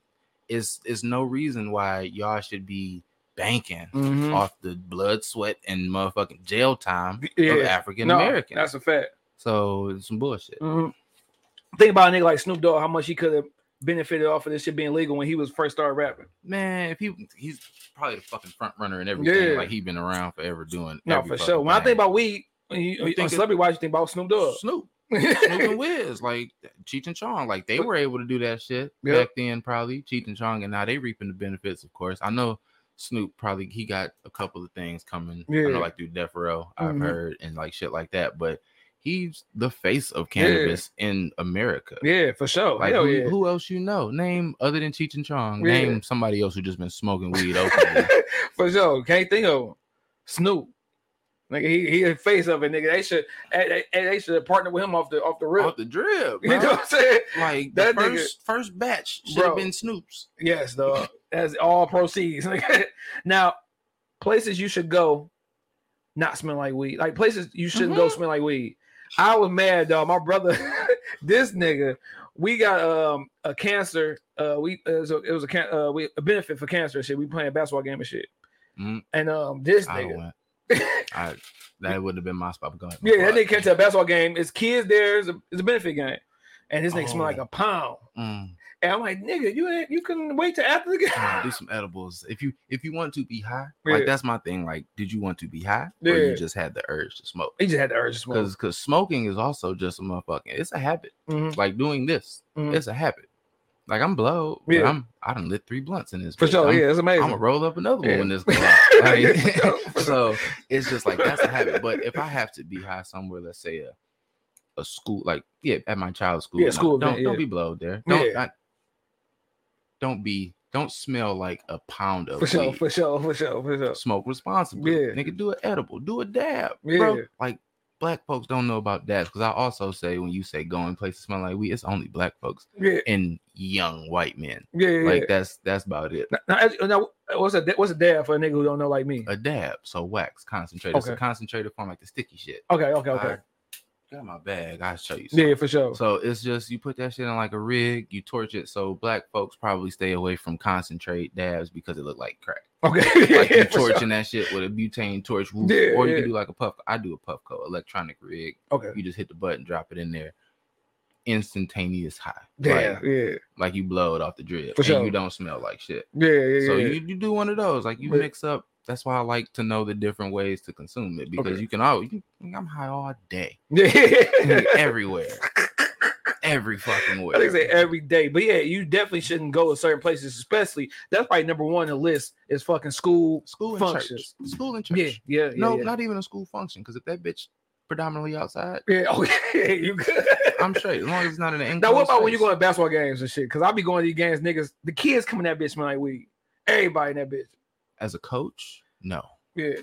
S5: it's it's no reason why y'all should be banking
S3: Mhm.
S5: off the blood, sweat, and motherfucking jail time
S3: Yeah.
S5: of African
S3: No,
S5: Americans.
S3: That's a fact.
S5: so it's some bullshit.
S3: Mhm.
S5: Mm-hmm.
S3: Think about a nigga like Snoop Dogg, how much he could have benefited off of this shit being legal when he was first started rapping.
S5: Man, if he he's probably the fucking front runner and everything.
S3: Yeah.
S5: Like he been around forever doing.
S3: No,
S5: every
S3: for
S5: fucking
S3: sure. When I
S5: thing.
S3: think about weed, when you,
S5: You
S3: on
S5: think it-
S3: celebrity wise, you think about Snoop Dogg.
S5: Snoop, Snoop
S3: yeah, <laughs>
S5: and Wiz, like Cheech and Chong, like they were able to do that shit
S3: Yeah.
S5: back then, probably Cheech and Chong, and now they reaping the benefits, of course. I know Snoop probably he got a couple of things coming, I
S3: Yeah.
S5: know, like through Death Row, I've
S3: Mhm.
S5: heard, and like shit like that. But he's the face of cannabis in America.
S3: for sure.
S5: Like
S3: hell
S5: who,
S3: yeah.
S5: who else you know? Name other than Cheech and Chong.
S3: Yeah.
S5: Name somebody else who just been smoking weed
S3: <laughs>
S5: openly.
S3: For sure. Can't think of him. Snoop. Nigga, he he the face of it, nigga. They should they, they, they should partner with him off the off the rip.
S5: off the drip.
S3: <laughs> you know
S5: bro.
S3: what I'm saying?
S5: Like
S3: That
S5: the
S3: nigga-
S5: first first batch should
S3: Bro.
S5: have been Snoop's.
S3: Yes, dog. That's all proceeds. <laughs> nigga. now, places you should go not smell like weed. Like
S5: Mm-hmm.
S3: places you shouldn't go smell like weed. I was mad, dog. My brother, <laughs> this nigga we got um a cancer. Uh, we uh, it was a, it was a can- uh, we a benefit for cancer and shit. We playing basketball game and shit.
S5: Mm.
S3: And um, this <laughs>
S5: I
S3: nigga,
S5: went. I, that would have been my spot. but Go ahead.
S3: yeah, that
S5: Fuck.
S3: nigga came to a basketball game. It's kids there. It's a, it's a benefit game, and this nigga smell
S5: Oh.
S3: like a pound.
S5: Mm,
S3: And I'm like, nigga, you ain't, you couldn't wait till after the
S5: mm,
S3: game. <laughs>
S5: do some edibles if you if you want to be high.
S3: Yeah.
S5: Like that's my thing. Like, did you want to be high, or
S3: Yeah.
S5: you just had the urge to smoke?
S3: he just had the urge to smoke.
S5: Because because smoking is also just a motherfucking. It's a habit.
S3: Mhm,
S5: Like doing this,
S3: mhm.
S5: it's a habit. Like I'm blowed. but
S3: Yeah.
S5: I'm I done lit three blunts in this.
S3: For
S5: bitch.
S3: sure,
S5: I'm,
S3: yeah, it's amazing.
S5: I'm gonna roll up another
S3: Yeah.
S5: one when this goes out.
S3: <laughs> Yeah, for sure, for
S5: Like, <laughs>
S3: sure.
S5: so it's just like that's a habit. But if I have to be high somewhere, let's say a a school, like yeah, at my child's school,
S3: Yeah,
S5: event,
S3: school
S5: Don't
S3: event,
S5: don't
S3: yeah.
S5: be blowed there. Don't
S3: Yeah.
S5: I- don't be don't smell like a pound of
S3: for sure,
S5: weed.
S3: <laughs> for sure, for sure, for sure.
S5: Smoke responsibly.
S3: Yeah.
S5: Nigga, do a edible, do a dab,
S3: Yeah.
S5: bro. Like black folks don't know about dabs because I also say when you say going places smell like weed, it's only black folks
S3: Yeah,
S5: and young white men.
S3: yeah, yeah.
S5: Like
S3: yeah.
S5: that's that's about it.
S3: Now, now, as- now, what's a da- what's a dab for a nigga who don't know like me?
S5: a dab, so wax concentrated. It's a
S3: Okay.
S5: concentrated form, like the sticky shit.
S3: Okay, okay, okay.
S5: I got my bag. I'll show you.
S3: yeah,
S5: Yeah.
S3: for sure.
S5: So it's just you put that shit in like a rig, you torch it. So black folks probably stay away from concentrate dabs because it look like
S3: <laughs>
S5: crack.
S3: okay,
S5: Like
S3: yeah,
S5: you
S3: for sure.
S5: torching that shit with a butane torch, woof,
S3: Yeah,
S5: or you
S3: yeah.
S5: can do like a puff. I do a puffco electronic rig.
S3: Okay.
S5: You just hit the button, drop it in there, instantaneous high.
S3: Yeah,
S5: Like,
S3: yeah,
S5: like you blow it off the drip,
S3: For
S5: and
S3: sure.
S5: you don't smell like shit.
S3: yeah, yeah.
S5: So
S3: yeah.
S5: you, you do one of those, like you
S3: But-
S5: mix up. That's why I like to know the different ways to consume it because
S3: Okay.
S5: you can always. You, can- I'm high all day,
S3: yeah.
S5: everywhere, every
S3: <laughs>
S5: fucking
S3: I
S5: way.
S3: think say every day, but yeah, you definitely shouldn't go to certain places, especially. That's probably number one on the list is fucking school.
S5: school and
S3: functions.
S5: church, school and church.
S3: Yeah, yeah, yeah.
S5: no,
S3: yeah.
S5: not even a school function because if that bitch predominantly outside,
S3: yeah. <laughs> Okay, you good?
S5: I'm straight. As long as it's not in
S3: <laughs>
S5: an
S3: Now, what about when you going to basketball games and shit? Because I be going to these games, niggas. The kids coming that bitch smell like weed. Everybody in that bitch.
S5: as a coach? No,
S3: Yeah,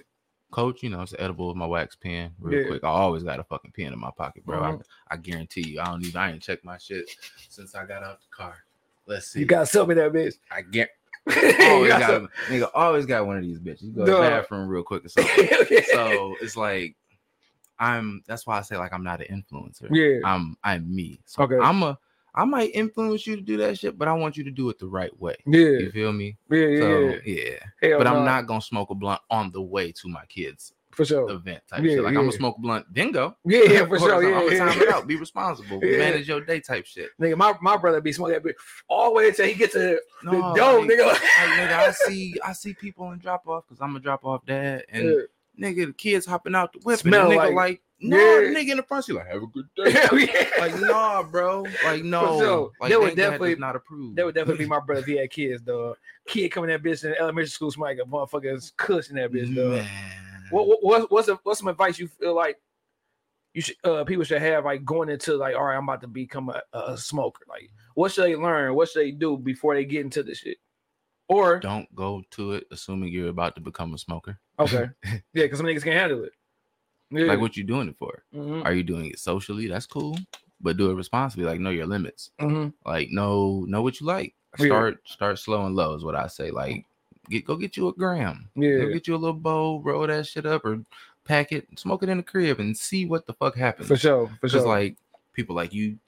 S5: coach. You know, it's edible with my wax pen real
S3: Yeah.
S5: quick. I always got a fucking pen in my pocket, bro.
S3: Mhm.
S5: I, I guarantee you, I don't even. I ain't checked my shit since I got out the car. Let's see. Oh,
S3: you got something in that bitch. <laughs>
S5: I get
S3: You
S5: always
S3: got
S5: got,
S3: something.
S5: nigga always got one of these bitches. You go to
S3: Duh.
S5: the bathroom real quick or something.
S3: <laughs>
S5: so it's like I'm that's why I say like I'm not an influencer.
S3: yeah,
S5: I'm I'm me. So
S3: Okay.
S5: I'm a I might influence you to do that shit, but I want you to do it the right way.
S3: yeah,
S5: You feel me?
S3: yeah, yeah.
S5: so
S3: yeah.
S5: yeah.
S3: Hell
S5: But
S3: nah,
S5: I'm not gonna smoke a blunt on the way to my kids'
S3: for sure.
S5: event type
S3: Oh. Yeah,
S5: shit. Like I'm
S3: yeah.
S5: gonna smoke a blunt, then go.
S3: Yeah,
S5: <laughs>
S3: yeah, for
S5: Or
S3: sure.
S5: I'm
S3: Yeah,
S5: gonna
S3: yeah,
S5: time it out. Be responsible.
S3: Yeah.
S5: Manage your day type shit.
S3: <laughs> Nigga, my, my brother be smoking that bitch all the way until he gets to the dome,
S5: No, Oh, like-
S3: nigga.
S5: <laughs> Like, nigga, I see I see people in drop off because I'm a drop off dad and nigga the kids hopping out the whip
S3: Smell
S5: and the nigga
S3: like-
S5: like, no
S3: Yeah.
S5: nigga in the front seat like have a good day.
S3: <laughs> Yeah. yeah.
S5: like nah, bro. Like no.
S3: sure.
S5: Like
S3: That would
S5: they- that
S3: definitely-
S5: does not approved.
S3: That would definitely be
S5: <laughs>
S3: my brother if he had kids, dog. Kid coming that bitch in elementary school smell like a motherfucker's cush in that bitch, dog.
S5: Man.
S3: What, what what's what's, a, what's some advice you feel like you should uh people should have like going into like all right, I'm about to become a, a a smoker. Like what should they learn? What should they do before they get into this shit? Or
S5: Don't go to it assuming you're about to become a smoker.
S3: okay,
S5: <laughs>
S3: yeah, because some niggas can't handle it. Yeah.
S5: Like what you doing it for?
S3: Mhm,
S5: Are you doing it socially? That's cool. But do it responsibly. Like know your limits.
S3: mhm.
S5: like know know what you like
S3: Yeah.
S5: start start slow and low is what i say like get go get you a gram
S3: Yeah.
S5: go get you a little bowl roll that shit up or pack it smoke it in the crib and see what the fuck happens
S3: For sure, for
S5: because
S3: sure.
S5: like people like you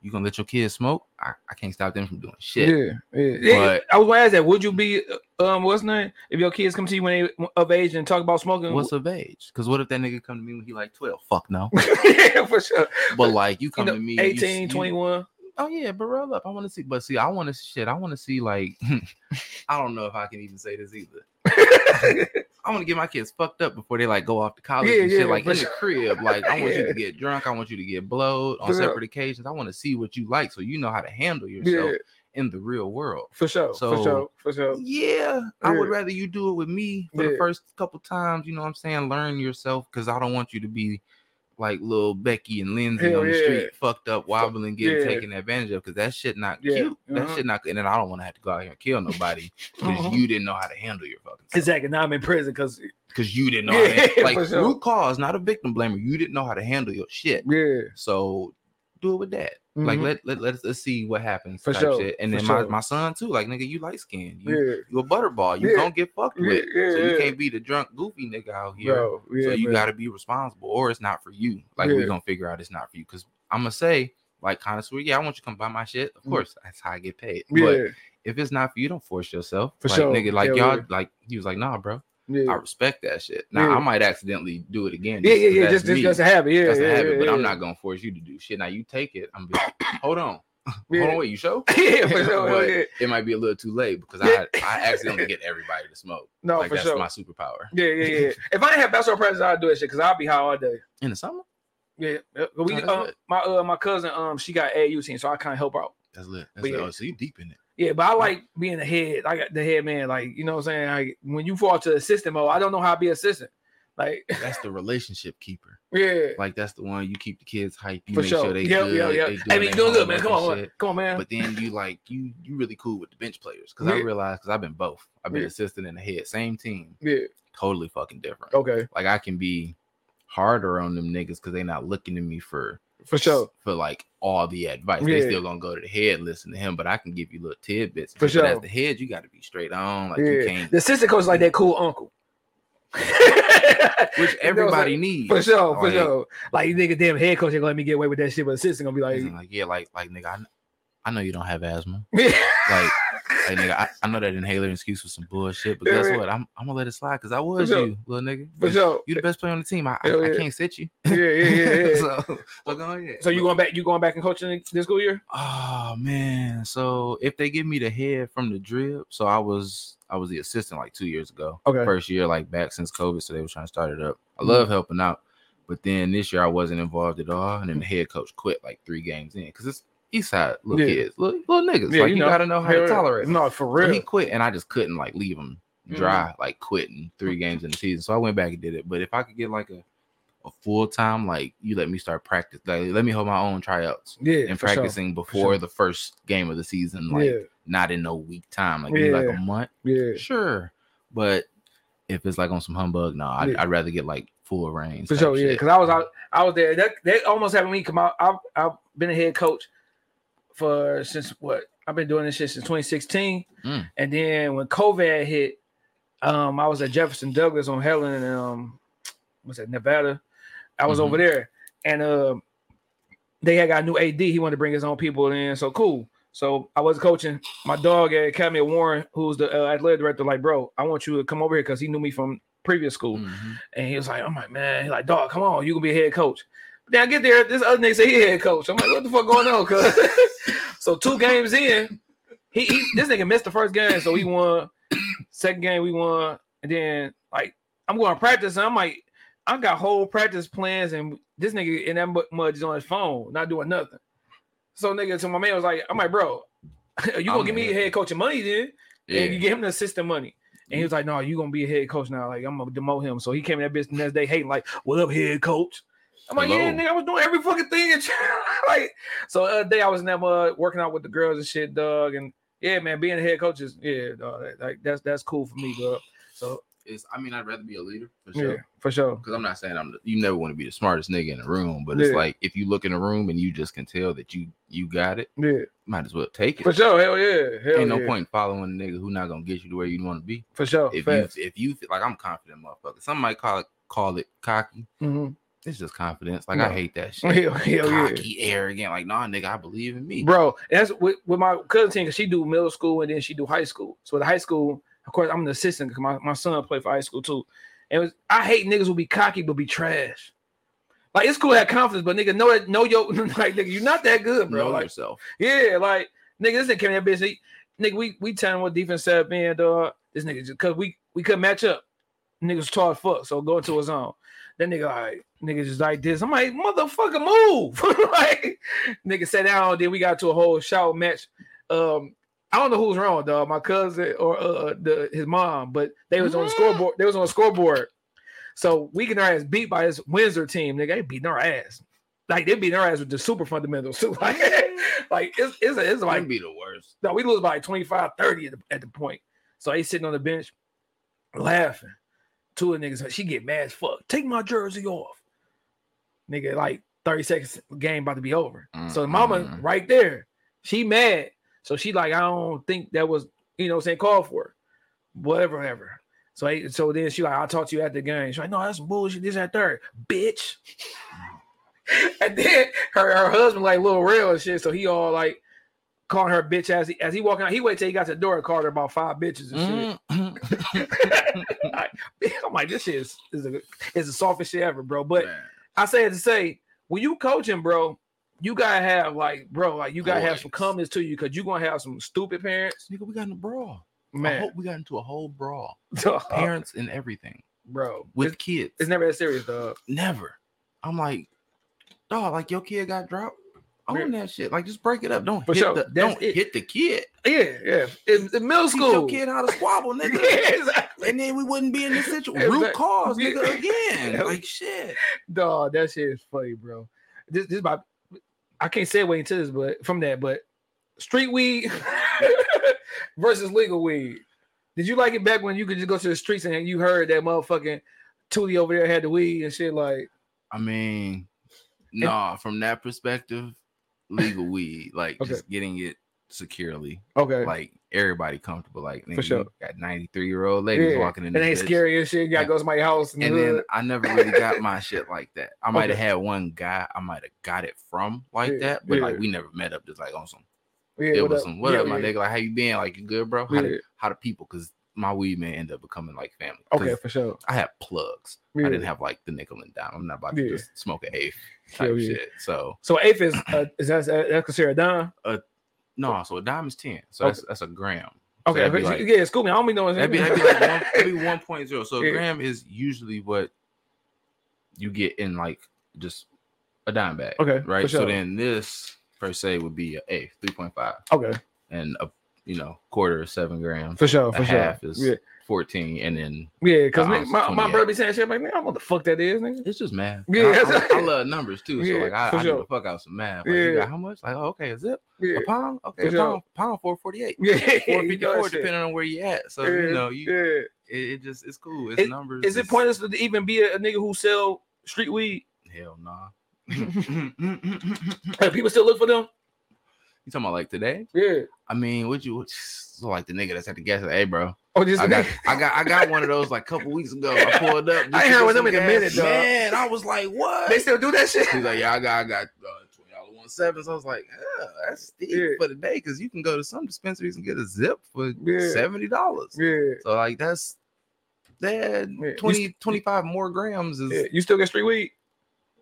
S5: you gonna let your kids smoke i, I can't stop them from doing shit
S3: Yeah, yeah. yeah.
S5: But-
S3: I was gonna ask that. Would you be um what's his name if your kids come to you when they of age and talk about smoking? <laughs>
S5: What's of age? Because what if that nigga come to me when he like twelve? Fuck no.
S3: yeah, for sure.
S5: But like you
S3: You
S5: come
S3: know,
S5: to me, you s-
S3: 18,
S5: you-
S3: 21.
S5: Oh yeah, but roll up. I want to see. But see, I want to shit. I want to see like. <laughs> I don't know if I can even say this either. I want to get my kids fucked up before they like go off to college
S3: Yeah,
S5: and
S3: yeah,
S5: shit. Like
S3: for
S5: in the
S3: sure.
S5: crib, like I want you
S3: <laughs> Yeah.
S5: to get drunk. I want you to get blowed on
S3: For real.
S5: separate occasions. I want to see what you like, so you know how to handle yourself
S3: Yeah,
S5: in the real world.
S3: <laughs> for sure, for
S5: So-
S3: sure, for sure.
S5: Yeah, I would
S3: Yeah.
S5: rather you do it with me for
S3: Yeah.
S5: the first couple times. You know what I'm saying? Learn yourself because I don't want you to be like little Becky and Lindsay
S3: Hell
S5: on the
S3: yeah.
S5: street, fucked up, wobbling, getting
S3: yeah.
S5: taken advantage of because that shit not
S3: Yeah,
S5: cute.
S3: uh-huh.
S5: That shit not. And then I don't want to have to go out here and kill nobody because
S3: Mhm.
S5: you didn't know how to handle your fucking self.
S3: Exactly. Now I'm in prison because
S5: Because you didn't know.
S3: Yeah,
S5: how to,
S3: <laughs> for
S5: like
S3: sure.
S5: root cause, not a victim blamer. You didn't know how to handle your shit.
S3: yeah,
S5: So do it with that. Like
S3: Mhm.
S5: let let let's, let's see what happens.
S3: For
S5: type
S3: sure,
S5: shit. And
S3: for
S5: then
S3: sure.
S5: my, my son too. Like nigga, you light skinned. You
S3: yeah,
S5: you a butterball. You
S3: Yeah.
S5: don't get fucked
S3: Yeah,
S5: with. so
S3: yeah,
S5: you
S3: yeah.
S5: can't be the drunk goofy nigga out here.
S3: bro, yeah,
S5: so you
S3: bro.
S5: gotta be responsible, or it's not for you. Like
S3: Yeah.
S5: we're gonna figure out it's not for you. Cause I'ma say like connoisseur, yeah, I want you to come buy my shit. Of
S3: Mm.
S5: course, that's how I get paid. But
S3: Yeah,
S5: if it's not for you, don't force yourself.
S3: For
S5: like,
S3: sure.
S5: nigga, like
S3: Hell
S5: y'all,
S3: yeah.
S5: like he was like, nah, bro,
S3: yeah,
S5: I respect that shit. Now
S3: Yeah.
S5: I might accidentally do it again.
S3: yeah, yeah,
S5: 'cause
S3: yeah.
S5: that's
S3: Just, just,
S5: me.
S3: just a habit. Yeah,
S5: That's
S3: yeah,
S5: a habit,
S3: yeah,
S5: but
S3: yeah.
S5: I'm not gonna force you to do shit. Now you take it. I'm be
S3: <coughs>
S5: like, hold on,
S3: Yeah.
S5: hold
S3: <laughs>
S5: on, wait, you show?
S3: yeah, for sure. hell
S5: But
S3: yeah.
S5: It might be a little too late because I I accidentally get everybody to smoke.
S3: No,
S5: like
S3: Oh, for
S5: that's
S3: sure.
S5: my superpower.
S3: Yeah, yeah,
S5: <laughs>
S3: yeah. if I didn't have bachelor presents, I'd do that shit because I'd be high all day.
S5: In the summer,
S3: Yeah, yeah. But we
S5: Oh, that's
S3: um,
S5: lit.
S3: my uh my cousin um she got AU team, so I kind of help out.
S5: that's lit.
S3: But
S5: That's lit.
S3: yeah.
S5: Oh, so you deep in it.
S3: Yeah, but I like being the head. I got the head man. Like you know what I'm saying. Like when you fall to assistant mode, I don't know how to be assistant. Like <laughs>
S5: That's the relationship keeper.
S3: yeah,
S5: Like that's the one you keep the kids hype. You
S3: for
S5: make
S3: sure.
S5: sure they
S3: yeah,
S5: good.
S3: yeah, yeah. Hey,
S5: They doing
S3: man,
S5: their
S3: you doing good, man. Come
S5: homework
S3: on,
S5: and
S3: man.
S5: shit.
S3: come on, man.
S5: But then you like you you really cool with the bench players because I
S3: Yeah.
S5: realized because I've been both. I've been
S3: Yeah.
S5: assistant and head, same team,
S3: yeah,
S5: totally fucking different.
S3: okay,
S5: Like I can be harder on them niggas because they not looking to me for
S3: for sure.
S5: for like all the advice.
S3: Yeah.
S5: They still gonna go to the head, listen to him, but I can give you little tidbits.
S3: For
S5: But
S3: sure.
S5: as the head, you got to be straight on. Like you
S3: yeah,
S5: can't,
S3: the assistant coach is like that cool uncle. <laughs> You know what I'm
S5: <laughs> which
S3: saying?
S5: everybody needs
S3: For sure, for
S5: Like,
S3: sure. Like you think a damn head coach ain't gonna let me get away with that shit, but assistant gonna be like, <laughs>
S5: isn't Like yeah, like like nigga, I, kn- I know you don't have asthma.
S3: yeah,
S5: Like like nigga, I, I know that inhaler excuse was some bullshit, but guess
S3: Yeah.
S5: what? I'm I'm gonna let it slide because I was
S3: sure.
S5: you, little nigga.
S3: for
S5: <laughs>
S3: sure.
S5: You the best player on the team. I, I,
S3: Hell
S5: I
S3: yeah.
S5: can't sit you.
S3: Yeah, yeah,
S5: <laughs>
S3: yeah. yeah.
S5: so, so go ahead.
S3: So you going back? You going back and coaching this school year?
S5: Oh man, so if they give me the head from the drip, so I was I was the assistant like two years ago.
S3: Okay.
S5: First year like back since COVID, so they were trying to start it up. I
S3: Mhm.
S5: love helping out, but then this year I wasn't involved at all, and then the head coach quit like three games in because it's East Side little
S3: Mm-hmm. Yeah.
S5: kids, little, little niggas.
S3: Yeah,
S5: like
S3: you
S5: you,
S3: know.
S5: gotta know how
S3: Hell
S5: to
S3: yeah.
S5: tolerate. 'em.
S3: No, for
S5: So
S3: real. Mm-hmm.
S5: he quit, and I just couldn't like leave him dry, like quitting three games in the season. So I went back and did it. But if I could get like a a full time, like you let me start practice, like let me hold my own tryouts
S3: yeah,
S5: and
S3: for sure.
S5: practicing before the first game of the season, like not in no week time, like maybe like a
S3: Yeah.
S5: month.
S3: yeah, yeah,
S5: Sure, but if it's like on some humbug, no, I'd,
S3: Yeah.
S5: I'd rather get like full range.
S3: for
S5: type
S3: sure. Yeah,
S5: shit.
S3: because I was out, I was there. That that almost having me come out. I've I've been a head coach for since what I've been doing this shit since 2016,
S5: Mm.
S3: and then when COVID hit, um, I was at Jefferson Douglas on Helen and um, what's that Nevada? I was
S5: Mhm.
S3: over there, and um, they had got a new AD. He wanted to bring his own people in, so cool. So I was coaching my dog at Academy of Warren, who's the uh, athletic director. Like, bro, I want you to come over here because he knew me from previous school.
S5: Mhm.
S3: And he was like, I'm like, man, he's like, dog, come on, you gonna be a head coach. But then I get there, this other nigga say he head coach. I'm like, what the fuck going on, cuz? <laughs> so two games in, he, he this nigga missed the first game, so we won. Second game, we won. And then like I'm going to practice, and I'm like, I got whole practice plans, and this nigga in that mu- mud is on his phone, not doing nothing. So nigga, so my man was like, I'm like, bro, <laughs> you gonna
S5: I'm
S3: give me
S5: the head
S3: head coaching money then?
S5: Yeah. Mm-hmm.
S3: and you get him the assistant money. And he was like, "No, you gonna be a head coach now. Like I'm gonna demote him." So he came in that bitch the next day hating, like, "What up, head coach?" I'm like, "Yeah,
S5: Hello.
S3: nigga, I was doing every fucking thing." And <laughs> like, so the other day I was in that mud working out with the girls and shit, Doug. And yeah, man, being a head coach is yeah, dog, that- like that's that's cool for me, dog. So
S5: It's, I mean, I'd rather be a leader for
S3: yeah,
S5: sure.
S3: for sure.
S5: Because I'm not saying I'm. The, you never want to be the smartest nigga in the room, but it's
S3: Yeah.
S5: like if you look in a room and you just can tell that you you got it,
S3: Yeah,
S5: might as well take it.
S3: for sure. Hell yeah, hell
S5: Ain't no
S3: yeah,
S5: point in following a nigga who not gonna get you to where you want to be.
S3: for sure.
S5: if you
S3: Facts.
S5: if you feel like I'm confident, motherfucker. Some might call it call it cocky.
S3: Mhm.
S5: It's just confidence. Like
S3: No.
S5: I hate that
S3: <laughs>
S5: shit.
S3: Hell, <laughs> hell yeah.
S5: cocky, arrogant. Like nah, nigga, I believe in me.
S3: bro. That's with, with my cousin team 'cause she do middle school and then she do high school. So the high school, of course, I'm an assistant because my, my son played for high school too. And it was, I hate niggas who be cocky but be trash. Like it's cool to have confidence, but nigga, know that know your <laughs> like nigga, you're not that good, bro.
S5: know
S3: Like
S5: yourself.
S3: yeah, like nigga, this nigga came in that bitch. He, nigga, we we telling what defense set up in, dog. This nigga just cause we we couldn't match up. Niggas tall as fuck, so go into his own. That nigga like nigga just like this. I'm like, motherfucker, move. <laughs> like nigga sat down, then we got to a whole shout match. Um I don't know who's wrong, dog. My cousin or uh the his mom, but they was on the scoreboard, they was on the scoreboard. So we get our ass beat by this Windsor team, nigga. They beating our ass. Like they beating our ass with the super fundamentals <laughs> too. Like, like it's it's, it's
S5: Might
S3: like
S5: be the worst.
S3: no, we lose by like 25, 30 at the, at the point. So he's sitting on the bench laughing. Two of the niggas, she get mad as fuck. Take my jersey off. Nigga, like 30 seconds, game about to be over. So the mama
S5: Mm-mm.
S3: right there, she mad. So she like, I don't think that was, you know what I'm saying, called for. Whatever, whatever. So, he- so then she like, I'll talk to you after the game. She's like, no, that's bullshit. This and that third. Bitch. <laughs> and then her, her husband like little real and shit, so he all like calling her bitch as he as he walking out. He waited till he got to the door and called her about five bitches and shit. Mm-hmm.
S5: <laughs> Mm.
S3: I, am <laughs> like, this shit is, is, a, is the softest shit ever, bro. But
S5: Man,
S3: I say it to say, when you coaching, bro, you gotta have like, bro, like you gotta have some
S5: Poise.
S3: comments to you because you gonna have some stupid parents,
S5: nigga, we got in a brawl.
S3: <laughs>
S5: I
S3: man,
S5: hope we got into a whole brawl. Parents and everything
S3: bro.
S5: with
S3: it's,
S5: kids.
S3: it's never that serious, dog.
S5: Never. I'm like, dog, like your kid got dropped. Own that shit. Like, just break it up. Don't
S3: For
S5: hit
S3: sure.
S5: the
S3: That's
S5: don't
S3: it.
S5: hit the kid.
S3: Yeah, yeah. In, in middle
S5: Teach
S3: school,
S5: your kid how to
S3: <laughs>
S5: squabble,
S3: yeah,
S5: nigga.
S3: exactly.
S5: and then we wouldn't be in this situation.
S3: Exactly.
S5: Root cause,
S3: Yeah. <laughs>
S5: nigga, again.
S3: Yeah.
S5: Like shit.
S3: Dog, that shit is funny, bro. This this my I can't say way into this, but from that, but street weed <laughs> versus legal weed. Did you like it back when you could just go to the streets and you heard that motherfucking Tootie over there had the weed and shit? Like,
S5: I mean, nah, from that perspective, legal weed, like
S3: Okay.
S5: just getting it securely,
S3: okay,
S5: like everybody comfortable. Like nigga,
S3: For sure.
S5: you got 93 year old ladies
S3: Yeah.
S5: walking in
S3: it
S5: this
S3: ain't
S5: bitch.
S3: scary and shit. You gotta
S5: Yeah.
S3: go to somebody's house and,
S5: And then I never really got
S3: <laughs>
S5: my shit like that. I might have
S3: Okay.
S5: had one guy I might have got it from like
S3: Yeah,
S5: that, but
S3: yeah.
S5: like we never met up just like on some
S3: yeah,
S5: it
S3: what
S5: was
S3: up?
S5: some what
S3: Yeah,
S5: up, my
S3: yeah.
S5: nigga. Like how you been? Like you good, bro? How,
S3: Yeah.
S5: do, how do people cause my weed man end up becoming like family. 'Cause
S3: Okay, for sure.
S5: I had plugs.
S3: Yeah.
S5: I didn't have like the nickel and dime. I'm not about to
S3: Yeah.
S5: just smoke an eighth
S3: Yeah,
S5: type
S3: yeah.
S5: shit. So
S3: So eighth is uh, is that that's considered a dime?
S5: no, so a dime is ten. So
S3: Okay.
S5: that's that's
S3: <laughs>
S5: a gram. So
S3: Okay,
S5: that'd be like-
S3: yeah, school me. I don't mean no.
S5: That'd be, that'd be like
S3: <laughs>
S5: one, that'd be one point zero. So
S3: Yeah.
S5: a gram is usually what you get in like just a dime bag.
S3: Okay, for
S5: Right.
S3: sure.
S5: So then this per se would be a eighth, three point five,
S3: okay,
S5: and a you know quarter is seven grams.
S3: for sure,
S5: a
S3: for sure.
S5: half is
S3: yeah,
S5: fourteen, and then
S3: yeah, because
S5: the ounce is
S3: my, my
S5: 28.
S3: brother be saying shit like, man, I don't know what the fuck that is, nigga.
S5: it's just math.
S3: Yeah,
S5: And I-
S3: that's-
S5: I, I love numbers too.
S3: <laughs>
S5: So
S3: Yeah,
S5: like I,
S3: for
S5: I
S3: sure.
S5: do the fuck out some math. Like, you
S3: Yeah.
S5: got how much? Like oh, okay, a zip,
S3: Yeah,
S5: a pound, okay,
S3: For
S5: a
S3: sure.
S5: pound, pound four forty eight.
S3: yeah,
S5: Four
S3: you
S5: fifty
S3: know
S5: four,
S3: that shit.
S5: depending on where you at. So
S3: Yeah,
S5: you know, you
S3: yeah.
S5: it, it just it's cool. It's numbers.
S3: Is it
S5: it's-
S3: pointless to even be a, a nigga who sell street weed?
S5: <laughs> Hell <laughs> nah. you
S3: Like, people still look for them.
S5: talking about like today?
S3: Yeah.
S5: I mean, would you what- so like the nigga that's at the gas? Hey, bro,
S3: Oh, just
S5: I <laughs> got, I got, I got one of those like a couple weeks ago. I pulled up.
S3: I ain't
S5: just to
S3: heard
S5: get
S3: with
S5: some
S3: them in a
S5: gas.
S3: minute, dog.
S5: Man, I was like,
S3: <laughs>
S5: what?
S3: they still do that shit.
S5: He's like, yeah, I got, I got uh, twenty dollars one seven. So I was like, yeah, that's steep
S3: Yeah.
S5: for the day because you can go to some dispensaries and get a zip for
S3: Yeah.
S5: seventy dollars.
S3: Yeah.
S5: So like that's that
S3: Yeah, you
S5: 20, 25 more grams is
S3: yeah. You still get street weed?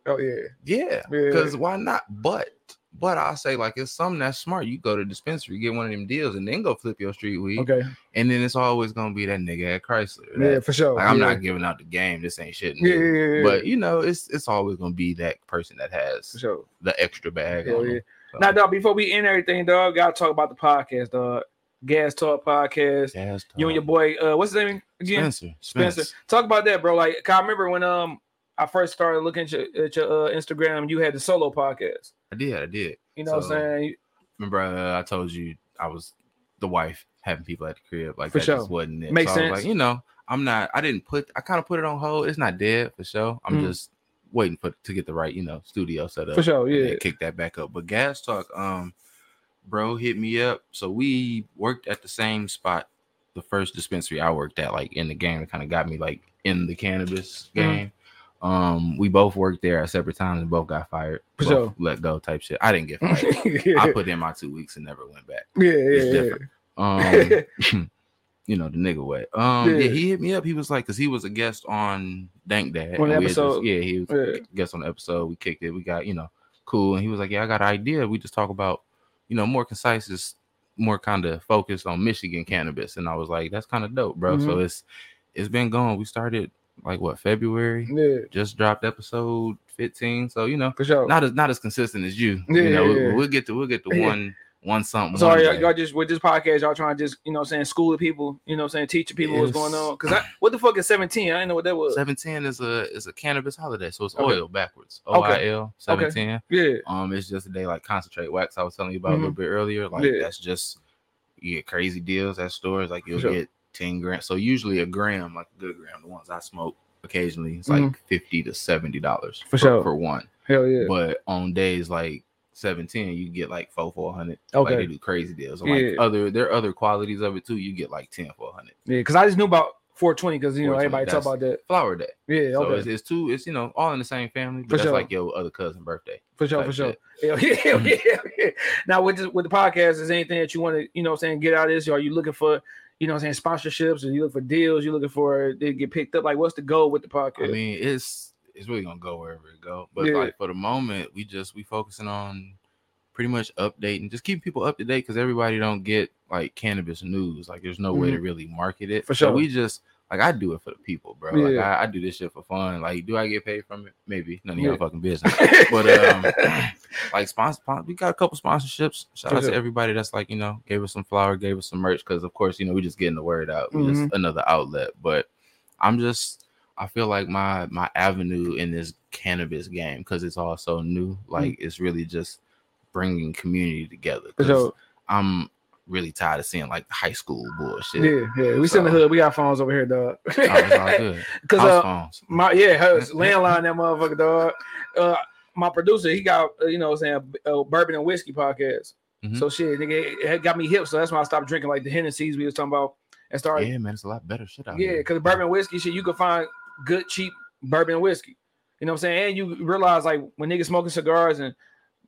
S3: Oh yeah.
S5: yeah.
S3: Yeah.
S5: Because why not? But but I say like it's something that's smart. You go to the dispensary, get one of them deals, and then go flip your street weed.
S3: Okay.
S5: And then it's always gonna be that nigga at Chrysler.
S3: Yeah,
S5: that-
S3: for sure.
S5: like, I'm
S3: yeah.
S5: not giving out the game. This ain't shit.
S3: Yeah, yeah,
S5: nigga.
S3: yeah, yeah.
S5: But you know, it's it's always gonna be that person that
S3: for
S5: has
S3: sure.
S5: the extra bag.
S3: Hell
S5: on
S3: yeah.
S5: them. So-
S3: Now, dog, before we end everything, dog, gotta talk about the podcast, dog. Gas Talk Podcast.
S5: Jazz
S3: You and your
S5: Talk.
S3: boy, uh, what's his name again?
S5: Spencer.
S3: Spencer. Talk about that, bro. Like, 'cause I remember when um I first started looking at your, at your uh, Instagram, you had the solo podcast.
S5: I did. I did.
S3: You know
S5: So-
S3: what I'm saying?
S5: Remember, uh, I told you I was the wife having people at the crib. Like
S3: For
S5: that
S3: sure.
S5: just wasn't it.
S3: Makes
S5: so I was
S3: sense.
S5: like, you know, I'm not. I didn't put. I kind of put it on hold. It's not dead for sure. I'm
S3: Mhm.
S5: just waiting for to get the right, you know, studio set up.
S3: For sure,
S5: and then
S3: yeah.
S5: kick that back up. But gas talk, um, bro, hit me up. So we worked at the same spot. The first dispensary I worked at, like in the game, that kind of got me like in the cannabis
S3: Mhm.
S5: game. Um, we both worked there at separate times and both got fired.
S3: For
S5: Both
S3: sure.
S5: let go type shit. I didn't get fired.
S3: <laughs> yeah,
S5: I put in my two weeks and never went back.
S3: yeah,
S5: It's
S3: yeah, <laughs>
S5: different. Um, you know the nigga way. Um, yeah.
S3: Yeah.
S5: he hit me up. He was like, cause he was a guest on Dank Dad.
S3: On the
S5: and we had
S3: episode.
S5: Just, yeah, he was
S3: Yeah.
S5: a guest on the episode. We kicked it. We got you know cool. And he was like, yeah, I got an idea. We just talk about you know more concise is more kind of focused on Michigan cannabis. And I was like, that's kind of dope, bro.
S3: Mm-hmm.
S5: So it's it's been going. We started like what February.
S3: yeah. yeah,
S5: Just dropped episode fifteen. So you know
S3: for sure.
S5: not as not as consistent as you.
S3: Oh. Yeah,
S5: you know,
S3: yeah,
S5: we-
S3: yeah.
S5: we'll get to we'll get to
S3: Yeah.
S5: one one something.
S3: Sorry,
S5: one
S3: y'all,
S5: day.
S3: y'all just with this podcast, y'all trying to just you know what I'm saying school the people, you know what I'm saying teaching people what's
S5: Yes.
S3: going on. Cause I what the fuck is 17? I didn't know what that was.
S5: seven ten is a is a cannabis holiday, so it's
S3: Okay.
S5: oil backwards. O I
S3: Okay.
S5: L seven ten.
S3: Yeah,
S5: Um, it's just a day like concentrate wax I was telling you about a little bit earlier. Like
S3: Mm-hmm. Yeah.
S5: that's just you get crazy deals at stores. Like you'll
S3: sure.
S5: get ten grams. So usually a gram, like a good gram, the ones I smoke occasionally, it's
S3: Mhm.
S5: like fifty to seventy dollars
S3: For sure.
S5: for one.
S3: hell yeah.
S5: But on days like 17, you get like four four hundred.
S3: Okay.
S5: Like they do crazy deals. So
S3: Yeah.
S5: like other there are other qualities of it too. You get like 10 for a hundred.
S3: Yeah, because I just knew about 420 because you know
S5: 420,
S3: everybody talk
S5: that's-
S3: about that.
S5: Flower Day.
S3: Yeah,
S5: So
S3: okay,
S5: it's, it's two. It's you know all in the same family,
S3: For
S5: but that's
S3: sure.
S5: like your other cousin birthday.
S3: for sure,
S5: like
S3: for sure.
S5: that.
S3: <laughs> Yeah, yeah,
S5: Mm.
S3: yeah, yeah. Now with this, with the podcast, is there anything that you want to you know what I'm saying get out of this? Are you looking for you know what I'm saying sponsorships? Are you looking for deals? You looking for they get picked up? Like what's the goal with the podcast?
S5: I mean, it's it's really gonna go wherever it go. But
S3: Yeah.
S5: like for the moment, we just we focusing on pretty much updating, just keeping people up to date because everybody don't get like cannabis news. Like there's no way to really market it.
S3: Mm-hmm. For
S5: So
S3: sure.
S5: we just like I do it for the people, bro. Like
S3: Yeah.
S5: I, I do this shit for fun. Like, do I get paid from it? Maybe none of y'all
S3: Yeah.
S5: fucking business. but
S3: <laughs>
S5: um, like sponsor, spon- we got a couple sponsorships. Shout
S3: For
S5: out
S3: sure.
S5: to everybody that's like you know gave us some flour, gave us some merch because of course you know we just getting the word out. We
S3: Mm-hmm.
S5: Just another outlet, but I'm just I feel like my my avenue in this cannabis game because it's all so
S3: Mm.
S5: new. Like it's really just bringing community together.
S3: for
S5: 'cause
S3: sure.
S5: I'm really tired of seeing like high school bullshit.
S3: Yeah, yeah. We still in the
S5: So-
S3: hood. We got phones over here, dog.
S5: Oh,
S3: <laughs>
S5: it's all good.
S3: Because
S5: House
S3: uh,
S5: phones.
S3: my yeah,
S5: <laughs>
S3: her landline that motherfucker, dog. Uh, my producer, he got uh, you know what I'm saying a bourbon and whiskey podcast.
S5: Mhm.
S3: So shit, nigga, it- it got me hip. So that's why I stopped drinking like the Hennessy's we was talking about and started
S5: Yeah, man, it's a lot better shit out
S3: Yeah,
S5: here.
S3: because bourbon whiskey shit, you can find good, cheap bourbon whiskey. You know what I'm saying? And you realize like when niggas smoking cigars and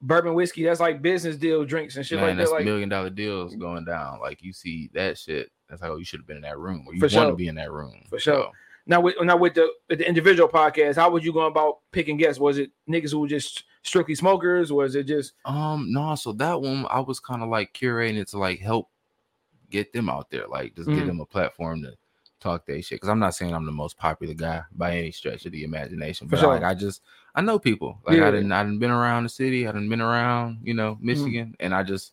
S3: bourbon whiskey, that's like business deal drinks and shit
S5: man,
S3: like
S5: that's
S3: that. Like
S5: million dollar deals going down. Like you see that shit. That's like, oh, you should have been in that room, or you
S3: For
S5: want
S3: sure.
S5: to be in that room.
S3: For sure. now with now with the with the individual podcast, how was you going about picking guests? Was it niggas who were just strictly smokers? Was it just
S5: So, um, no, so that one I was kind of like curating it to like help get them out there, like just
S3: Mhm.
S5: give them a platform to talk their shit. Because I'm not saying I'm the most popular guy by any stretch of the imagination,
S3: For
S5: but
S3: sure.
S5: like I just I know people. Like
S3: Yeah. Mm-hmm.
S5: I didn't I didn't been around the city, I didn't been around you know Michigan, and I just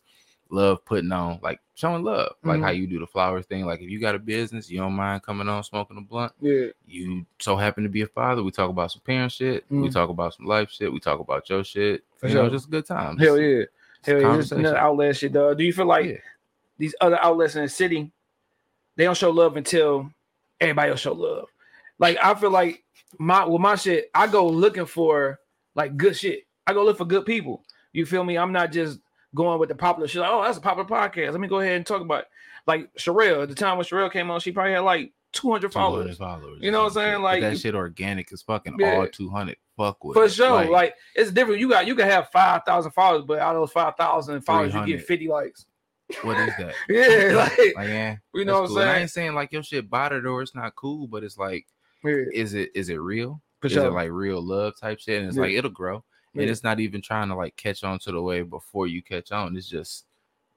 S5: love putting on like showing love, like
S3: Mhm.
S5: how you do the flowers thing. Like if you got a business, you don't mind coming on smoking a blunt.
S3: yeah,
S5: you so happen to be a father. We talk about some parent shit. We
S3: Mm.
S5: talk about some life shit. We talk about your shit.
S3: For
S5: you
S3: sure.
S5: know, just good times.
S3: hell yeah.
S5: It's
S3: Hell yeah, just
S5: conversation.
S3: another outlet shit, dog. Do you feel like
S5: Yeah.
S3: these other outlets in the city, they don't show love until everybody else show love. Like I feel like my with my shit, I go looking for like good shit. I go look for good people. You feel me? I'm not just going with the popular shit. Like, oh, that's a popular podcast. Let me go ahead and talk about it. like Sherelle. At the time when Sherelle came on, she probably had like 200
S5: 200
S3: followers.
S5: followers.
S3: You know what I'm saying?
S5: But
S3: Like-
S5: that shit organic is fucking
S3: Yeah.
S5: all 200. Fuck with
S3: For
S5: it.
S3: sure, like, it's different. You got you can have five thousand followers, but out of those five thousand followers, you get
S5: 300.
S3: fifty likes. <laughs>
S5: what is that?
S3: Yeah, like,
S5: Like, yeah,
S3: <laughs> you know what I'm
S5: I
S3: saying?
S5: ain't saying like your shit bothered or it's not cool, but it's like,
S3: Yeah,
S5: is it is it real?
S3: for
S5: is
S3: sure.
S5: it like real love type shit? And it's
S3: Yeah.
S5: like it'll grow. And
S3: Yeah.
S5: it's not even trying to like catch on to the wave before you catch on. It's just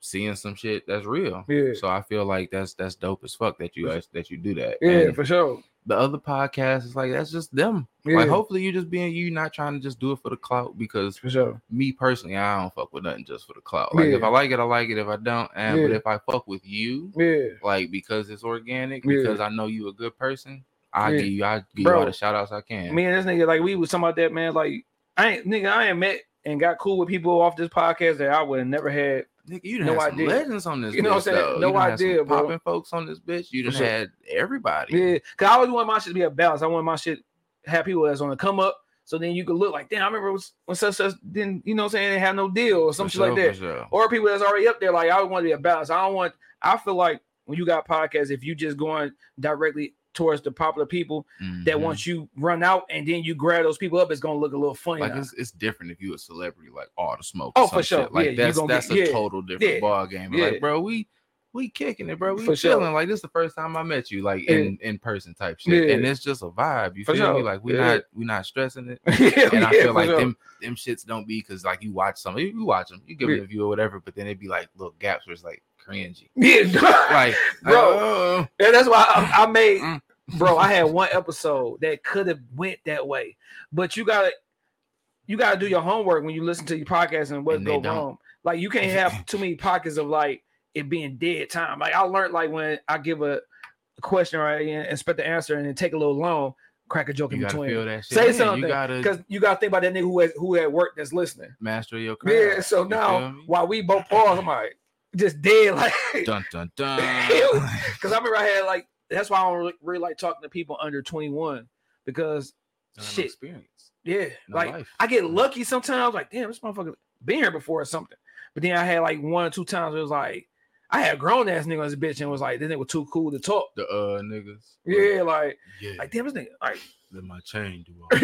S5: seeing some shit that's real.
S3: Yeah.
S5: So I feel like that's that's dope as fuck that you ask- that you do that.
S3: yeah,
S5: And
S3: for sure.
S5: the other podcast is like that's just them.
S3: Yeah,
S5: Like hopefully you just being you, not trying to just do it for the clout. Because
S3: for sure.
S5: me personally, I don't fuck with nothing just for the clout. Like if
S3: Yeah.
S5: I like it, I like it. If I don't, and but
S3: Yeah.
S5: if I fuck with you,
S3: Yeah,
S5: like because it's organic,
S3: Yeah.
S5: because I know you a good person, I
S3: Yeah.
S5: give you I give you
S3: Bro,
S5: all the shout outs I can.
S3: me and this nigga, like we was talking about that man. Like I ain't nigga, I ain't met and got cool with people off this podcast that I would have never had.
S5: Nigga, you done
S3: No
S5: had some
S3: idea.
S5: legends on this.
S3: You know what I'm
S5: bitch,
S3: saying?
S5: though.
S3: No
S5: you done had some
S3: idea, bro.
S5: Popping folks on this bitch. You done
S3: For sure.
S5: had everybody.
S3: Yeah, cause I always want my shit to be a balance. I want my shit have people that's on the come up, so then you can look like, damn, I remember when such such didn't, you know, what I'm saying, they have no deal or some
S5: For
S3: shit like
S5: sure,
S3: that.
S5: for sure.
S3: or people that's already up there. Like I want to be a balance. I don't want. I feel like when you got podcasts, if you just going directly towards the popular people that
S5: Mhm.
S3: once you run out and then you grab those people up, it's gonna look a little funny.
S5: like
S3: now.
S5: it's, it's different if you a celebrity like all the smoke.
S3: Oh,
S5: or some
S3: for sure.
S5: shit. Like
S3: Yeah, you
S5: that's
S3: gonna
S5: that's
S3: get-
S5: a
S3: yeah.
S5: total different
S3: Yeah.
S5: ball game. But,
S3: Yeah.
S5: Like bro, we we kicking it, bro. We
S3: For sure.
S5: chilling. Like this is the first time I met you, like in in person type shit,
S3: Yeah.
S5: and it's just a vibe. You
S3: For
S5: feel
S3: sure.
S5: me? Like we
S3: Yeah.
S5: not we not stressing
S3: <laughs>
S5: it.
S3: <laughs> Yeah,
S5: And I
S3: yeah,
S5: feel
S3: for
S5: like
S3: sure.
S5: them them shits don't be because like you watch some you you watch them you give
S3: Yeah.
S5: it a view or whatever, but then it'd be like little gaps where it's like cringy.
S3: <laughs> Yeah,
S5: Like
S3: Bro.
S5: oh.
S3: And that's why I, I made,
S5: Mm.
S3: bro. I had one episode that could have went that way, but you gotta, you gotta do your homework when you listen to your podcast and what
S5: And they
S3: go
S5: don't.
S3: wrong. Like you can't have too many pockets of like it being dead time. Like I learned, like when I give a, a question right and expect the answer and then take a little long, crack a joke
S5: You
S3: in
S5: gotta feel
S3: between.
S5: that shit.
S3: Say
S5: in.
S3: something,
S5: You gotta
S3: Because you gotta think about that nigga who has, who at work that's listening.
S5: master your craft.
S3: Yeah. So
S5: you feel
S3: now
S5: me?
S3: while we both pause, I'm like just dead. <laughs>
S5: <laughs>
S3: Like
S5: dun dun dun.
S3: <laughs> Because I remember I had like that's why I don't really, really like talking to people under 21 because
S5: Dun
S3: Shit.
S5: Experience.
S3: yeah,
S5: No
S3: like
S5: life.
S3: I get lucky sometimes. Like damn, this motherfucker been here before or something. But then I had like one or two times it was like I had grown ass nigga on this bitch and was like, this nigga too cool to talk.
S5: The uh niggas.
S3: Yeah, like,
S5: Yeah.
S3: like damn, this nigga, like, <laughs>
S5: let my chain do all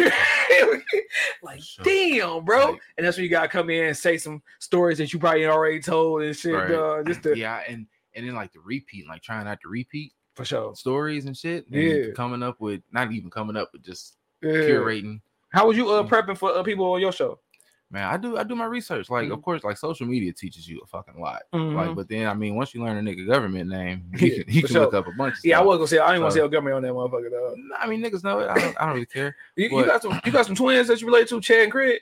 S3: like
S5: Sure.
S3: damn, bro.
S5: Like-
S3: and that's when you gotta come in and say some stories that you probably already told and shit.
S5: Right.
S3: Uh, just to,
S5: yeah, and and then like the repeat, like trying not to repeat
S3: for sure.
S5: stories and shit. and
S3: Yeah.
S5: coming up with not even coming up, but just
S3: Yeah.
S5: curating.
S3: How was you uh prepping for uh, people on your show?
S5: Man, I do I do my research. Like,
S3: Mm-hmm.
S5: of course, like social media teaches you a fucking lot. Like,
S3: Mhm.
S5: but then I mean, once you learn a nigga government name, <laughs> you
S3: Yeah,
S5: can, you
S3: for
S5: can
S3: sure.
S5: look up a bunch. Of
S3: yeah, I
S5: stuff.
S3: was gonna say I didn't want to
S5: So-
S3: say Montgomery on that motherfucker though.
S5: Nah, I mean, niggas know it. I don't, I don't
S3: <laughs>
S5: really care.
S3: You, you
S5: But-
S3: got some you got some twins that you relate to, Chad and Craig.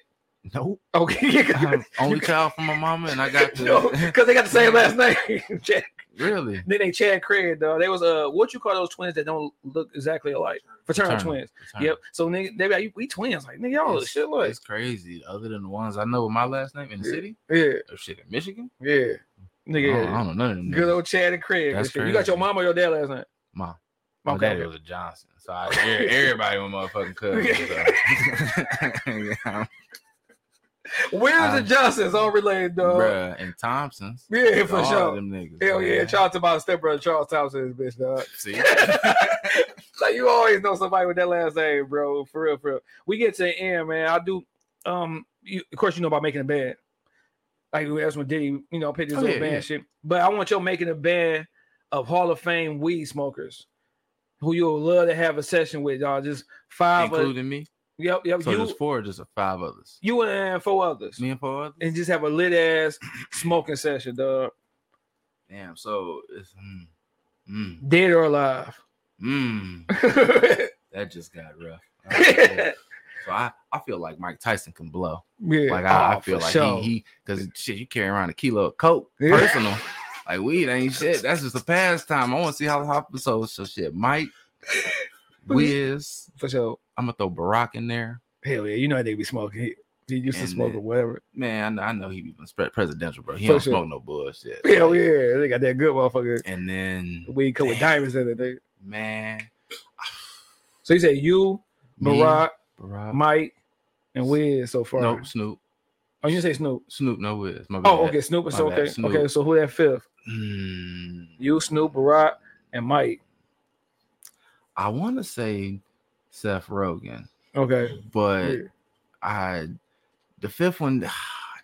S5: Nope.
S3: Okay, <laughs>
S5: I'm only child from my mama, and I got the
S3: because they got the same last name. <laughs> Chad,
S5: <laughs> really
S3: then they Chad Craig though. They was uh what you call those twins that don't look exactly alike? Fraternal,
S5: Fraternal.
S3: twins. Yep. So nigga, they be like, we twins. Like nigga, y'all look
S5: It's,
S3: Oh, shit like
S5: it's crazy. Other than the ones I know with my last name in the
S3: Yeah.
S5: city,
S3: yeah,
S5: oh shit, in Michigan,
S3: yeah. Nigga,
S5: I, don't, I don't know none of them.
S3: Good
S5: niggas.
S3: old Chad and Craig.
S5: That's
S3: You got your
S5: crazy.
S3: mom or your dad last night?
S5: my my
S3: Okay.
S5: daddy was a Johnson, so I, e- everybody was motherfucking cousin.
S3: <laughs>
S5: So. <laughs> yeah,
S3: Williams
S5: I-
S3: and Johnson's unrelated, dog.
S5: bruh, and Thompsons.
S3: Yeah, for
S5: all
S3: sure.
S5: Of them niggas,
S3: Hell yeah,
S5: man.
S3: shout out to my stepbrother Charles Thompson, in this bitch,
S5: <laughs>
S3: dog. <laughs>
S5: See,
S3: like you always know somebody with that last name, bro. For real, for real. We get to the end, man. I do. Um, you, of course, you know about making a band. Like that's when Diddy, you know, picked his
S5: Oh,
S3: little
S5: yeah,
S3: band
S5: yeah.
S3: shit. But I want your making a band of Hall of Fame weed smokers, who you'll love to have a session with, y'all. Just five. Of,
S5: including me.
S3: yep, yep.
S5: So there's
S3: you,
S5: four, just five others.
S3: you and four others,
S5: Me and four others.
S3: and just have a lit ass smoking session, dog.
S5: Damn. So it's mm, mm,
S3: Dead or alive. <laughs>
S5: mm. That just got
S3: <laughs>
S5: rough.
S3: yeah,
S5: so I, I feel like Mike Tyson can blow. Like
S3: Oh,
S5: I, I feel
S3: for
S5: like
S3: sure.
S5: he because shit, you carry around a kilo of coke
S3: Yeah.
S5: personal. Like
S3: <laughs>
S5: weed ain't shit. That's just a pastime. I want to see how how so so
S3: <laughs>
S5: shit. Mike, Wiz.
S3: for sure.
S5: I'm gonna throw Barack in there.
S3: Hell yeah, you know how they be smoking. He, he used to
S5: And
S3: smoke
S5: then-
S3: or whatever. <laughs>
S5: Man, I know, I know he be spread presidential, bro. He
S3: For
S5: don't
S3: sure.
S5: smoke no bullshit.
S3: Hell
S5: Like,
S3: yeah, they got that good motherfucker.
S5: And then
S3: We come with diamonds in it. nigga.
S5: man,
S3: So you said you,
S5: me,
S3: Barack,
S5: Barack,
S3: Mike, and Wiz so far.
S5: no Snoop,
S3: Oh, you say Snoop.
S5: Snoop, no Wiz. My
S3: Oh,
S5: bad.
S3: okay, Snoop. is
S5: My
S3: okay.
S5: bad, Snoop.
S3: Okay, so who that fifth?
S5: Mm,
S3: You, Snoop, Barack, and Mike.
S5: I want to say Seth Rogen,
S3: Okay.
S5: but.
S3: yeah.
S5: I the fifth one. <sighs>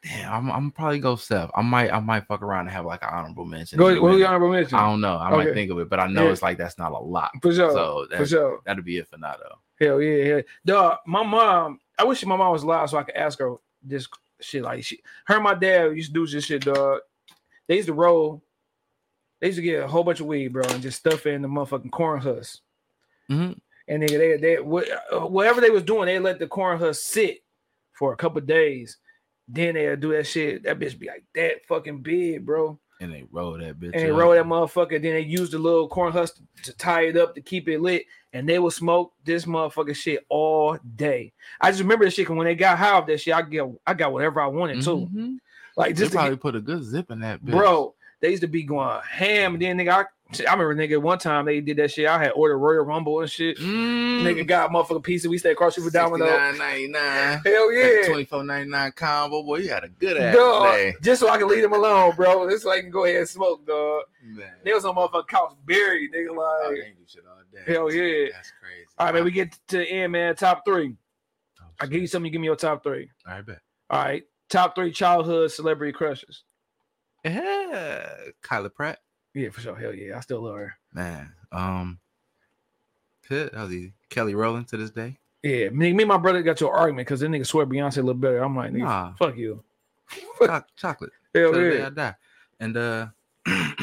S5: Damn, I'm, I'm probably go Seth. I might I might fuck around and have like an honorable mention.
S3: Go
S5: in a
S3: ahead. What was your
S5: minute.
S3: honorable mention?
S5: I don't know. I
S3: Okay.
S5: might think of it, but I know
S3: Yeah.
S5: it's like that's not a lot.
S3: For sure.
S5: So
S3: for
S5: that,
S3: sure.
S5: that'll be it for now though.
S3: Hell yeah, yeah. Dog, my mom, I wish my mom was alive so I could ask her this shit. Like she, her and my dad used to do this shit, dog. They used to roll, they used to get a whole bunch of weed, bro, and just stuff it in the motherfucking corn husk.
S5: Mhm.
S3: And nigga, they they wha- whatever they was doing, they let the corn husk sit for a couple days. Then they'll do that shit. That bitch be like that fucking big, bro.
S5: And they roll that bitch.
S3: And they
S5: up.
S3: roll that motherfucker. Then they use the little corn husk to tie it up to keep it lit. And they will smoke this motherfucking shit all day. I just remember this shit 'cause when they got high off that shit, I get I got whatever I wanted too.
S5: Mhm.
S3: Like
S5: They
S3: just to
S5: probably
S3: get,
S5: put a good zip in that bitch.
S3: bro, they used to be going ham. And then nigga, I, I remember nigga one time they did that shit. I had ordered Royal Rumble and shit.
S5: Mm.
S3: Nigga got a motherfucking pizza. We stayed across the street from Domino.
S5: 69.99.
S3: Hell yeah.
S5: Twenty four ninety nine combo. Boy, you had a good ass
S3: Dog,
S5: day.
S3: just so I can leave them alone, bro. Just so I can go ahead and smoke, dog.
S5: Man.
S3: They was on motherfucking couch buried, nigga.
S5: Oh,
S3: Like,
S5: they do shit all day.
S3: Hell yeah.
S5: That's crazy.
S3: All right, man. We get to the end, man. Top three. I give you something. You give me your top three.
S5: All right, bet.
S3: All right. Top three childhood celebrity crushes.
S5: Yeah. Kyla Pratt.
S3: Yeah, for sure. Hell yeah. I still love her.
S5: Man, um, shit, that was easy. Kelly Rowland to
S3: <laughs>
S5: this day.
S3: Yeah. Me, me and my brother got to an argument because this nigga swear Beyonce look better. I'm like, nigga,
S5: Nah.
S3: fuck you.
S5: Cho- chocolate.
S3: Hell
S5: to the day
S3: yeah.
S5: I die. And uh, <clears throat>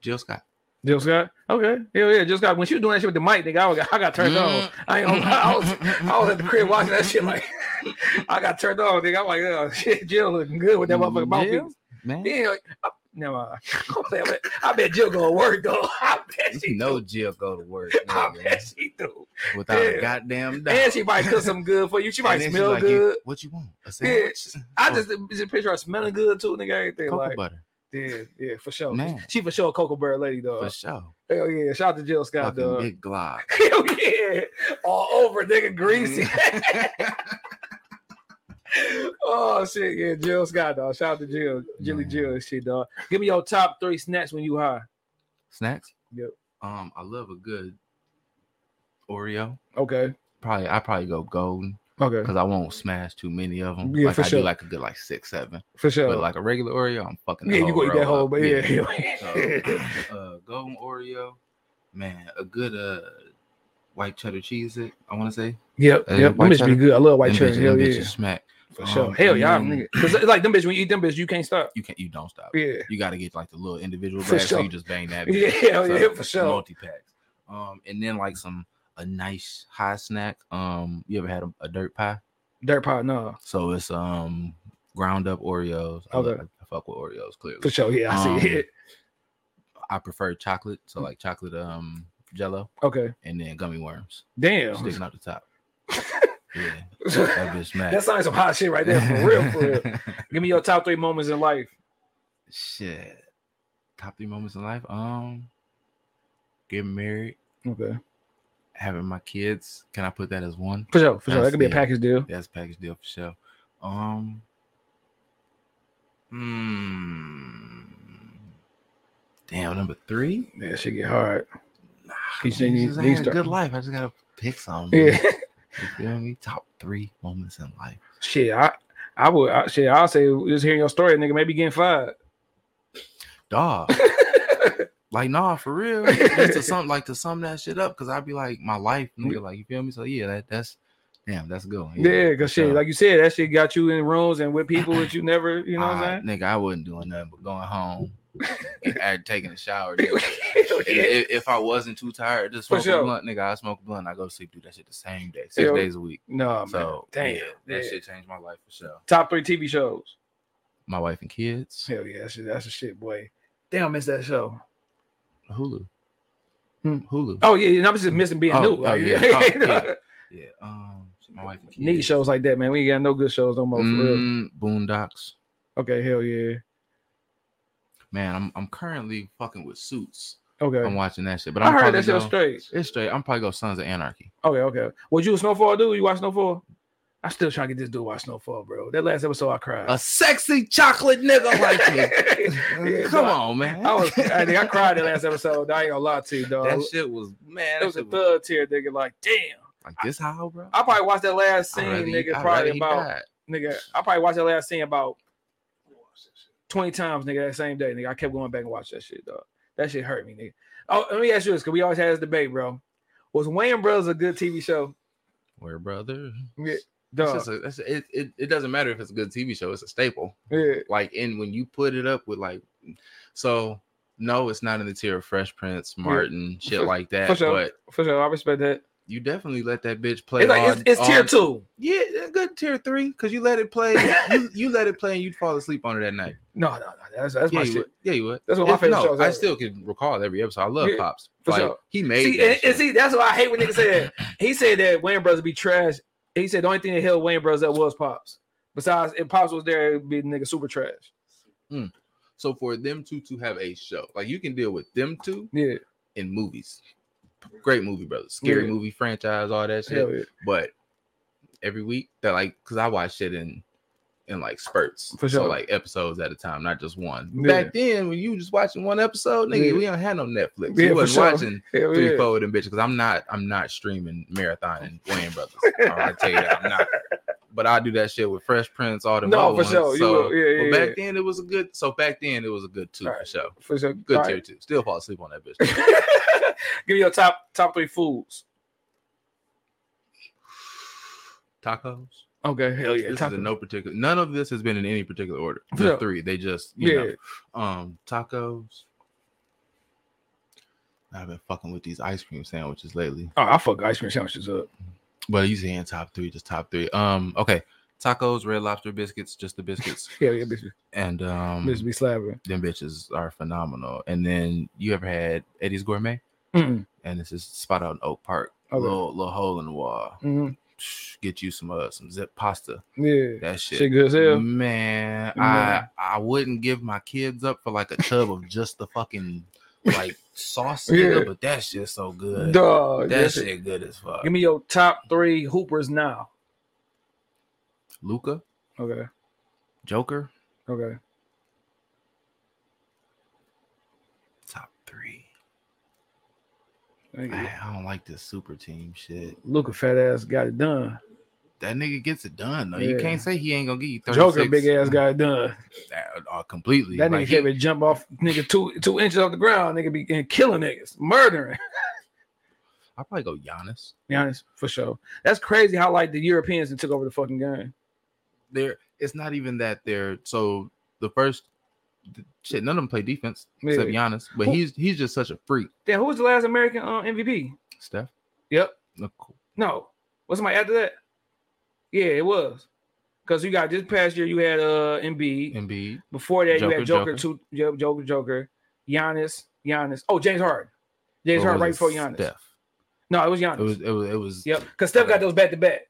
S5: Jill Scott.
S3: Jill Scott. Okay. Hell yeah. Jill Scott. When she was doing that shit with the mic, nigga, I, was, I got turned on. I ain't gonna, lie, <laughs> I, was, I was at the crib watching that shit like, <laughs> I got turned on, nigga. I'm like, oh, shit, Jill looking good with that motherfucking
S5: Jill?
S3: mouthpiece.
S5: Man,
S3: Mm, Yeah. Like, I, never mind. <laughs> I'm saying, but I bet Jill gonna work though. <laughs> I bet she
S5: you know Jill go to
S3: <laughs>
S5: work
S3: I
S5: nigga,
S3: bet she do.
S5: without
S3: yeah.
S5: a goddamn doubt.
S3: And she might cook some good for you. She might
S5: <laughs> And then she's
S3: smell
S5: like, you-
S3: good.
S5: What you want? A
S3: Yeah,
S5: sandwich?
S3: I just, just picture her smelling good too, nigga. Everything
S5: cocoa
S3: like,
S5: butter
S3: yeah, yeah, for sure.
S5: Man.
S3: She for sure a cocoa bear lady though.
S5: for sure.
S3: Hell uh, yeah! Shout out to Jill Scott
S5: Fucking
S3: dog.
S5: big glob.
S3: <laughs> Hell yeah! All over, nigga, greasy.
S5: Mm.
S3: <laughs> Oh shit, yeah, Jill Scott, dog. Shout out to Jill, Jilly
S5: Man.
S3: Jill, and shit, dog. Give me your top three snacks when you high.
S5: Snacks.
S3: Yep.
S5: Um, I love a good Oreo.
S3: Okay,
S5: Probably I probably go golden
S3: okay,
S5: because I won't smash too many of them.
S3: Yeah,
S5: like
S3: for
S5: I
S3: sure.
S5: do like a good like six, seven.
S3: for sure.
S5: But like a regular Oreo, I'm fucking. the
S3: yeah, you
S5: whole
S3: go eat that
S5: roll
S3: whole,
S5: up.
S3: but yeah, <laughs> yeah.
S5: So, uh, golden Oreo, man, a good uh white cheddar cheese. It I want to say
S3: yep,
S5: Uh,
S3: yep. Them bitch
S5: white
S3: be
S5: cheddar?
S3: good. I love white
S5: Them
S3: cheddar.
S5: bitches-
S3: Hell
S5: them
S3: yeah,
S5: bitches smack
S3: for sure.
S5: Um,
S3: Hell yeah, I'm
S5: and
S3: nigga. Because it's like them bitch, when you eat them bitch, you can't stop.
S5: You can you don't stop.
S3: Yeah,
S5: You got to get like the little individual
S3: For
S5: bags, so
S3: sure.
S5: you just bang
S3: <laughs>
S5: that.
S3: Yeah,
S5: bitch.
S3: hell yeah, for sure.
S5: Multi packs. Um, and then like some a nice high snack. Um, you ever had a, a dirt pie?
S3: dirt pot, no,
S5: So it's um ground up Oreos. I, love-
S3: Okay.
S5: I fuck with Oreos clearly.
S3: for sure. Yeah, I see
S5: Um,
S3: it. <laughs>
S5: I prefer chocolate, so
S3: Mm.
S5: like chocolate um Jello,
S3: Okay,
S5: and then gummy worms
S3: <laughs> damn,
S5: sticking out the top. yeah,
S3: that
S5: that bitch smack.
S3: sounds like some hot shit right there, for real, for
S5: <laughs>
S3: real. Give me your top three moments in life.
S5: Shit. Top three moments in life. Um, getting married,
S3: Okay,
S5: having my kids. Can I put that as one?
S3: for sure, for sure. That
S5: That's-
S3: could be a
S5: yeah.
S3: package deal.
S5: That's a package deal for sure. Um. Hmm. Damn, number three.
S3: Yeah, shit get hard.
S5: Nah,
S3: These
S5: man,
S3: niggas-
S5: since I
S3: these
S5: had a
S3: start-
S5: good life. I just gotta pick some.
S3: Yeah. <laughs>
S5: man. You feel me? Top three moments in life.
S3: Shit, I, I would. I, shit, I'll say just hearing your story, nigga, maybe getting fired. <laughs>
S5: Dog. like, nah, for real.
S3: <laughs>
S5: Just to sum like to sum that shit up, because I'd be like, my life, nigga, like you feel me? So yeah, that, that's damn, that's good. one.
S3: Yeah, because
S5: for
S3: shit,
S5: sure.
S3: like you said, that shit got you in rooms and with people that you never, you know what
S5: I-
S3: I'm
S5: Nigga, I wasn't doing nothing but going home
S3: <laughs>
S5: and and taking a shower. nigga.
S3: saying? <laughs>
S5: And if, if I wasn't too tired, just
S3: Oh, For
S5: smoke
S3: sure.
S5: a blunt, nigga. I smoke a blunt, I go to sleep, do that shit the same day, six
S3: Hell,
S5: days a week.
S3: no, Oh, man.
S5: so
S3: Damn.
S5: yeah,
S3: yeah.
S5: that shit changed my life for sure.
S3: Top three TV shows.
S5: My wife and kids,
S3: Hell yeah, that's, that's a shit, boy. Damn, I miss that show.
S5: Hulu,
S3: Hmm.
S5: Hulu.
S3: Oh yeah, and I'm just missing being
S5: Oh,
S3: new.
S5: oh,
S3: Like, <laughs>
S5: yeah. Oh, yeah. Yeah, um, my wife and kids.
S3: Need shows like that, man. We ain't got no good shows no more. For real.
S5: Mm, Boondocks.
S3: Okay, hell yeah.
S5: Man, I'm I'm currently fucking with Suits.
S3: Okay,
S5: I'm watching that shit, but
S3: I
S5: I'm
S3: heard
S5: probably
S3: that show
S5: go-
S3: straight.
S5: It's straight. I'm probably go Sons of Anarchy.
S3: Okay, okay. What you a Snowfall do? You watch Snowfall? I still trying to get this dude to watch Snowfall, bro. That last episode, I cried.
S5: A sexy chocolate nigga like me.
S3: <laughs>
S5: <laughs>
S3: Yeah,
S5: Come
S3: no, I-
S5: on, man.
S3: I was, I, think I cried the last episode. I ain't gonna lie to you, dog.
S5: <laughs> that shit was man.
S3: it
S5: that
S3: was a
S5: shit was-
S3: third tier, nigga. Like, damn.
S5: like this how, bro.
S3: I probably watched that last
S5: I'd
S3: scene,
S5: rather he-
S3: nigga.
S5: I'd rather
S3: Probably
S5: he
S3: about
S5: died.
S3: nigga. I probably watched that last scene about twenty times, nigga. That same day, nigga. I kept going back and watch that shit, dog. That shit hurt me, nigga. Oh, let me ask you this, cause we always had this debate, bro. Was Wayne Brothers a good TV show?
S5: We're brother.
S3: Yeah,
S5: That's
S3: dog.
S5: just a, that's, it, it, it doesn't matter if it's a good TV show. It's a staple.
S3: yeah.
S5: Like and when you put it up with like, so no, it's not in the tier of Fresh Prince, Martin, shit
S3: For-
S5: like
S3: for
S5: that.
S3: sure.
S5: But
S3: For sure, I respect that.
S5: you definitely let that bitch play.
S3: It's like
S5: all-
S3: it's, it's tier
S5: all-
S3: two.
S5: Yeah, a good tier three because you let it play. you, you let it play and you'd fall asleep on it that night.
S3: No, no, no. That's, that's
S5: yeah,
S3: my
S5: you
S3: shit.
S5: would. Yeah, you would.
S3: That's one of my
S5: It-
S3: favorite
S5: no,
S3: shows
S5: I
S3: ever.
S5: still can recall every episode. I love
S3: Yeah,
S5: Pops.
S3: for
S5: like,
S3: sure.
S5: He made
S3: See,
S5: that
S3: and, and
S5: shit.
S3: see, that's why I hate when niggas say that. He said <laughs> that Wayne Brothers be trash. He said the only thing that held Wayne Brothers up was Pops. Besides, if Pops was there, it'd be nigga super trash.
S5: So for them two to have a show, like you can deal with them two
S3: Yeah,
S5: in movies. Great movie, brothers. Scary
S3: Yeah.
S5: movie franchise, all that shit.
S3: hell yeah,
S5: But every week, that like, cause I watch shit in in like spurts,
S3: For
S5: So
S3: sure.
S5: like episodes at a time, not just one.
S3: Yeah.
S5: Back then, when you just watching one episode, nigga,
S3: Yeah.
S5: we don't have no
S3: Yeah,
S5: Netflix. we
S3: for
S5: wasn't
S3: sure.
S5: watching
S3: hell
S5: three,
S3: yeah.
S5: four of them bitches. Cause I'm not, I'm not streaming marathon and Wayne Brothers. I tell you that I'm not. But I do that shit with Fresh Prince, all them.
S3: No, for
S5: other ones.
S3: sure. You
S5: So,
S3: will. Yeah,
S5: but
S3: yeah,
S5: back then it was a good. So back then it was a good two for
S3: Alright.
S5: sure.
S3: For sure,
S5: Good
S3: All
S5: tier
S3: right.
S5: two. Still fall asleep on that bitch.
S3: <laughs> Give me your top top three foods.
S5: Tacos.
S3: Okay, hell yeah,
S5: This
S3: top
S5: is in no particular. None of this has been in any particular order.
S3: For
S5: Just
S3: sure.
S5: three. They just you
S3: yeah.
S5: know um tacos. I've been fucking with these ice cream sandwiches lately.
S3: Oh, I fuck ice cream sandwiches up.
S5: But you saying top three, just top three. Um, okay. Tacos, red lobster biscuits, just
S3: <laughs>
S5: the biscuits.
S3: Hell yeah, bitch,
S5: and um
S3: bitch be slapping.
S5: them bitches are phenomenal. And then you ever had Eddie's Gourmet?
S3: Mm,
S5: And this is spot out in Oak Park.
S3: Okay.
S5: Little little hole in the wall.
S3: mm,
S5: Get you some uh some zip pasta.
S3: yeah,
S5: That shit.
S3: shit good as hell.
S5: Man, I
S3: Man.
S5: I wouldn't give my kids up for like a tub of just the fucking like
S3: <laughs>
S5: sauce,
S3: Yeah.
S5: nigga, but that shit so good.
S3: Dog,
S5: that
S3: yes.
S5: shit good as fuck.
S3: Give me your top three hoopers now.
S5: Luca,
S3: Okay,
S5: Joker,
S3: Okay.
S5: top three.
S3: <sighs> Thank you.
S5: I, I don't like this super team shit.
S3: Luca fat ass got it done.
S5: That nigga gets it done. Though. You
S3: Yeah.
S5: can't say he ain't gonna get you. 36.
S3: Joker big ass got it done.
S5: That- uh, completely.
S3: That nigga
S5: Like,
S3: can't
S5: he-
S3: even jump off nigga two two inches off the ground. Nigga be and killing niggas, murdering.
S5: I'll probably go Giannis.
S3: Be honest, for sure. That's crazy how like the Europeans done took over the fucking game.
S5: There, it's not even that they're so the first th- shit. None of them play defense
S3: Yeah.
S5: except Giannis, but
S3: Who-
S5: he's he's just such a freak.
S3: Then who was the last American um, MVP?
S5: Steph,
S3: Yep.
S5: look, cool.
S3: No. Was somebody after that? Yeah, it was. Because you got this past year, you had uh Embiid.
S5: Embiid,
S3: Before that, you
S5: Joker,
S3: had Joker,
S5: Joker.
S3: two Jo- Joker, Joker, Giannis, Giannis. Oh, James Harden. James
S5: or
S3: Harden
S5: was
S3: right before
S5: it
S3: Giannis.
S5: Steph.
S3: No, it was Giannis.
S5: It was it was it was
S3: yep. Because Steph got those back to back.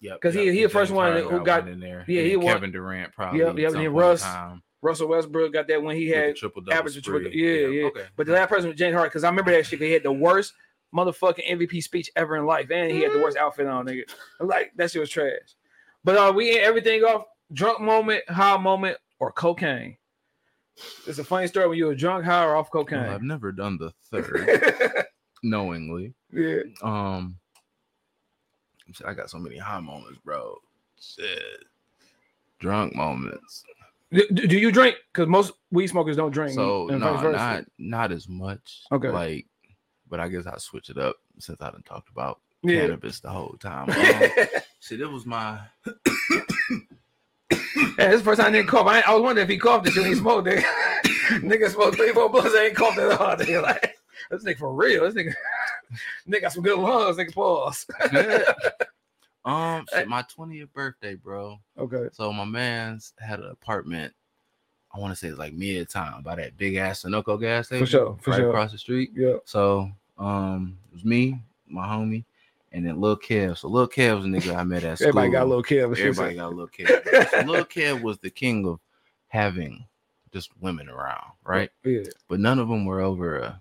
S5: Yep,
S3: 'Cause he-
S5: yep,
S3: he the first
S5: James
S3: one
S5: Harden
S3: who got-
S5: one in there.
S3: yeah,
S5: And
S3: he won-
S5: Kevin Durant probably.
S3: yep,
S5: at
S3: and
S5: some
S3: then
S5: point in
S3: Russ
S5: time
S3: Russell Westbrook got that when he
S5: with the
S3: had
S5: triple-double
S3: average and triple-
S5: spree.
S3: yeah, yeah.
S5: Okay.
S3: But the last person was James Harden because I remember that shit. 'cause He had the worst motherfucking MVP speech ever in life, and he had the worst outfit on, nigga. I'm Like that shit was trash. But uh, we end everything off drunk moment, high moment, or cocaine. It's a funny story when you were drunk, high, or off
S5: Well, Oh,
S3: <laughs>
S5: I've
S3: cocaine.
S5: never done the third knowingly.
S3: yeah,
S5: Um, shit, I got so many high moments, bro. Shit, drunk moments.
S3: do, do- do you drink? Because most weed smokers don't drink.
S5: So no,
S3: and vice versa.
S5: not not as much.
S3: Okay.
S5: like, but I guess I switch it up since I done talked about
S3: yeah.
S5: cannabis the whole time. Um,
S3: <laughs>
S5: shit, it was my
S3: Yeah, this is the first time I didn't cough. I, I was wondering if he coughed this shit when he smoked. Nigga, <laughs> nigga smoked three, four blunts. I ain't coughed at all. <laughs> Nigga, like, this nigga for real. This nigga, <laughs> nigga got some good lungs. Nigga, pause.
S5: <laughs> um shit, my twentieth birthday, bro.
S3: okay.
S5: So my man's had an apartment. I want to say it's like midtown by that big ass Sunoco gas station
S3: sure, for
S5: right
S3: sure.
S5: across the street.
S3: Yeah.
S5: So um it was me, my homie, and then Lil Kev. So Lil Kev was a nigga I met at
S3: <laughs>
S5: school.
S3: Everybody got a little kid.
S5: Everybody got Lil Kev. bro. so Lil Kev was the king of having just women around, right?
S3: <laughs> Yeah.
S5: But none of them were over uh,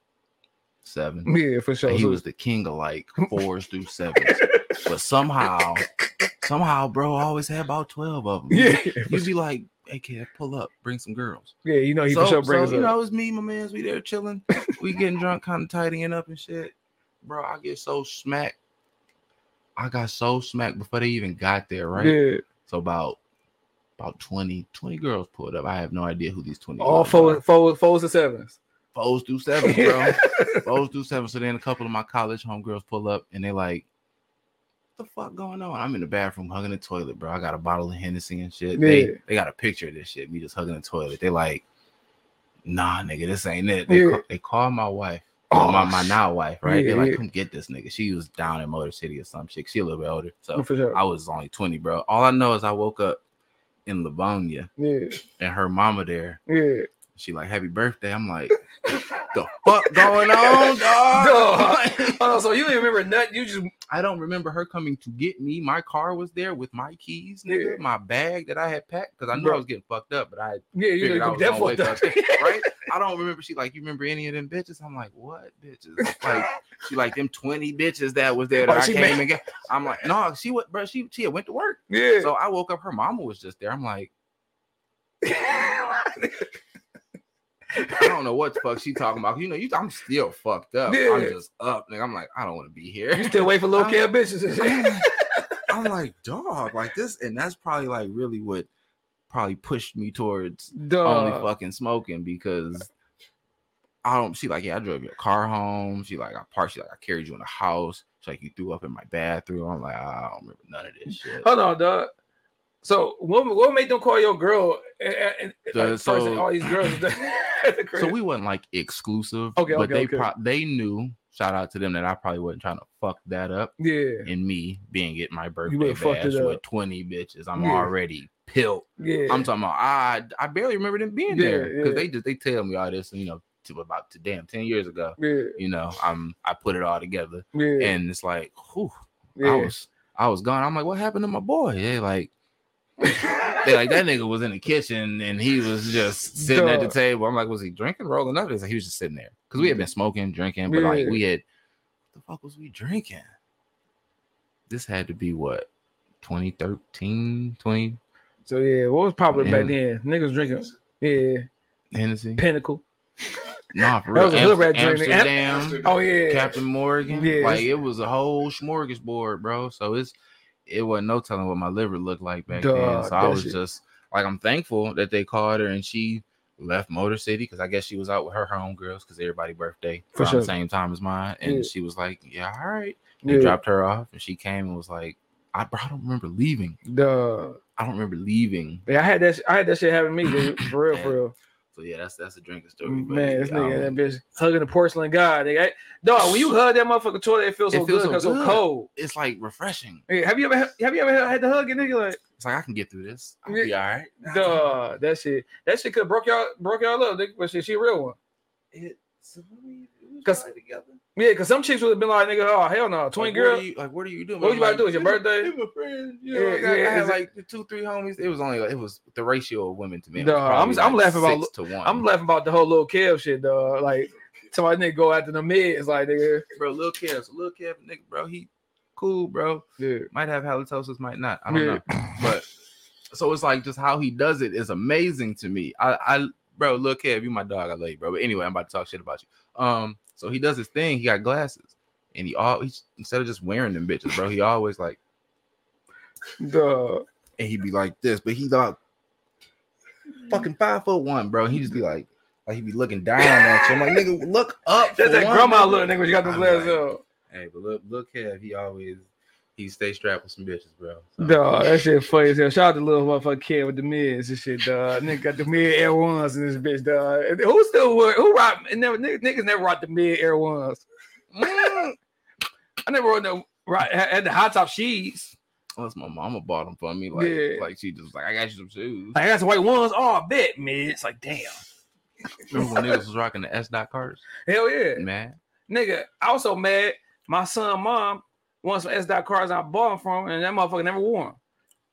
S5: seven.
S3: Yeah, for sure.
S5: Like, he
S3: So-
S5: was the king of like fours through sevens. But somehow, somehow, bro, I always had about 12 of
S3: <laughs>
S5: them.
S3: yeah.
S5: You'd be like, hey kid, pull up, bring some girls.
S3: <laughs> Yeah, you know, Oh, he
S5: so,
S3: for sure
S5: so,
S3: brings
S5: you
S3: up.
S5: know, it was me, and my man's. We there chilling. we getting drunk, kind of tidying up and shit. Bro, I get so smacked. I got so smacked before they even got there, right?
S3: Yeah.
S5: So about about 20, 20 girls pulled up. I have no idea who these 20
S3: All
S5: girls are.
S3: fours, fours, fours and sevens.
S5: fours through
S3: <laughs>
S5: seven, bro. fours through seven. So then a couple of my college homegirls pull up and they like, what the fuck going on? I'm in the bathroom hugging the toilet, bro. I got a bottle of Hennessy and shit.
S3: Yeah.
S5: They, they got a picture of this shit, me just hugging the toilet. They like, nah, nigga, this ain't it. They,
S3: Yeah.
S5: ca- they call my wife, or
S3: Oh,
S5: my, my now wife, right?
S3: Yeah,
S5: they like,
S3: yeah.
S5: come get this nigga. She was down in Motor City or some shit. She a little bit older. So
S3: For sure.
S5: I was only 20, bro. All I know is I woke up in Livonia
S3: Yeah.
S5: and her mama there
S3: Yeah.
S5: she like, happy birthday. I'm like, the fuck
S3: <laughs>
S5: going on, dog?
S3: Dog. Oh, so you didn't remember nothing. You just
S5: <laughs> I don't remember her coming to get me. My car was there with my keys, nigga,
S3: Yeah.
S5: my bag that I had packed because I knew
S3: Bro.
S5: I was getting fucked up, but I had
S3: yeah, you
S5: figured I
S3: know,
S5: was on
S3: definitely
S5: way
S3: <laughs>
S5: fucked up, right? I don't remember. She like, you remember any of them bitches? I'm like, what bitches? Like, she like them 20 bitches that was there that
S3: Oh,
S5: I
S3: she
S5: came
S3: mad.
S5: and got. I'm like, no, she went, bro. She she had went to work.
S3: Yeah.
S5: So I woke up, her mama was just there. I'm like, I don't know what the fuck she talking about. You know, you I'm still fucked up. I'm
S3: Yeah.
S5: just up, nigga. I'm like, I don't want to be here.
S3: you still wait for little
S5: I-
S3: kid bitches. <laughs> and shit.
S5: I'm like- <laughs> I'm like, dog, like this, and that's probably like really what probably pushed me towards only
S3: Dog.
S5: fucking smoking because I don't. She like, yeah, I drove your car home. She like, I parked. She like, I carried you in the house. She like, you threw up in my bathroom. I'm like, I don't remember none of this shit.
S3: Hold on, dog. So what what made them call your girl and, and,
S5: The-
S3: like, first
S5: so-
S3: all these girls <laughs> at the crib?
S5: So we wasn't like exclusive,
S3: Okay,
S5: but
S3: okay,
S5: they
S3: okay.
S5: pro- they knew. Shout out to them that I probably wasn't trying to fuck that up.
S3: yeah,
S5: And me being at my birthday
S3: would've fucked
S5: bash
S3: it
S5: with
S3: up.
S5: 20 bitches, I'm
S3: Yeah.
S5: already pilt.
S3: yeah.
S5: I'm talking about I I barely remember them being
S3: Yeah,
S5: there because
S3: yeah.
S5: they just they tell me all this, you know, to about to damn 10 years ago.
S3: yeah,
S5: You know, I'm I put it all together
S3: yeah,
S5: and it's like, whew, I
S3: yeah.
S5: was I was gone. I'm like, what happened to my boy? They like they like that nigga was in the kitchen and he was just sitting at the
S3: Duh.
S5: table. I'm like, was he drinking, rolling up? It's like he was just sitting there because we had been smoking, drinking, but like
S3: Yeah.
S5: we had what the fuck was we drinking? This had to be what 2013, 20
S3: <laughs> So yeah, what was popular back then? Niggas drinking, yeah,
S5: Hennessy.
S3: Pinnacle.
S5: Nah, for
S3: That
S5: real.
S3: was a hood rat
S5: Amst-
S3: drink. nigga.
S5: Amsterdam.
S3: Oh yeah,
S5: Captain Morgan.
S3: Yeah.
S5: Like it was a whole smorgasbord, bro. So it's it wasn't no telling what my liver looked like back then.
S3: Dog,
S5: So I
S3: that
S5: was
S3: shit.
S5: just like I'm thankful that they called her and she left Motor City because I guess she was out with her homegirls because everybody birthday
S3: For
S5: around
S3: sure.
S5: the same time as mine. And
S3: Yeah.
S5: she was like, Yeah, all right. They
S3: yeah.
S5: dropped her off and she came and was like, I, bro, I don't remember leaving.
S3: Duh.
S5: I don't remember leaving.
S3: Yeah, I had that. sh- I had that shit happen to me dude. for real, for real.
S5: So yeah, that's that's a drinking story. but
S3: Man, this
S5: yeah,
S3: nigga,
S5: um,
S3: that bitch hugging the porcelain god. Nigga. Hey, Dog, when you hug that motherfucking toilet, it feels
S5: It
S3: so good
S5: feels so
S3: because so
S5: good.
S3: cold.
S5: it's like refreshing.
S3: Hey, have you ever have you ever had to hug a nigga like?
S5: It's like I can get through this. I'll
S3: Yeah.
S5: be all right.
S3: Duh, that shit. That shit could broke y'all broke y'all up, nigga, but she, she a real one.
S5: It's
S3: Cause- Yeah, cause some chicks would have been like, nigga, oh hell no, twin
S5: like,
S3: girl.
S5: What are you, like, what are you doing?
S3: What
S5: I'm
S3: you about to
S5: like,
S3: do? It's your
S5: "It's my-
S3: birthday?"
S5: It's my friend. You know,
S3: Yeah,
S5: like, I-
S3: yeah,
S5: I had
S3: it's a-
S5: like the two, three homies. It was only like, it was the ratio of women to men.
S3: Duh,
S5: was
S3: I'm-
S5: probably,
S3: I'm
S5: like,
S3: laughing about-
S5: six to one.
S3: I'm laughing about the whole little Kev shit, dog. Like somebody nigga go after the mids, like nigga.
S5: bro. Little Kev, so little Kev, nigga, bro, he cool, bro.
S3: Yeah.
S5: Might have halitosis, might not. I don't
S3: Yeah.
S5: know, but so it's like just how he does it is amazing to me. I, I, bro, little Kev, you my dog. I love you, bro. But anyway, I'm about to talk shit about you. Um, so he does his thing. He got glasses, and he always instead of just wearing them bitches, bro, he always like.
S3: Duh.
S5: and he'd be like this, but he's like fucking five foot one, bro. He just be like, like he'd be looking down at you. I'm like, nigga, look up.
S3: That's
S5: for
S3: that
S5: one,
S3: grandma
S5: nigga."
S3: look, nigga. You got those
S5: I'm
S3: glasses
S5: like,
S3: up.
S5: Hey, but look, look here. He always he stay strapped with some bitches, bro. So,
S3: Dog, that shit funny as hell. Shout out to little motherfucker Kev with the mids and shit, dog. Nigga got the mid Air Ones in this bitch, dog. And Who still wear? Who rock? And never niggas, niggas never rocked the mid Air Ones. I never wore no right had had the high top sheets.
S5: unless my mama bought them for me, like,
S3: Yeah.
S5: like she just like, I got you some shoes.
S3: Like I got some white ones. Oh, I bet, man. It's like damn. <laughs>
S5: Remember when niggas was rocking the S dot cars,
S3: Hell yeah.
S5: man?
S3: Nigga, I was so mad. My son, mom, wants some S dot cards I bought them from, and that motherfucker never wore them.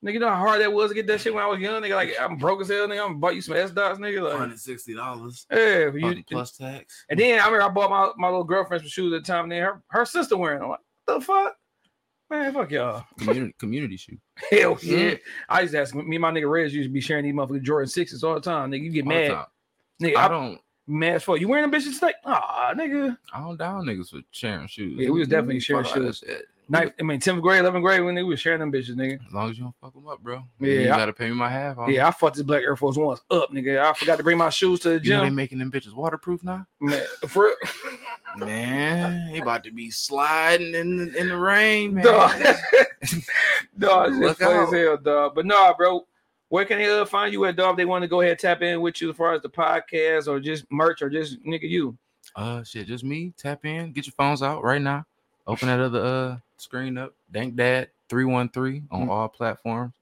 S3: Nigga, you know how hard that was to get that shit when I was young. Nigga, like I'm broke as hell. Nigga, I'm bought you some S dots, nigga. Like,
S5: sixty dollars,
S3: yeah, you,
S5: tax.
S3: and then I remember I bought my, my little girlfriend some shoes at the time. And then her her sister wearing. them. I'm like, what the fuck, man, fuck y'all. <laughs>
S5: community community shoe.
S3: Hell <laughs>
S5: Mm-hmm.
S3: yeah. I used to ask me and my nigga Rez used to be sharing these motherfucking Jordan sixes all the time. Nigga, you get
S5: All the
S3: mad.
S5: time.
S3: Nigga,
S5: I
S3: I'm
S5: don't,
S3: mad as fuck. You wearing them bitches today? Aw, nigga.
S5: I don't down niggas for sharing shoes.
S3: Yeah, we was definitely
S5: Fuck
S3: sharing
S5: all that
S3: shoes.
S5: shit.
S3: Ninth, I mean, 10th grade, 11th grade, when they was sharing them bitches, nigga.
S5: As long as you don't fuck them up, bro.
S3: Yeah,
S5: Yeah, you
S3: I-
S5: gotta pay me my half. homie.
S3: Yeah, I fucked this black Air Force once up, nigga. I forgot to bring my shoes to the
S5: you know they
S3: gym.
S5: making them bitches waterproof now.
S3: Man, for
S5: Man, they about to be sliding in the, in the
S3: <laughs>
S5: rain, man.
S3: dog, dog, it's
S5: Look
S3: funny
S5: out.
S3: as hell, dog. But nah, bro, where can they uh, find you at, dog? If they want to go ahead and tap in with you as far as the podcast or just merch or just nigga you.
S5: Uh, shit, just me. Tap in. Get your phones out right now. Open that other uh screen up. Dank Dad three one three on
S3: Mm.
S5: all platforms,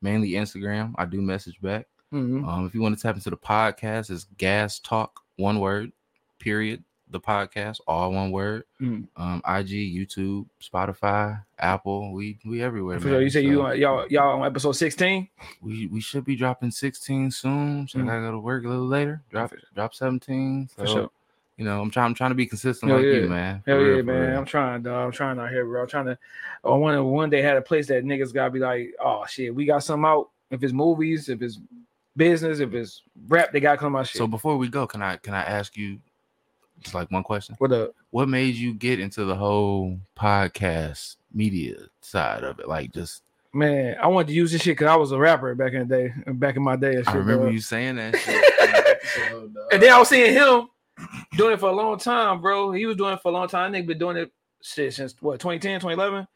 S5: mainly Instagram. I do message back.
S3: Mhm.
S5: Um, if you want to tap into the podcast, it's Gas Talk, one word, period. The podcast, all one word.
S3: Mm.
S5: Um, IG, YouTube, Spotify, Apple. We we everywhere.
S3: For
S5: man.
S3: sure, you say you
S5: So-
S3: on y'all y'all on episode 16?
S5: we we should be dropping 16 soon. So
S3: Mm.
S5: I gotta go to work a little later. Drop drop 17. So
S3: For sure.
S5: you know, I'm trying I'm trying to be consistent
S3: Hell
S5: like
S3: yeah.
S5: you, man. For
S3: Hell
S5: real,
S3: yeah,
S5: for
S3: man.
S5: real.
S3: I'm trying, dog. I'm trying out here, bro. I'm trying to. I want to one day had a place that niggas gotta be like, oh shit, we got something out. If it's movies, if it's business, if it's rap, they gotta come out shit.
S5: So before we go, can I can I ask you just like one question?
S3: what up?
S5: What made you get into the whole podcast media side of it? Like just
S3: Man, I wanted to use this shit because I was a rapper back in the day, back in my day. And, shit,
S5: I remember
S3: dog.
S5: you saying that
S3: <laughs>
S5: shit. So, dog.
S3: and then I was seeing him doing it for a long time, bro. He was doing it for a long time. Nigga been doing it shit since what 2010, 2011.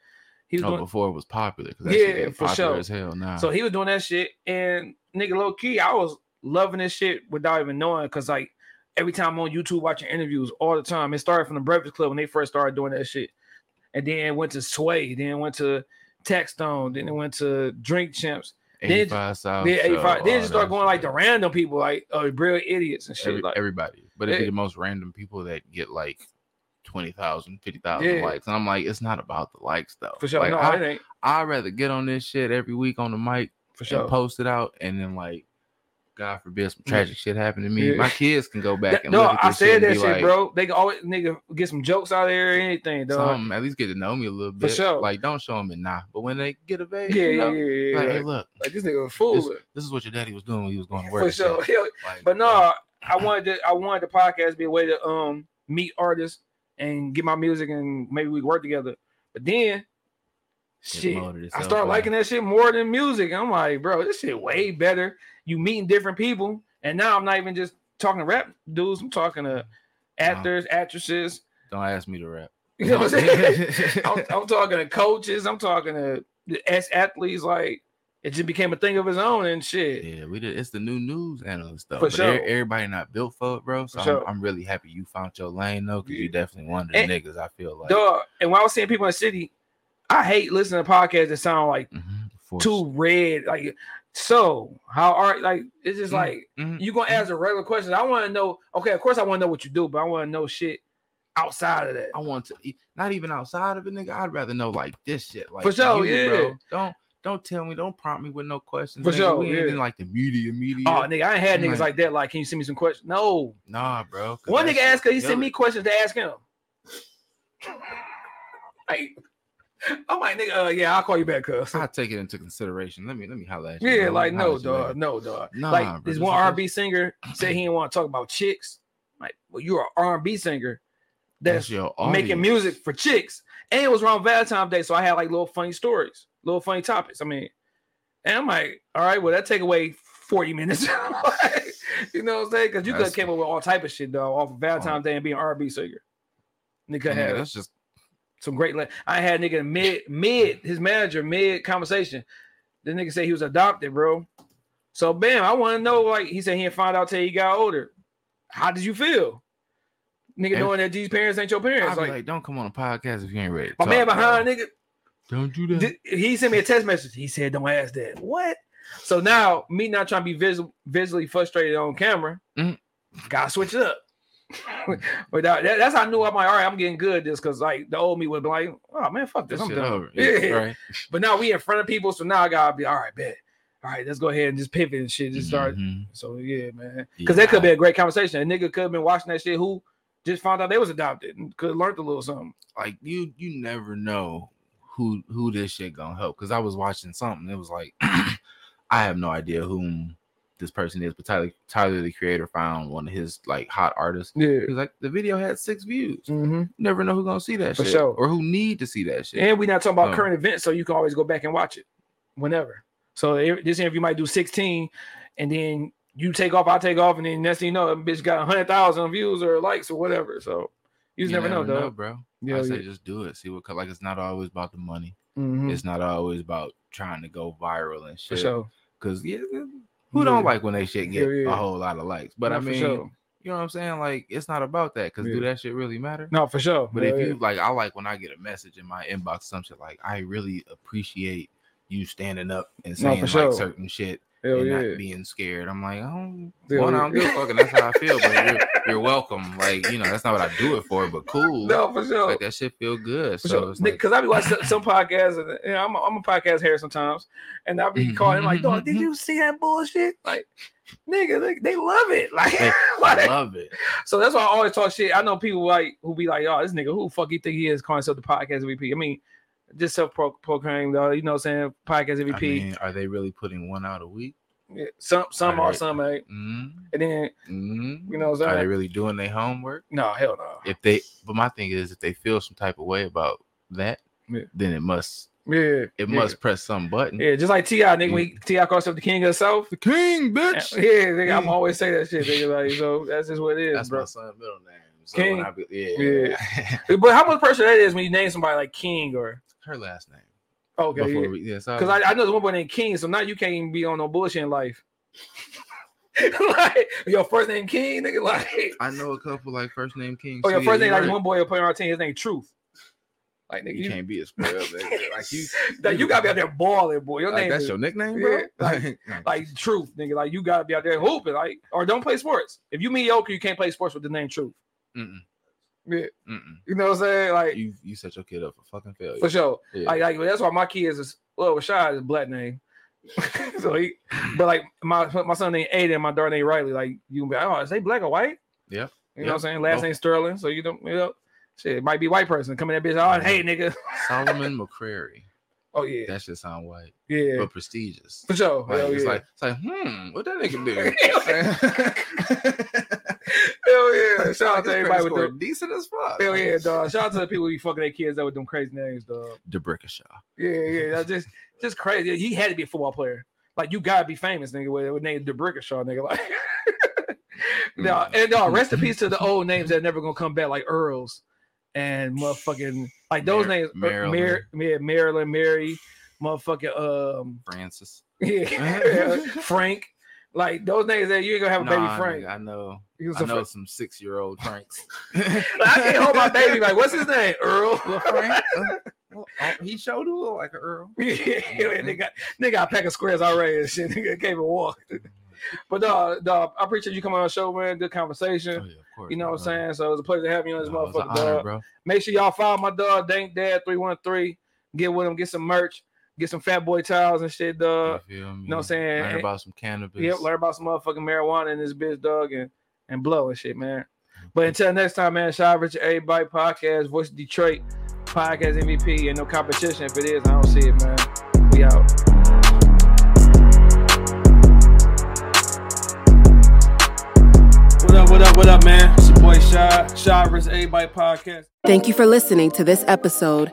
S3: He was
S5: No,
S3: doing
S5: Oh, before it was popular. 'cause that
S3: Yeah,
S5: shit getting
S3: for
S5: popular
S3: sure.
S5: As hell now.
S3: So he was doing that shit, and nigga, low key, I was loving this shit without even knowing, cause like every time I'm on YouTube watching interviews all the time. It started from the Breakfast Club when they first started doing that shit, and then went to Sway, then went to Tax Stone, then it went to Drink Champs, then-
S5: 85 South.
S3: then
S5: Show,
S3: 85,
S5: all
S3: then just start
S5: Oh, that
S3: going like the
S5: shit.
S3: random people, like uh, real idiots and shit.
S5: Every-
S3: like,
S5: everybody, but it'd
S3: Yeah.
S5: be the most random people that get like 20,000, 50,000
S3: Yeah.
S5: likes. And I'm like, it's not about the likes though.
S3: for sure,
S5: Like,
S3: no,
S5: I,
S3: it ain't
S5: I'd rather get on this shit every week on the mic
S3: for
S5: and
S3: sure.
S5: post it out and then like God forbid some tragic shit happened to me. My kids can go back
S3: That-
S5: and
S3: no,
S5: look at
S3: I
S5: this shit
S3: said
S5: and
S3: that
S5: be
S3: shit,
S5: like,
S3: bro. They can always nigga get some jokes out of there or anything, dog.
S5: Something, at least get to know me a little
S3: For
S5: bit.
S3: sure.
S5: Like, don't show them it nah. But when they get of age,
S3: Yeah,
S5: you
S3: yeah, yeah,
S5: know,
S3: yeah.
S5: like,
S3: yeah.
S5: hey, look,
S3: Like this nigga was fooling.
S5: this is what your daddy was doing when he was going to work.
S3: For
S5: and shit.
S3: sure. Yeah. <laughs>
S5: Like,
S3: But no, I wanted to, I wanted the podcast to be a way to um meet artists and get my music and maybe we work together. But then
S5: it
S3: shit,
S5: molded
S3: I
S5: itself,
S3: start
S5: like,
S3: liking that shit more than music. I'm like, bro, this shit way better. You meeting different people, and now I'm not even just talking to rap dudes. I'm talking to actors, actresses. <laughs>
S5: Don't ask me to rap.
S3: You know what I'm saying?
S5: <laughs>
S3: I'm, I'm talking to coaches. I'm talking to ex athletes. Like it just became a thing of its own and shit.
S5: Yeah, we did. It's the new news analyst though.
S3: For
S5: but e-
S3: sure.
S5: everybody not built for it, bro. So
S3: For
S5: I'm,
S3: sure.
S5: I'm really happy you found your lane though, because
S3: Yeah.
S5: you definitely one of the
S3: And-
S5: niggas. I feel like
S3: Dog. And when I was seeing people in the city, I hate listening to podcasts that sound like
S5: Mhm, forced.
S3: too red. Like, so how are like it's just
S5: Mhm.
S3: like
S5: Mhm.
S3: you gonna ask a regular question. I want to know, okay, of course I want to know what you do, but I want to know shit outside of that.
S5: I want to e, not even outside of it, nigga. I'd rather know like this shit. Like
S3: For sure,
S5: you,
S3: yeah.
S5: Bro. Don't don't tell me. Don't prompt me with no questions.
S3: For
S5: nigga.
S3: sure,
S5: we ain't
S3: yeah.
S5: in, like the media, media.
S3: Oh nigga, I ain't had niggas
S5: Right.
S3: like that. Like, can you send me some questions? No.
S5: nah, bro. 'cause
S3: One
S5: that
S3: nigga
S5: shit
S3: asked her, he sent
S5: killing.
S3: me questions to ask him. like, I'm like, nigga, uh, yeah, I'll call you back, cuz.
S5: I'll take it into consideration. Let me let me holler at you.
S3: <laughs> Yeah,
S5: bro.
S3: like
S5: Holla
S3: no,
S5: at you later.
S3: dog, no, dog.
S5: Nah,
S3: like
S5: bro,
S3: this
S5: just
S3: one
S5: because-
S3: R&B singer said he didn't want to talk about chicks. Like, well, you're an R&B singer that's,
S5: your
S3: making
S5: audience.
S3: music for chicks, and it was around Valentine's Day, so I had like little funny stories, little funny topics. I mean, and I'm like, all right, well, that take away forty minutes. <laughs> Like, you know what I'm saying? Because you could
S5: That's-
S3: have came up with all type of shit though off of Valentine's Day and being an R&B singer. Nigga
S5: Nigga,
S3: had
S5: that's just
S3: some great. La- I had nigga mid mid his manager mid conversation. The nigga said he was adopted, bro. So bam, I want to know. Like he said, he didn't find out till he got older. How did you feel, nigga?
S5: And-
S3: knowing that these parents ain't your
S5: I'd
S3: parents.
S5: be
S3: Like,
S5: like, don't come on a podcast if you ain't ready. to
S3: my man
S5: talk,
S3: behind
S5: bro.
S3: nigga,
S5: Don't do that.
S3: did- he sent me a text message. He said, "Don't ask that." What? So now me not trying to be visual, visually frustrated on camera.
S5: Mm.
S3: Gotta switch it up. <laughs> but that, that- that's how I knew I'm like, all right, I'm getting good at this because like the old me would be like, oh man, fuck this,
S5: That
S3: I'm
S5: shit
S3: done.
S5: over.
S3: <laughs> Yeah.
S5: Yeah, right.
S3: But now we in front of people, so now I gotta be all right, bet. All right, let's go ahead and just pivot and shit. Just start.
S5: Mhm.
S3: So yeah, man. Because that could be a great conversation. A nigga could have been watching that shit who just found out they was adopted and could have learned a little something.
S5: like you you never know who who this shit gonna help. Cause I was watching something, it was like <clears throat> I have no idea whom this person is, but Tyler Tyler the creator found one of his like hot artists.
S3: Yeah.
S5: He was like, the video had six views.
S3: Mm-hmm.
S5: You never know who gonna see that
S3: For
S5: shit
S3: sure.
S5: or who need to see that shit.
S3: And we're not talking about
S5: Oh.
S3: current events, so you can always go back and watch it whenever. So i- this interview might do 16, and then you take off, I take off, and then next thing you know, that bitch got 100,000 views or likes or whatever. So you just never, know, though.
S5: bro.
S3: Yeah,
S5: I say
S3: yeah.
S5: just do it. See what co- like it's not always about the money.
S3: Mhm.
S5: It's not always about trying to go viral and
S3: For
S5: shit.
S3: sure.
S5: Cause yeah, who don't like when they shit get
S3: Yeah, yeah.
S5: a whole lot of likes? But I
S3: No, for
S5: mean,
S3: sure.
S5: you know what I'm saying? Like it's not about that. Cause do
S3: Yeah.
S5: that shit really matter?
S3: no, for sure.
S5: But
S3: Yeah,
S5: if
S3: yeah.
S5: you like, I like when I get a message in my inbox, some shit like I really appreciate you standing up and
S3: No,
S5: saying
S3: for sure.
S5: like certain shit
S3: Hell
S5: and
S3: yeah.
S5: not being scared. I'm like, oh,
S3: Hell
S5: one,
S3: yeah.
S5: I don't give a fuck, and that's how I feel. But you're, you're welcome. Like you know, that's not what I do it for, but
S3: <laughs>
S5: cool.
S3: No, for sure.
S5: Like that shit feel good.
S3: For
S5: so
S3: sure.
S5: it's like,
S3: Because I be watching some- some podcasts, and you know, I'm, a, I'm a podcast here sometimes, and I
S5: Mm-hmm.
S3: be calling him like, "Dog, did you see that bullshit?" Like, nigga, they, they love it. Like,
S5: They
S3: <laughs> why
S5: I
S3: they-
S5: love it.
S3: so that's why I always talk shit. I know people like who be like, "Yo, this nigga, who the fuck you think he is?" Calling himself the podcast MVP. I mean, just self proclaimed, though. You know, what I'm saying podcast
S5: I
S3: MVP.
S5: mean, are they really putting one out a week?
S3: Yeah, some, some are,
S5: Alright.
S3: some ain't.
S5: Mm-hmm.
S3: And then, you know, what I'm
S5: Are they
S3: saying?
S5: really doing their homework?
S3: no, hell no.
S5: If they, but my thing is, if they feel some type of way about that,
S3: Yeah.
S5: then it must
S3: Yeah,
S5: it
S3: yeah.
S5: must press some button.
S3: Yeah, just like Ti, nigga, when he- Ti calls himself the king of the south.
S5: Mm. The
S3: <laughs>
S5: king,
S3: Yeah,
S5: bitch. Mm.
S3: nigga, I'm always say that shit, nigga. Like, so that's just what it is,
S5: That's
S3: bro.
S5: my son's middle name. So when
S3: King.
S5: I be, yeah, <laughs>
S3: But how much pressure that is when you name somebody like King or
S5: her last name.
S3: okay,
S5: Before
S3: because
S5: we, yeah, so
S3: I, I know there's one boy named King, so now you can't even be on no bullshit in life. <laughs> like your first name King, nigga. Like,
S5: I know a couple like first name King.
S3: oh, your first name like one boy playing on our team, his name Truth. Like, nigga,
S5: You,
S3: you,
S5: can't be a
S3: <laughs>
S5: spoiled. nigga. like you,
S3: like, you gotta be out there balling, boy. Your
S5: Like
S3: name
S5: that's
S3: is
S5: your nickname,
S3: Yeah,
S5: bro. <laughs>
S3: like- like Truth, nigga. Like, you gotta be out there hooping, like, or don't play sports. If you mediocre, you can't play sports with the name Truth.
S5: mm-mm,
S3: Yeah,
S5: mm-mm.
S3: you know what I'm saying? Like,
S5: you you set your kid up for fucking failure.
S3: for sure.
S5: Yeah.
S3: Like, like that's why my kids is well, Rashad is a black name. <laughs> so he, but like my my son named Aiden, my daughter named Riley. Like you can be, like, oh, is they black or white?
S5: Yeah.
S3: You know what
S5: Yeah.
S3: I'm saying? Last
S5: Both.
S3: name Sterling, so you don't you know. Shit, it might be white person coming that bitch. Oh, hey, nigga. <laughs>
S5: Solomon McCrary.
S3: Oh yeah,
S5: Mm-hmm. That should sound white,
S3: yeah,
S5: but prestigious.
S3: <laughs> for sure.
S5: Like,
S3: Hell
S5: it's
S3: yeah.
S5: like it's like, hmm, what that nigga do?
S3: <laughs>
S5: <laughs>
S3: Hell yeah! Shout out to everybody with
S5: the
S3: the
S5: decent as fuck.
S3: hell yeah, dog. Shout out to the people who be fucking their kids up with them crazy names, dog.
S5: DeBrickashaw.
S3: Yeah, yeah, that's just just crazy. He had to be a football player. Like you gotta be famous, nigga. With, with name DeBrickashaw, nigga. <laughs> Like
S5: Mm-hmm.
S3: no, and no, rest in peace to the old names that never gonna come back, like Earls and motherfucking like those
S5: Mar-
S3: names, Maryland,
S5: Maryland.
S3: Mar- yeah, Maryland, Mary, motherfucking um,
S5: Francis.
S3: yeah, <laughs> Frank. Like those names that you ain't gonna have a
S5: Nah,
S3: baby Frank.
S5: nigga, I know.
S3: He was
S5: I
S3: a
S5: know
S3: Frank.
S5: some six year old Franks.
S3: <laughs> Like, I can't
S5: <laughs>
S3: hold my baby. Like, what's his name? Earl.
S5: Lil Frank. Uh, well, oh, he showed who like an Earl.
S3: <laughs> yeah,
S5: Mm-hmm.
S3: nigga, nigga, got a pack of squares already and shit. <laughs> Nigga can't even walk. But dog, dog, I appreciate you coming on the show, man. Good
S5: Oh, yeah,
S3: conversation.
S5: of course,
S3: You know
S5: my
S3: what I'm
S5: brother.
S3: saying? So it's a pleasure having you on this
S5: No, it's an
S3: motherfucker,
S5: honor,
S3: dog. Uh,
S5: bro.
S3: Make sure y'all follow my dog, Dank Dad 313. Get with him, get some merch, get some fat boy towels and shit,
S5: You
S3: dog.
S5: feel me?
S3: You know what I'm saying?
S5: Learn
S3: And-
S5: about some cannabis.
S3: Yep, learn about some motherfucking marijuana in this bitch, dog, and, and blow and shit, man. But until next time, man, shout out Richard Everybody Podcast, Voice of Detroit, Podcast MVP, and no competition. If it is, I don't see it, man. We out. What up, what up, what up, man? It's your boy Shy, Shy Rich Everybody Podcast.
S6: Thank you for listening to this episode.